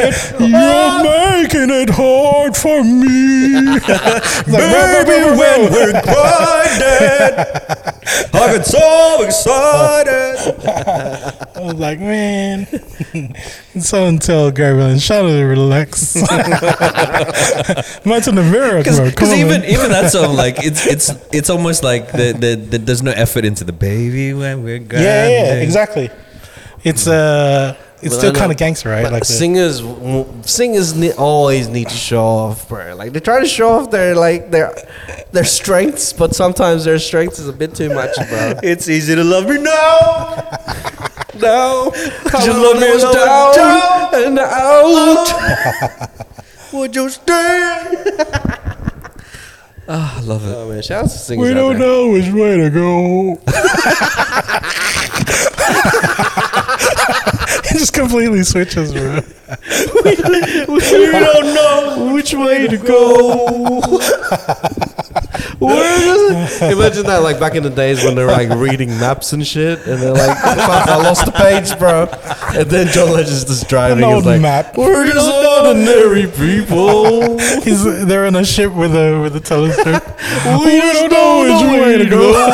A: you're making it, you're making it hard for me." I was like, bro, bro, bro, bro, bro.
B: we're blinded, I get so excited.
A: I was like, man. so until Gary Williams, shout out to relax. Much in the mirror, bro. Come
B: Because
A: on,
B: even
A: man.
B: even that song, like it's it's it's almost like the, the, the there's no effort into the baby when we're gone.
A: yeah, yeah, yeah, exactly. It's uh, it's
C: But
A: still
C: I know-
A: kind of gangster, right?
C: But
A: Like the-
C: singers, w- singers ne- always need to show off, bro. Like they try to show off their like their their strengths, but sometimes their strengths is a bit too much, bro.
B: It's easy to love me now.
C: no,
B: Your love
C: Coming
B: goes
C: on
B: down
C: and out.
B: Would you stay? Ah, I love it.
C: Oh man, shout out to singers.
A: we
C: out
A: don't
C: there.
A: know which way to go. it just completely switches, bro.
C: we don't know which way to go. Where is it? Imagine that, like back in the days when they're like reading maps and shit, and they're like, "Fuck, I lost the page, bro." And then John Legend's just driving.
A: An old
C: He's like,
A: map.
C: "We're just ordinary people.
A: He's, they're in a ship with a with a telescope.
C: We just don't know which way to go.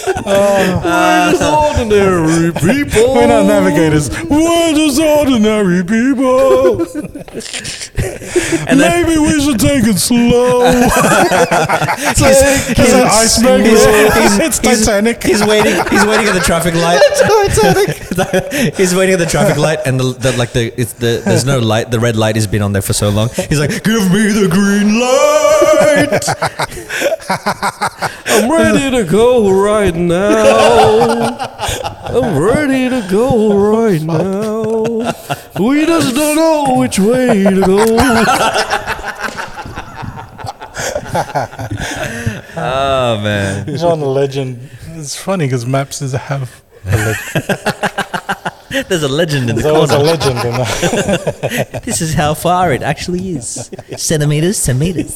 C: We're just ordinary people.
A: We're not navigators. We're just ordinary people. Maybe we should take it slow.
C: Take
A: It's an
C: it
A: iceberg.
B: he's-
A: it's Titanic.
B: He's waiting. He's waiting at the traffic light. he's waiting at the traffic light, and the, the like the it's the there's no light. The red light has been on there for so long. He's like, "Give me the green light."
C: I'm ready to go right now. I'm ready to go right now. We just don't know which way to go.
B: oh man,
A: John Legend. It's funny because maps is have.
B: there's a legend in the
A: There was a
B: corner.
A: legend in that.
B: This is how far it actually is. Centimeters to meters.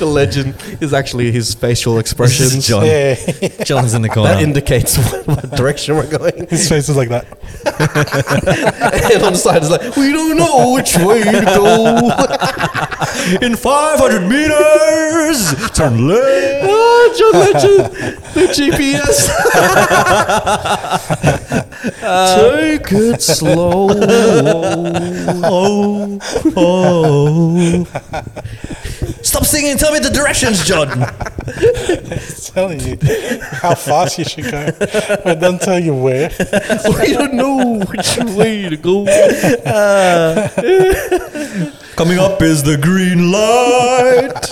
C: The legend is actually his facial
B: This is
C: expressions.
B: John.
A: Yeah,
B: John's in the corner.
C: That indicates what, what direction we're going.
A: his face is like that.
C: And on the side is like, we don't know which way to go.
B: in 500 meters, turn left.
C: Ah, John Legend, the GPS. Take it slow.
B: Oh, oh. Stop singing and tell me the directions, John.
A: telling you how fast you should go, but don't tell you where.
C: we don't know which way to go.
B: Coming up is the green light.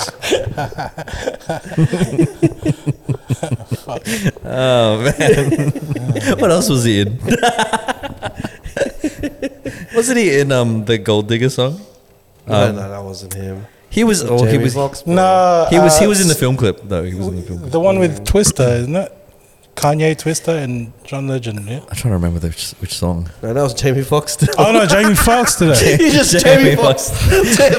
B: oh man, what else was he in? Wasn't he in um the Gold Digger song?
C: No, no, that wasn't him.
B: He was. Oh, he
C: Jamie
B: was.
C: Foxx, bro.
A: No,
B: He was. He
A: uh,
B: was in the film clip though. He was in the film. Clip.
A: The one with Twister, isn't it? Kanye, Twister, and John Legend. Yeah.
B: I'm trying to remember which which song.
C: No, that was Jamie Foxx.
A: Oh no, Jamie Foxx today.
C: He just
B: Jamie
C: Jamie Foxx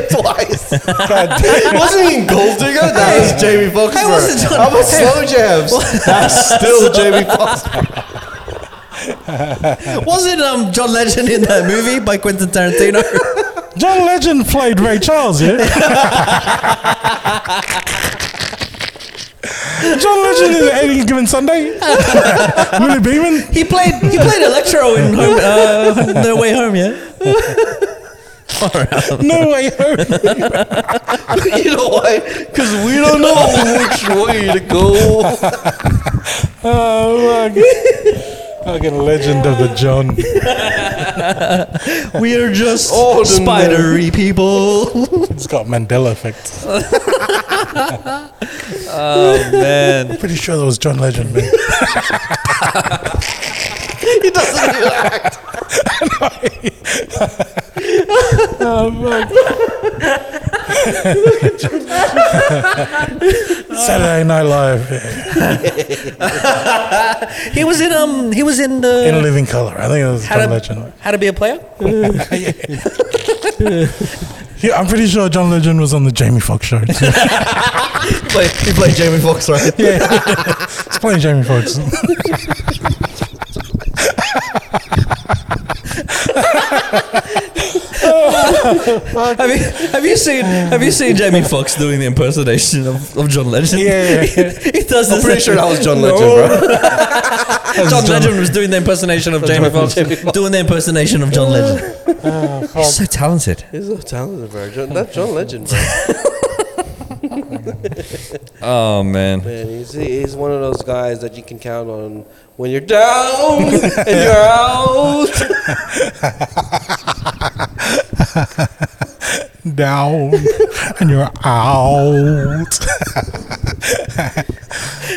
C: twice.
A: God damn.
C: wasn't he in Gold Digger? That was Jamie Foxx.
B: Hey,
C: bro.
B: wasn't John-
C: I'm a slow jams. That's still Jamie Foxx.
B: Wasn't um John Legend in that movie by Quentin Tarantino?
A: John Legend played Ray Charles, yeah? John Legend is any given Sunday. Willie Beeman.
B: he played. He played Electro in home, uh, No Way Home. Yeah.
A: No way home.
C: you know why? Because we don't know which way to go.
A: Oh my god. Fucking legend of the John.
B: We are just
C: Ordinary.
B: spidery people.
A: It's got Mandela effect.
B: Oh man.
A: Pretty sure that was John Legend, man.
C: He doesn't even act.
A: oh, fuck. Saturday Night Live
B: He was in um. He was in the.
A: in Living Color. I think it was
B: how,
A: John
B: to,
A: Legend.
B: how to be a player?
A: Yeah, I'm pretty sure John Legend was on the Jamie Foxx show. too.
B: He played, he played Jamie Foxx, right?
A: It's playing Jamie Foxx.
B: Have you, have you seen Have you seen Jamie Foxx doing the impersonation of, of John Legend?
A: Yeah, yeah, yeah.
B: he, he does.
C: I'm
B: this-
C: pretty sure that was John Legend, bro.
B: John Legend was doing the impersonation of Jamie Foxx, doing the impersonation of John Legend. Oh,
E: He's so talented.
C: He's so talented, bro. John, that's John Legend, bro.
B: Oh man,
C: Man, he's, he's one of those guys that you can count on when you're down and you're out.
A: down and you're out.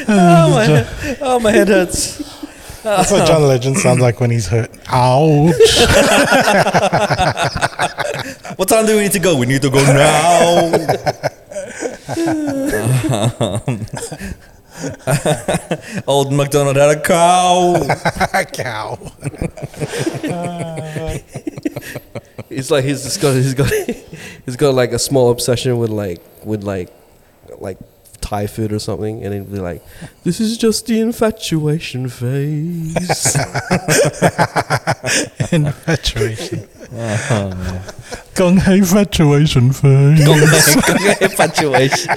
B: oh my, oh my head hurts.
A: That's what John Legend sounds like when he's hurt. Ouch.
B: What time do we need to go? We need to go now. Old MacDonald had a cow.
A: Cow.
C: He's like he's just got he's got he's got like a small obsession with like with like like Thai food or something, and he'd be like, "This is just the infatuation phase."
A: Infatuation. Gong Hei Fatuation Face.
B: Infatuation.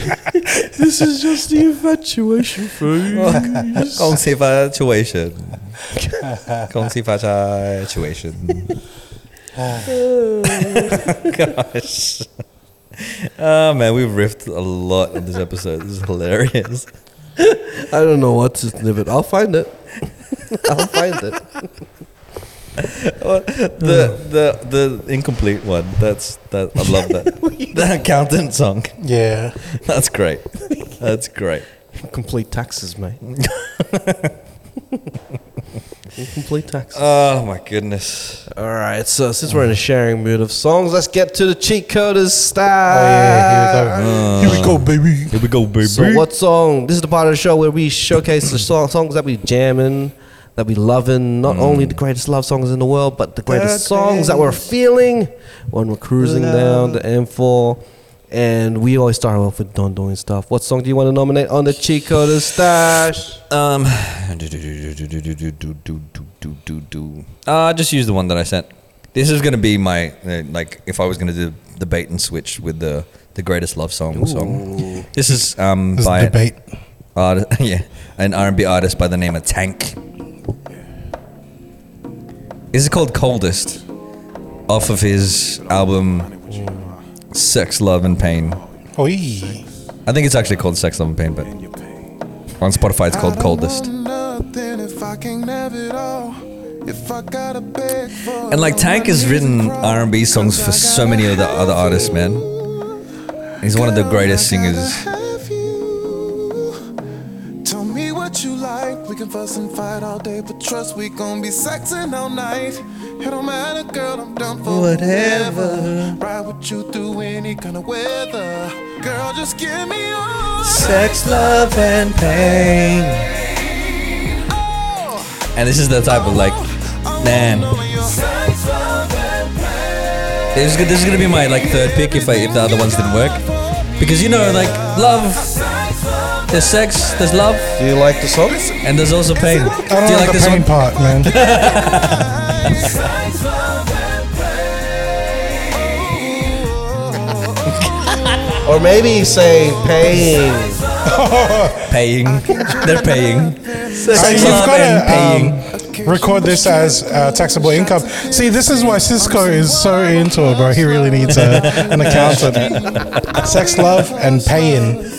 C: this is just the infatuation phase.
B: Kong si fatuation. Kong si fatuation. Gosh. Oh man, we've riffed a lot on this episode. This is hilarious.
C: I don't know what to live it. I'll find it. I'll find it.
B: The the the incomplete one. That's that. I love that. the accountant song.
A: Yeah.
B: That's great. That's great.
C: Complete taxes, mate. Complete taxes.
B: Oh my goodness.
C: All right, so since we're in a sharing mood of songs, let's get to the cheat coders
A: Oh,
B: Uh,
C: style.
A: yeah, here we go. Here we go, baby.
B: Here we go, baby.
C: So what song? This is the part of the show where we showcase the song, songs that we jamming, that we loving.
A: Mm.
C: Not only the greatest love songs in the world, but the greatest songs that we're feeling when we're cruising down the M4. And we always start off with Don Doing Stuff. What song do you want to nominate on the cheat coders stash?
B: Um, do, do, do, do, do, do, do, do, do, do, do, do, do. Uh, just use the one that I sent. This is gonna be my uh, like if I was gonna do the bait and switch with the the greatest love song song. This is um
A: This is
B: by
A: a debate.
B: art- yeah an R and B artist by the name of Tank. Is it called Coldest? Off of his album Sex, Love and Pain.
A: Oi.
B: I think it's actually called Sex, Love and Pain, but on Spotify it's called Coldest.
H: Nothing if I can't have it all. If I gotta beg for
B: And like Tank has written R&B songs for so many other other artists, man. He's one of the greatest singers.
H: have you. Tell me what you like. We can fuss and fight all day, but trust we gon' be sexing all night. It don't matter, girl, I'm done for whatever. Ride with you through any kind of weather. Girl, just give me all.
B: Sex, love, and pain.
H: Oh,
B: And this is the type of like, man. This is, gonna- this is gonna be my like third pick if I if the other ones didn't work, because you know like love, there's sex, there's love,
C: Do you like the song?
B: and there's also pain. Do
A: I don't
B: you
A: like
B: like
A: the
B: this
A: pain
B: one?
A: part, man.
C: Or maybe he's saying pain.
B: Paying, they're paying.
A: So
B: Sex,
A: you've
B: love,
A: gotta, um,
B: and paying.
A: record this as uh, taxable income. See, this is why Cisco is so into it, bro. He really needs a, an accountant. Sex, love, and paying. Pain.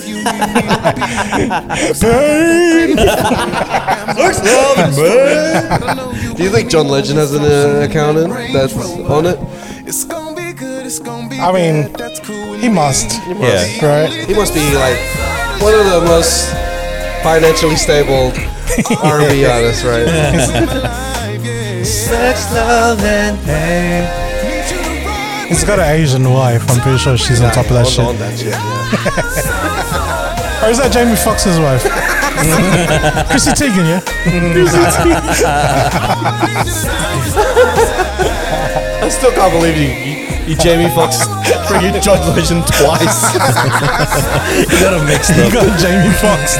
C: Do you think John Legend has an uh, accountant that's on it?
H: It's gonna be good, it's gonna be
A: I mean,
H: bad, that's cool with
A: He
H: me.
A: must,
B: Yeah.
A: right?
C: He must be like one of the most financially stable R&B artists, right?
A: He's got an Asian wife. I'm pretty sure she's on top of that
C: On- on
A: shit.
C: that shit, yeah.
A: Or is that Jamie Foxx's wife? Chrissy Teigen, yeah?
D: I still can't believe you. You, you Jamie Fox bring your John Legend twice.
B: You got a mixed
A: You
B: up.
A: got Jamie Foxx.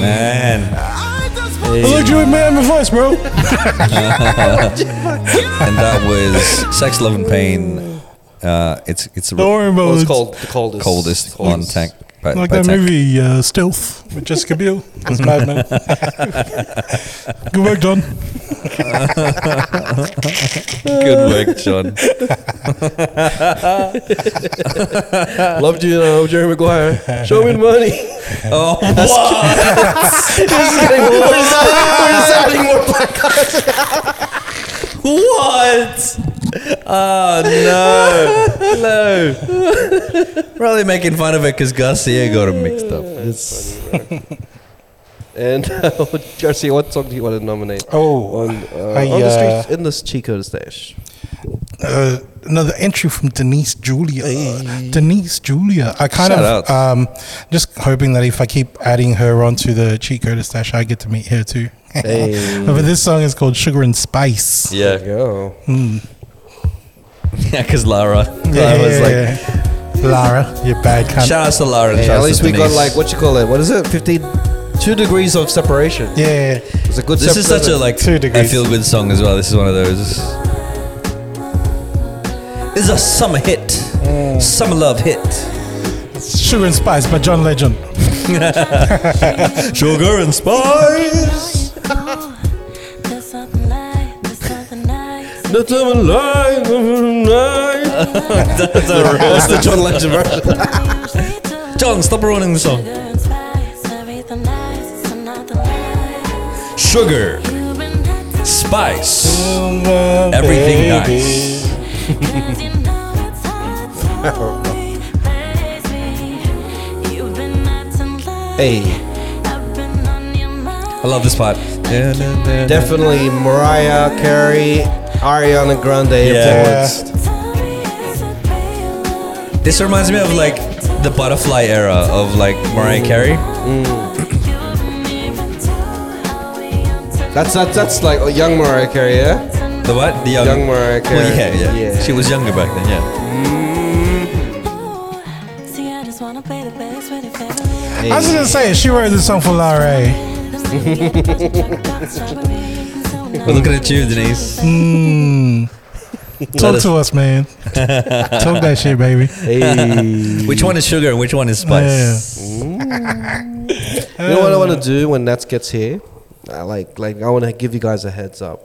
B: Man.
A: I like you with my Emma voice, bro.
B: And that was Sex, Love, and Pain. Uh, it's it's
A: Don't worry
C: Well,
A: about
C: it's
A: it.
C: called the coldest.
B: coldest on tank. By,
A: Like
B: by
A: that
B: tank.
A: movie uh, Stealth with Jessica Biel. It's mad, man. Good work, John.
B: Good work, John.
C: Uh, Loved you, though, Jerry Maguire. Show me the money.
B: Oh, what? what? Oh no, no! Probably making fun of it because Garcia got him mixed up.
C: It's and uh, Garcia, what song do you want to nominate?
A: Oh,
C: On, uh,
A: I,
C: on the
A: uh,
C: streets in the Chico stash.
A: uh, another entry from Denise Julia. Denise Julia. I kind
B: Shout
A: of
B: out.
A: um, just hoping that if I keep adding her onto the cheat code stash, I get to meet her too.
C: Hey.
A: but this song is called Sugar and Spice.
C: There you go.
B: yeah, because Lara. Lara was like,
A: like, Lara, you bad cunt.
B: shout out to Lara. and
C: Hey,
B: shout
C: at
B: out
C: least
B: to
C: we got
B: Denise.
C: like what you call it? What is it? Fifteen, two degrees of separation.
A: yeah.
C: It's a good.
B: This is such a like
A: Two
B: I
A: degrees.
B: feel good song as well. This is one of those. This is a summer hit, summer love hit.
A: Sugar and Spice by John Legend.
B: Sugar and spice.
F: There's something light, there's something nice.
B: That's a roast.
C: the John Legend version.
B: John, stop ruining the song. Sugar, spice, everything nice.
C: Hey,
B: I love this part.
C: definitely Mariah Carey, Ariana Grande
B: Yeah.
C: influenced.
B: This reminds me of like the butterfly era of like Mariah Carey.
C: That's that's that's like a young Mariah Carey, yeah.
B: The what? The young,
C: Young Mariah Carey.
B: Um, Well, yeah, yeah,
C: Yeah.
B: She was younger back then. Yeah.
C: Hey.
A: I was just gonna say, she wrote this song for Lara. eh?
B: We're looking at you, Denise.
A: Talk
B: us-
A: to us, man. Talk that shit, baby.
C: Mm.
B: Which one is sugar and which one is spice?
C: You know what I want to do when Nats gets here? I like like I want to give you guys a heads up.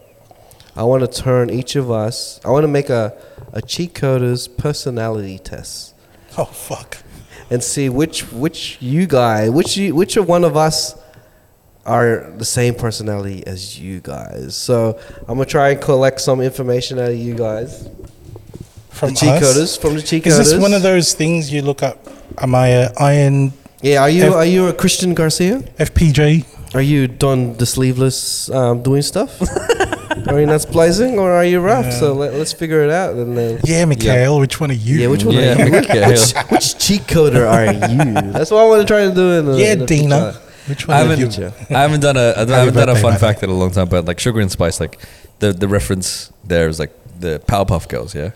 C: I want to turn each of us. I want to make a a cheat coder's personality test
A: Oh, fuck.
C: and see which which you guy which you, which of one of us are the same personality as you guys. So I'm gonna try and collect some information out of you guys.
A: From
C: the cheat
A: us?
C: coders from the cheat
A: Is
C: coders.
A: this one of those things you look up? Am I a Iron
C: Yeah, are you
A: If-
C: are you a Christian Garcia?
A: FPJ?
C: Are you Don the Sleeveless um, doing stuff? are you nuts blazing or are you rough? So let, let's figure it out. And then,
A: Yeah, Mikhail, which one are you?
C: yeah, which one
B: Yeah,
C: are you?
B: okay.
C: Which, which cheat coder are you? That's what I want to try to do. In the,
A: Yeah,
C: in the
A: Dina.
C: future.
A: Which
B: I
A: one are you?
B: haven't, I haven't done a, I don't- I haven't done a
A: birthday,
B: fun
A: by the way.
B: fact in a long time, but like sugar and spice, like the, the reference there is like the Powerpuff Girls, yeah?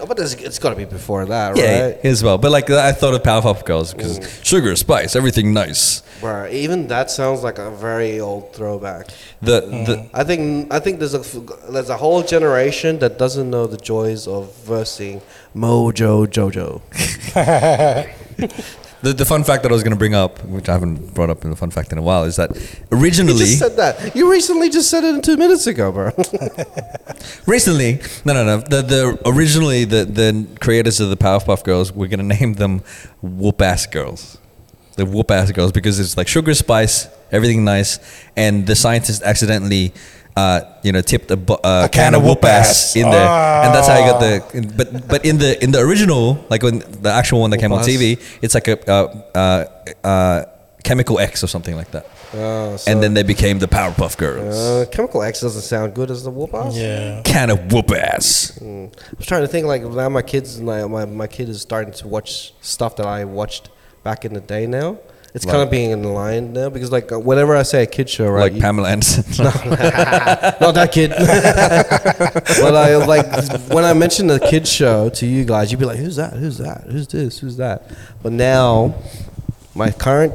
C: Oh, but there's- it's got to be before that,
B: Yeah,
C: right?
B: yeah, as well. But like I thought of Powerpuff Girls because
C: Mm.
B: sugar, spice, everything nice.
C: Bruh, even that sounds like a very old throwback.
B: The, the
C: I think I think there's a f- there's a whole generation that doesn't know the joys of versing Mojo Jojo.
B: the the fun fact that I was going to bring up, which I haven't brought up in a fun fact in a while, is that
C: You
B: originally,
C: just said that. You recently just said it two minutes ago, bro.
B: recently, no, no, no, the the originally the the creators of the Powerpuff Girls were going to name them Whoop Ass Girls, the Whoop Ass Girls, because it's like sugar, spice, everything nice, and the scientist accidentally. Uh, you know, tipped a, bu- uh, can, of whoop ass, Ah. in there, and that's how you got the. in- But but in the in the original, like when the actual one that came on
C: Whoop ass.
B: TV, it's like a uh, uh, uh, Chemical X or something like that.
C: Oh, so-
B: and then they became the Powerpuff Girls.
C: Uh, Chemical X doesn't sound good as the whoop ass.
A: Yeah.
B: Kind of whoop ass.
C: I was trying to think like now my kids like my, my kid is starting to watch stuff that I watched back in the day now. It's kind of being in line now because like uh, whenever I say a kid show, right?
B: Like Pamela Anderson.
C: not that kid. but I like when I mentioned the kid show to you guys, you'd be like, "Who's that? Who's that? Who's this? Who's that?" But now, my current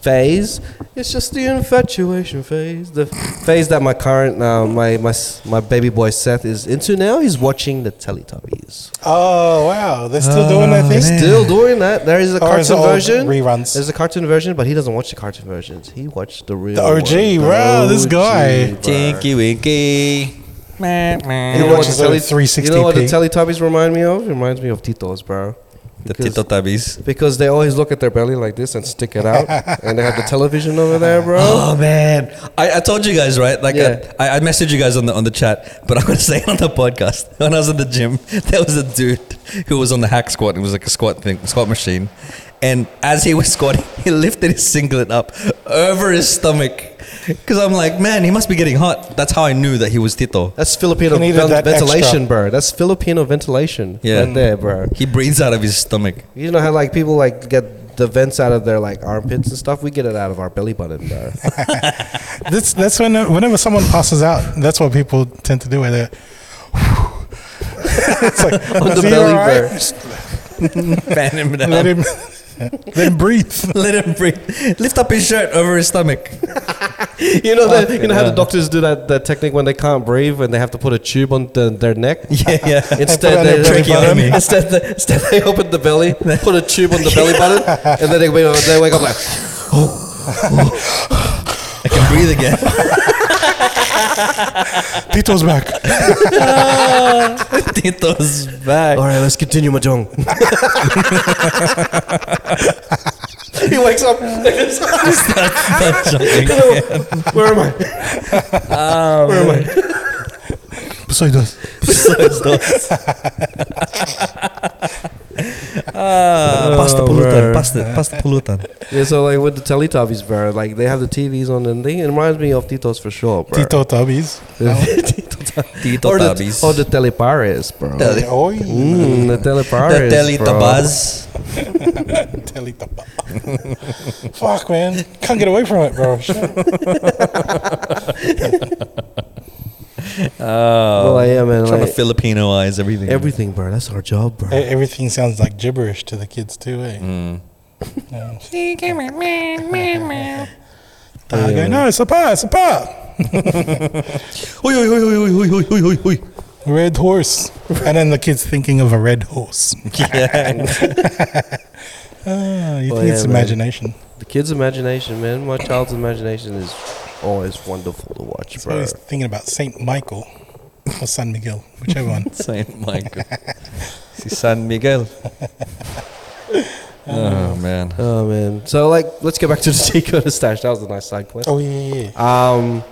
C: phase it's just the infatuation phase, the phase that my current uh, my my s- my baby boy Seth is into now. He's watching the Teletubbies.
A: Oh wow, they're still doing their thing.
C: Still doing that. There is a
A: Or
C: cartoon
A: is it all
C: version.
A: reruns?
C: There's a cartoon version, but he doesn't watch the cartoon versions. He watched the real.
A: The
C: one.
A: OG, bro, this guy.
C: bro.
B: Tinky Winky.
C: You know,
A: He
C: what the
A: watches it
C: tele-
A: at 360p.
C: you know what the Teletubbies remind me of? It reminds me of Titos, bro.
B: The
C: Because-
B: Tito Tabbies.
C: Because they always look at their belly like this and stick it out, and they have the television over there, bro.
B: Oh man, I, I told you guys right. Like
C: Yeah.
B: I, I messaged you guys on the on the chat, but I'm gonna say it on the podcast. When I was in the gym, there was a dude who was on the hack squat. It was like a squat thing, squat machine, and as he was squatting, he lifted his singlet up over his stomach. Because I'm like, man, he must be getting hot. That's how I knew that he was Tito.
C: That's Filipino
A: He needed
C: ven-
A: that
C: ventilation,
A: extra.
C: bro. That's Filipino ventilation,
B: Yeah.
C: right there, bro.
B: He breathes out of his stomach.
C: You know how like people like get the vents out of their like armpits and stuff. We get it out of our belly button, bro.
A: That's that's when whenever someone passes out, that's what people tend to do. Where they it's like
C: On the
A: "Is he
C: belly,
A: alright?"
C: bro.
B: Fan him down.
A: Let him let him breathe.
B: Let him breathe. Lift up his shirt over his stomach.
C: You know that you know how the doctors do that, that technique when they can't breathe and they have to put a tube on the, their neck.
B: Yeah, yeah.
A: Put it on
C: Instead,
A: their belly
C: they,
A: button.
B: Tracheotomy.
C: instead, they, instead they open the belly, put a tube on the belly button, and then they wake, they wake up like,
B: I can breathe again.
A: Tito's back.
B: Tito's back.
C: all right, let's continue, Mahjong. he wakes up. Where am I? Where am I?
A: Poseidon's.
B: Uh, Pasta pulutan, pasta, pasta pulutan.
C: Yeah, so like with the Teletubbies, bro, like they have the TVs on and thing. It reminds me of Tito's for sure, bro.
A: Tito Tubbies.
B: Tito
C: Or the,
B: Tabbies.
C: or the Telepares, bro.
B: Tele-
A: Oi.
C: Mm, the
B: the
C: Telepares.
B: Teletubbies.
A: Teletubbies. Fuck man. Can't get away from it, bro. Shit.
C: Oh, yeah, man.
B: Trying to
C: Like,
B: Filipinoize everything.
C: everything, bro. That's our job, bro.
A: E- Everything sounds like gibberish to the kids too, eh? Yeah. They go, no, it's a pa, it's a pa.
B: Oi, oi, oi, oi, oi, oi, oi, oi, oi.
A: Red horse. And then the kids thinking of a red horse. Ah, you
C: Oh,
A: think it's
C: yeah, man.
A: imagination.
C: The kid's imagination, man. My child's imagination is always wonderful to watch,
A: So
C: bro.
A: he's thinking about Saint Michael or San Miguel, whichever one.
B: Saint Michael. si San Miguel. Oh man.
C: Oh man. So like, let's go back to the Tico stash. That was a nice side quest.
A: Oh yeah, yeah, yeah.
C: Um,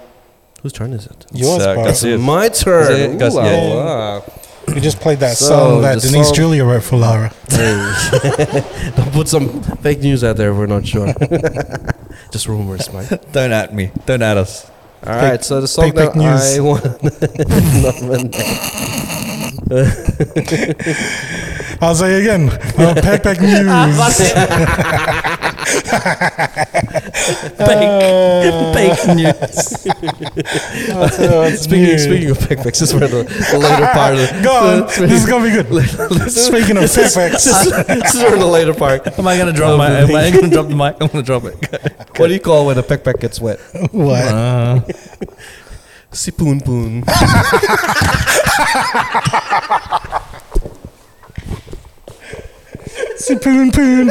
C: whose turn is it?
A: Yours,
B: Suck.
A: bro.
B: That's it.
C: My turn.
B: Is it- guys-
C: Ooh, ah. la,
B: yeah.
C: la.
A: You just played that
C: So,
A: song that
C: the
A: Denise
C: song-
A: Julia wrote for Lara.
C: Don't put some fake news out there. if We're not sure. Just rumors, mate.
B: Don't at me. Don't at us.
C: All right, so the song
A: pick- pick
C: that I
A: news.
C: want. Not meant-
A: I'll say again. Uh, Pack Pack News. Uh,
B: Fake news.
A: What's- what's
C: speaking,
A: new?
C: speaking of backpacks, this is where the, the later part of the,
A: Go on. This is gonna be good. Speaking of Pack Packs,
C: this is- this is where the later part.
B: Am I gonna drop my? Am I gonna drop the mic? I'm gonna drop it.
C: What do you call when a backpack gets wet?
A: what?
C: Sipoon poon.
A: Sipoon poon.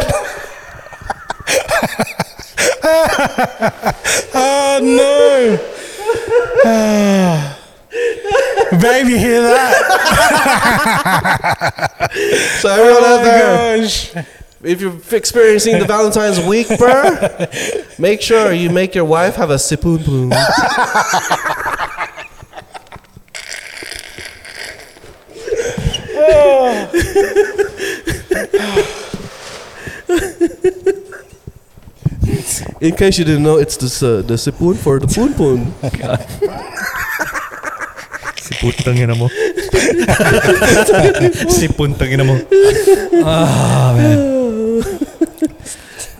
A: oh no. Ah. Babe, you hear that?
C: So everyone out
A: Oh
C: there,
A: my gosh.
C: if you're f- experiencing the Valentine's week, bruh, make sure you make your wife have a sipoon poon. In case you didn't know, it's the s- the sipoon for the poon poon.
E: Si putang ina mo. si puntang ina mo.
B: Ah,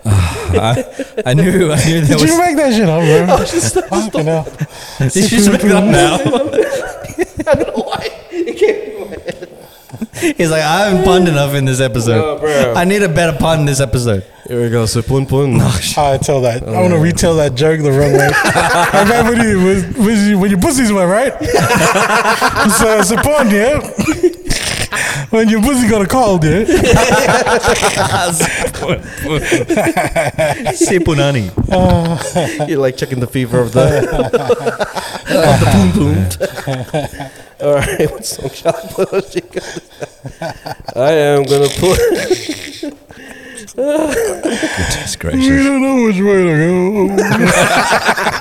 B: Ah, I, I knew. I knew there
A: Did you
B: was.
A: make that shit up, bro? Fucking hell.
B: Did you just make it up now? He's like, I haven't punned enough in this episode. I need a better pun in this episode.
C: Here we go, sipoon poon.
A: I tell that. I want to retell that joke the wrong way. I remember when, you, when, when, you, when your pussies went right. so it's a porn, yeah. when your pussy got a cold, yeah.
B: Sipunani.
C: You're like checking the fever of the of the poon poon. All right, what song shall I put? on Chico? I am gonna put.
B: Goodness gracious.
A: don't know which way to go.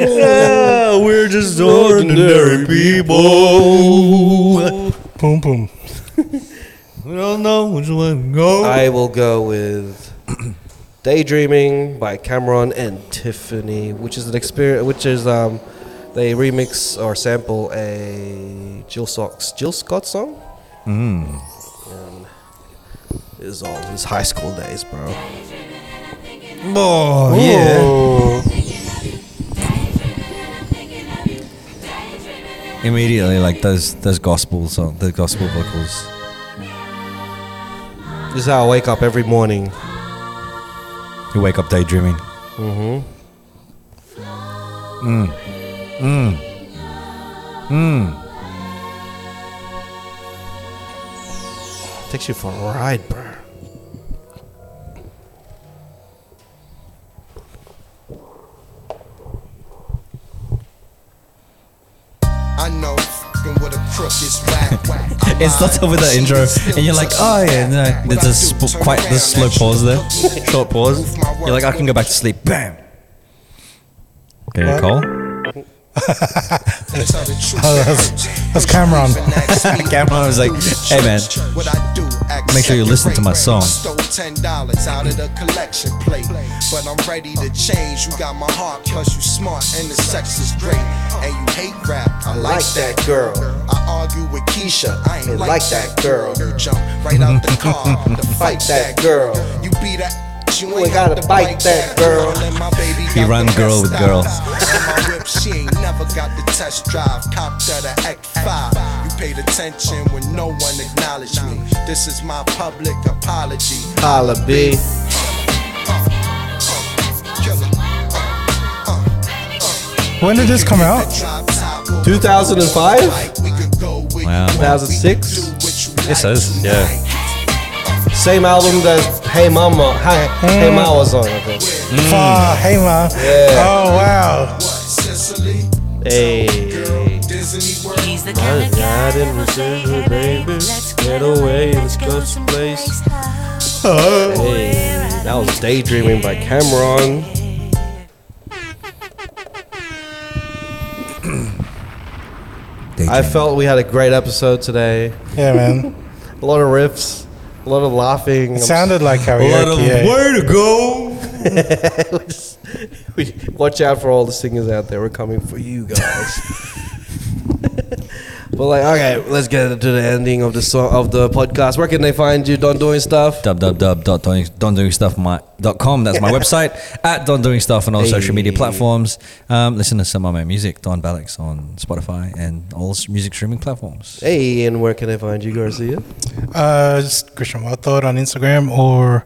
B: we're just ordinary people.
A: Boom, boom.
B: We don't know which way to go.
C: I will go with "Daydreaming" by Cameron and Tiffany, which is an experience, which is um, they remix or sample a Jill Sox, Jill Scott song.
B: Hmm.
C: Mm. And it was all his high school days, bro.
B: oh, yeah. Immediately, like those those gospel song, the gospel vocals.
C: This is how I wake up every morning.
B: You wake up daydreaming.
C: Takes you for a ride, bro.
I: I know fucking with a crook is whack, whack.
B: It starts off with that intro, and you're like, oh yeah, no. There's a sp- quite the slow pause there, short pause. You're like, I can go back to sleep. Bam. There you call.
A: That's Cameron.
B: Cameron was like, "Hey, man, make sure you listen to my song."
I: Stole ten dollars out of the collection plate, but I'm ready to change. You got my heart, cause you smart and the sex is great. And you hate rap, I like that girl. I argue with Keisha, I ain't like that girl. You jump right out the car to fight that girl. You beat that. You ain't gotta bite that girl.
B: He rhymed girl with girl.
I: And my whip, she ain't never got the test drive. Copped at a X5. You paid attention when no one acknowledged me. This is my public apology.
C: Holla, B.
I: Killer.
A: When did this come out?
I: Drop top.
C: 2005,
I: Like we could go with
B: Wow.
I: you.
C: 2006.
I: What you
B: It says, yeah.
C: Same album that Hey Mama, Hi, Hey Ma was on. I think.
A: Ah, hey, man. Oh, wow.
I: like. Sicily,
C: Hey.
I: Disney World.
F: He's the kind of guy that will say, hey baby, let's get away, let's go someplace.
A: Uh-huh.
C: Hey, that was Daydreaming by Cameron. I felt we had a great episode today.
A: Yeah, man.
C: A lot of riffs, a lot of laughing.
A: It sounded like
B: A
A: karaoke.
B: lot of
A: yeah.
B: way to go.
C: We- Watch out for all the singers out there. We're coming for you guys. but like, okay, let's get to the ending of the song, of the podcast. Where can they find you? Don doing stuff.
B: www.dondoingstuff.com. That's my website. At Don Doing Stuff on all social media platforms. Um, listen to some of my music, Don Balix, on Spotify and all s- music streaming platforms.
C: Hey, and where can they find you, Garcia?
A: Uh, just Christian Wild Thought on Instagram or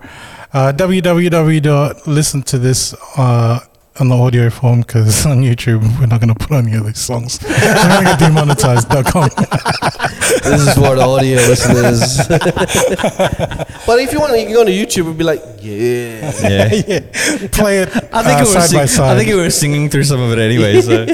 A: uh, www.listen to this uh, on the audio form because on YouTube we're not going to put any of these songs. we're going to get demonetized.com.
C: This is for the audio listeners. but if you want, you can go to YouTube and be like, yeah.
B: Yeah.
A: yeah. Play it,
B: I think,
A: uh,
B: we were
A: side
B: sing-
A: by side.
B: I think we were singing through some of it anyway. So.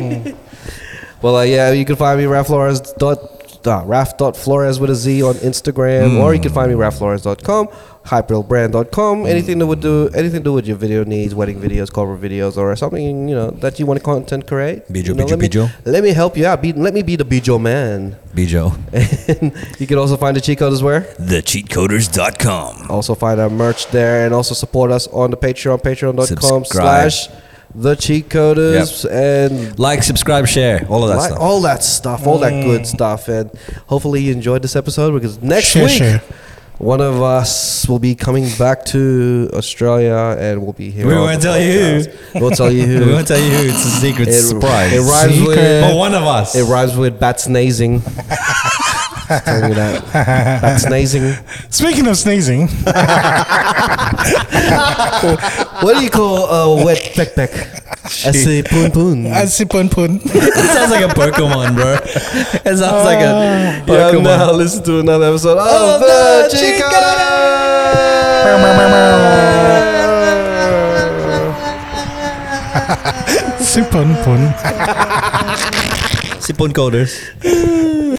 C: Well, uh, yeah, you can find me Raf Flores
B: Hmm.
C: dot uh, Raf dot Flores with a Z on Instagram, or you can find me RafFlores.com hyperrealbrand.com. Anything that would do anything to do with your video needs, wedding videos, corporate videos, or something you know that you want to content create.
B: Bijo,
C: you know,
B: bijo,
C: let me,
B: bijo.
C: Let me help you out. Be, let me be the Bijo man.
B: Bijo.
C: And you can also find the cheat code as well.
B: TheCheatCoders.com.
C: Also find our merch there and also support us on the Patreon, patreon.com
B: Subscribe.
C: slash the cheat coders and
B: Like, subscribe, share, all of that
C: like
B: stuff.
C: all that stuff, all that
B: Mm.
C: good stuff. And hopefully you enjoyed this episode because next
A: Sure,
C: week
A: sure.
C: one of us will be coming back to Australia and we'll be here.
B: We
C: on
B: won't
C: the
B: tell you who.
C: podcast. We'll tell you
B: we
C: who.
B: won't tell you who. It's a secret
C: It-
B: surprise.
C: It rhymes
A: Secret.
B: But
C: with
B: one of us.
C: it rhymes with bat sneezing. tell you that. Bat sneezing.
A: Speaking of sneezing,
C: What do you call a wet backpack? I say poon poon.
B: Mm.
A: I see pun pun.
B: it sounds like a Pokemon, bro. Oh. It sounds like a
C: Yeah,
B: Pokemon.
C: now listen to another episode of the Chica.
A: See pun pun.
B: Sipon coders.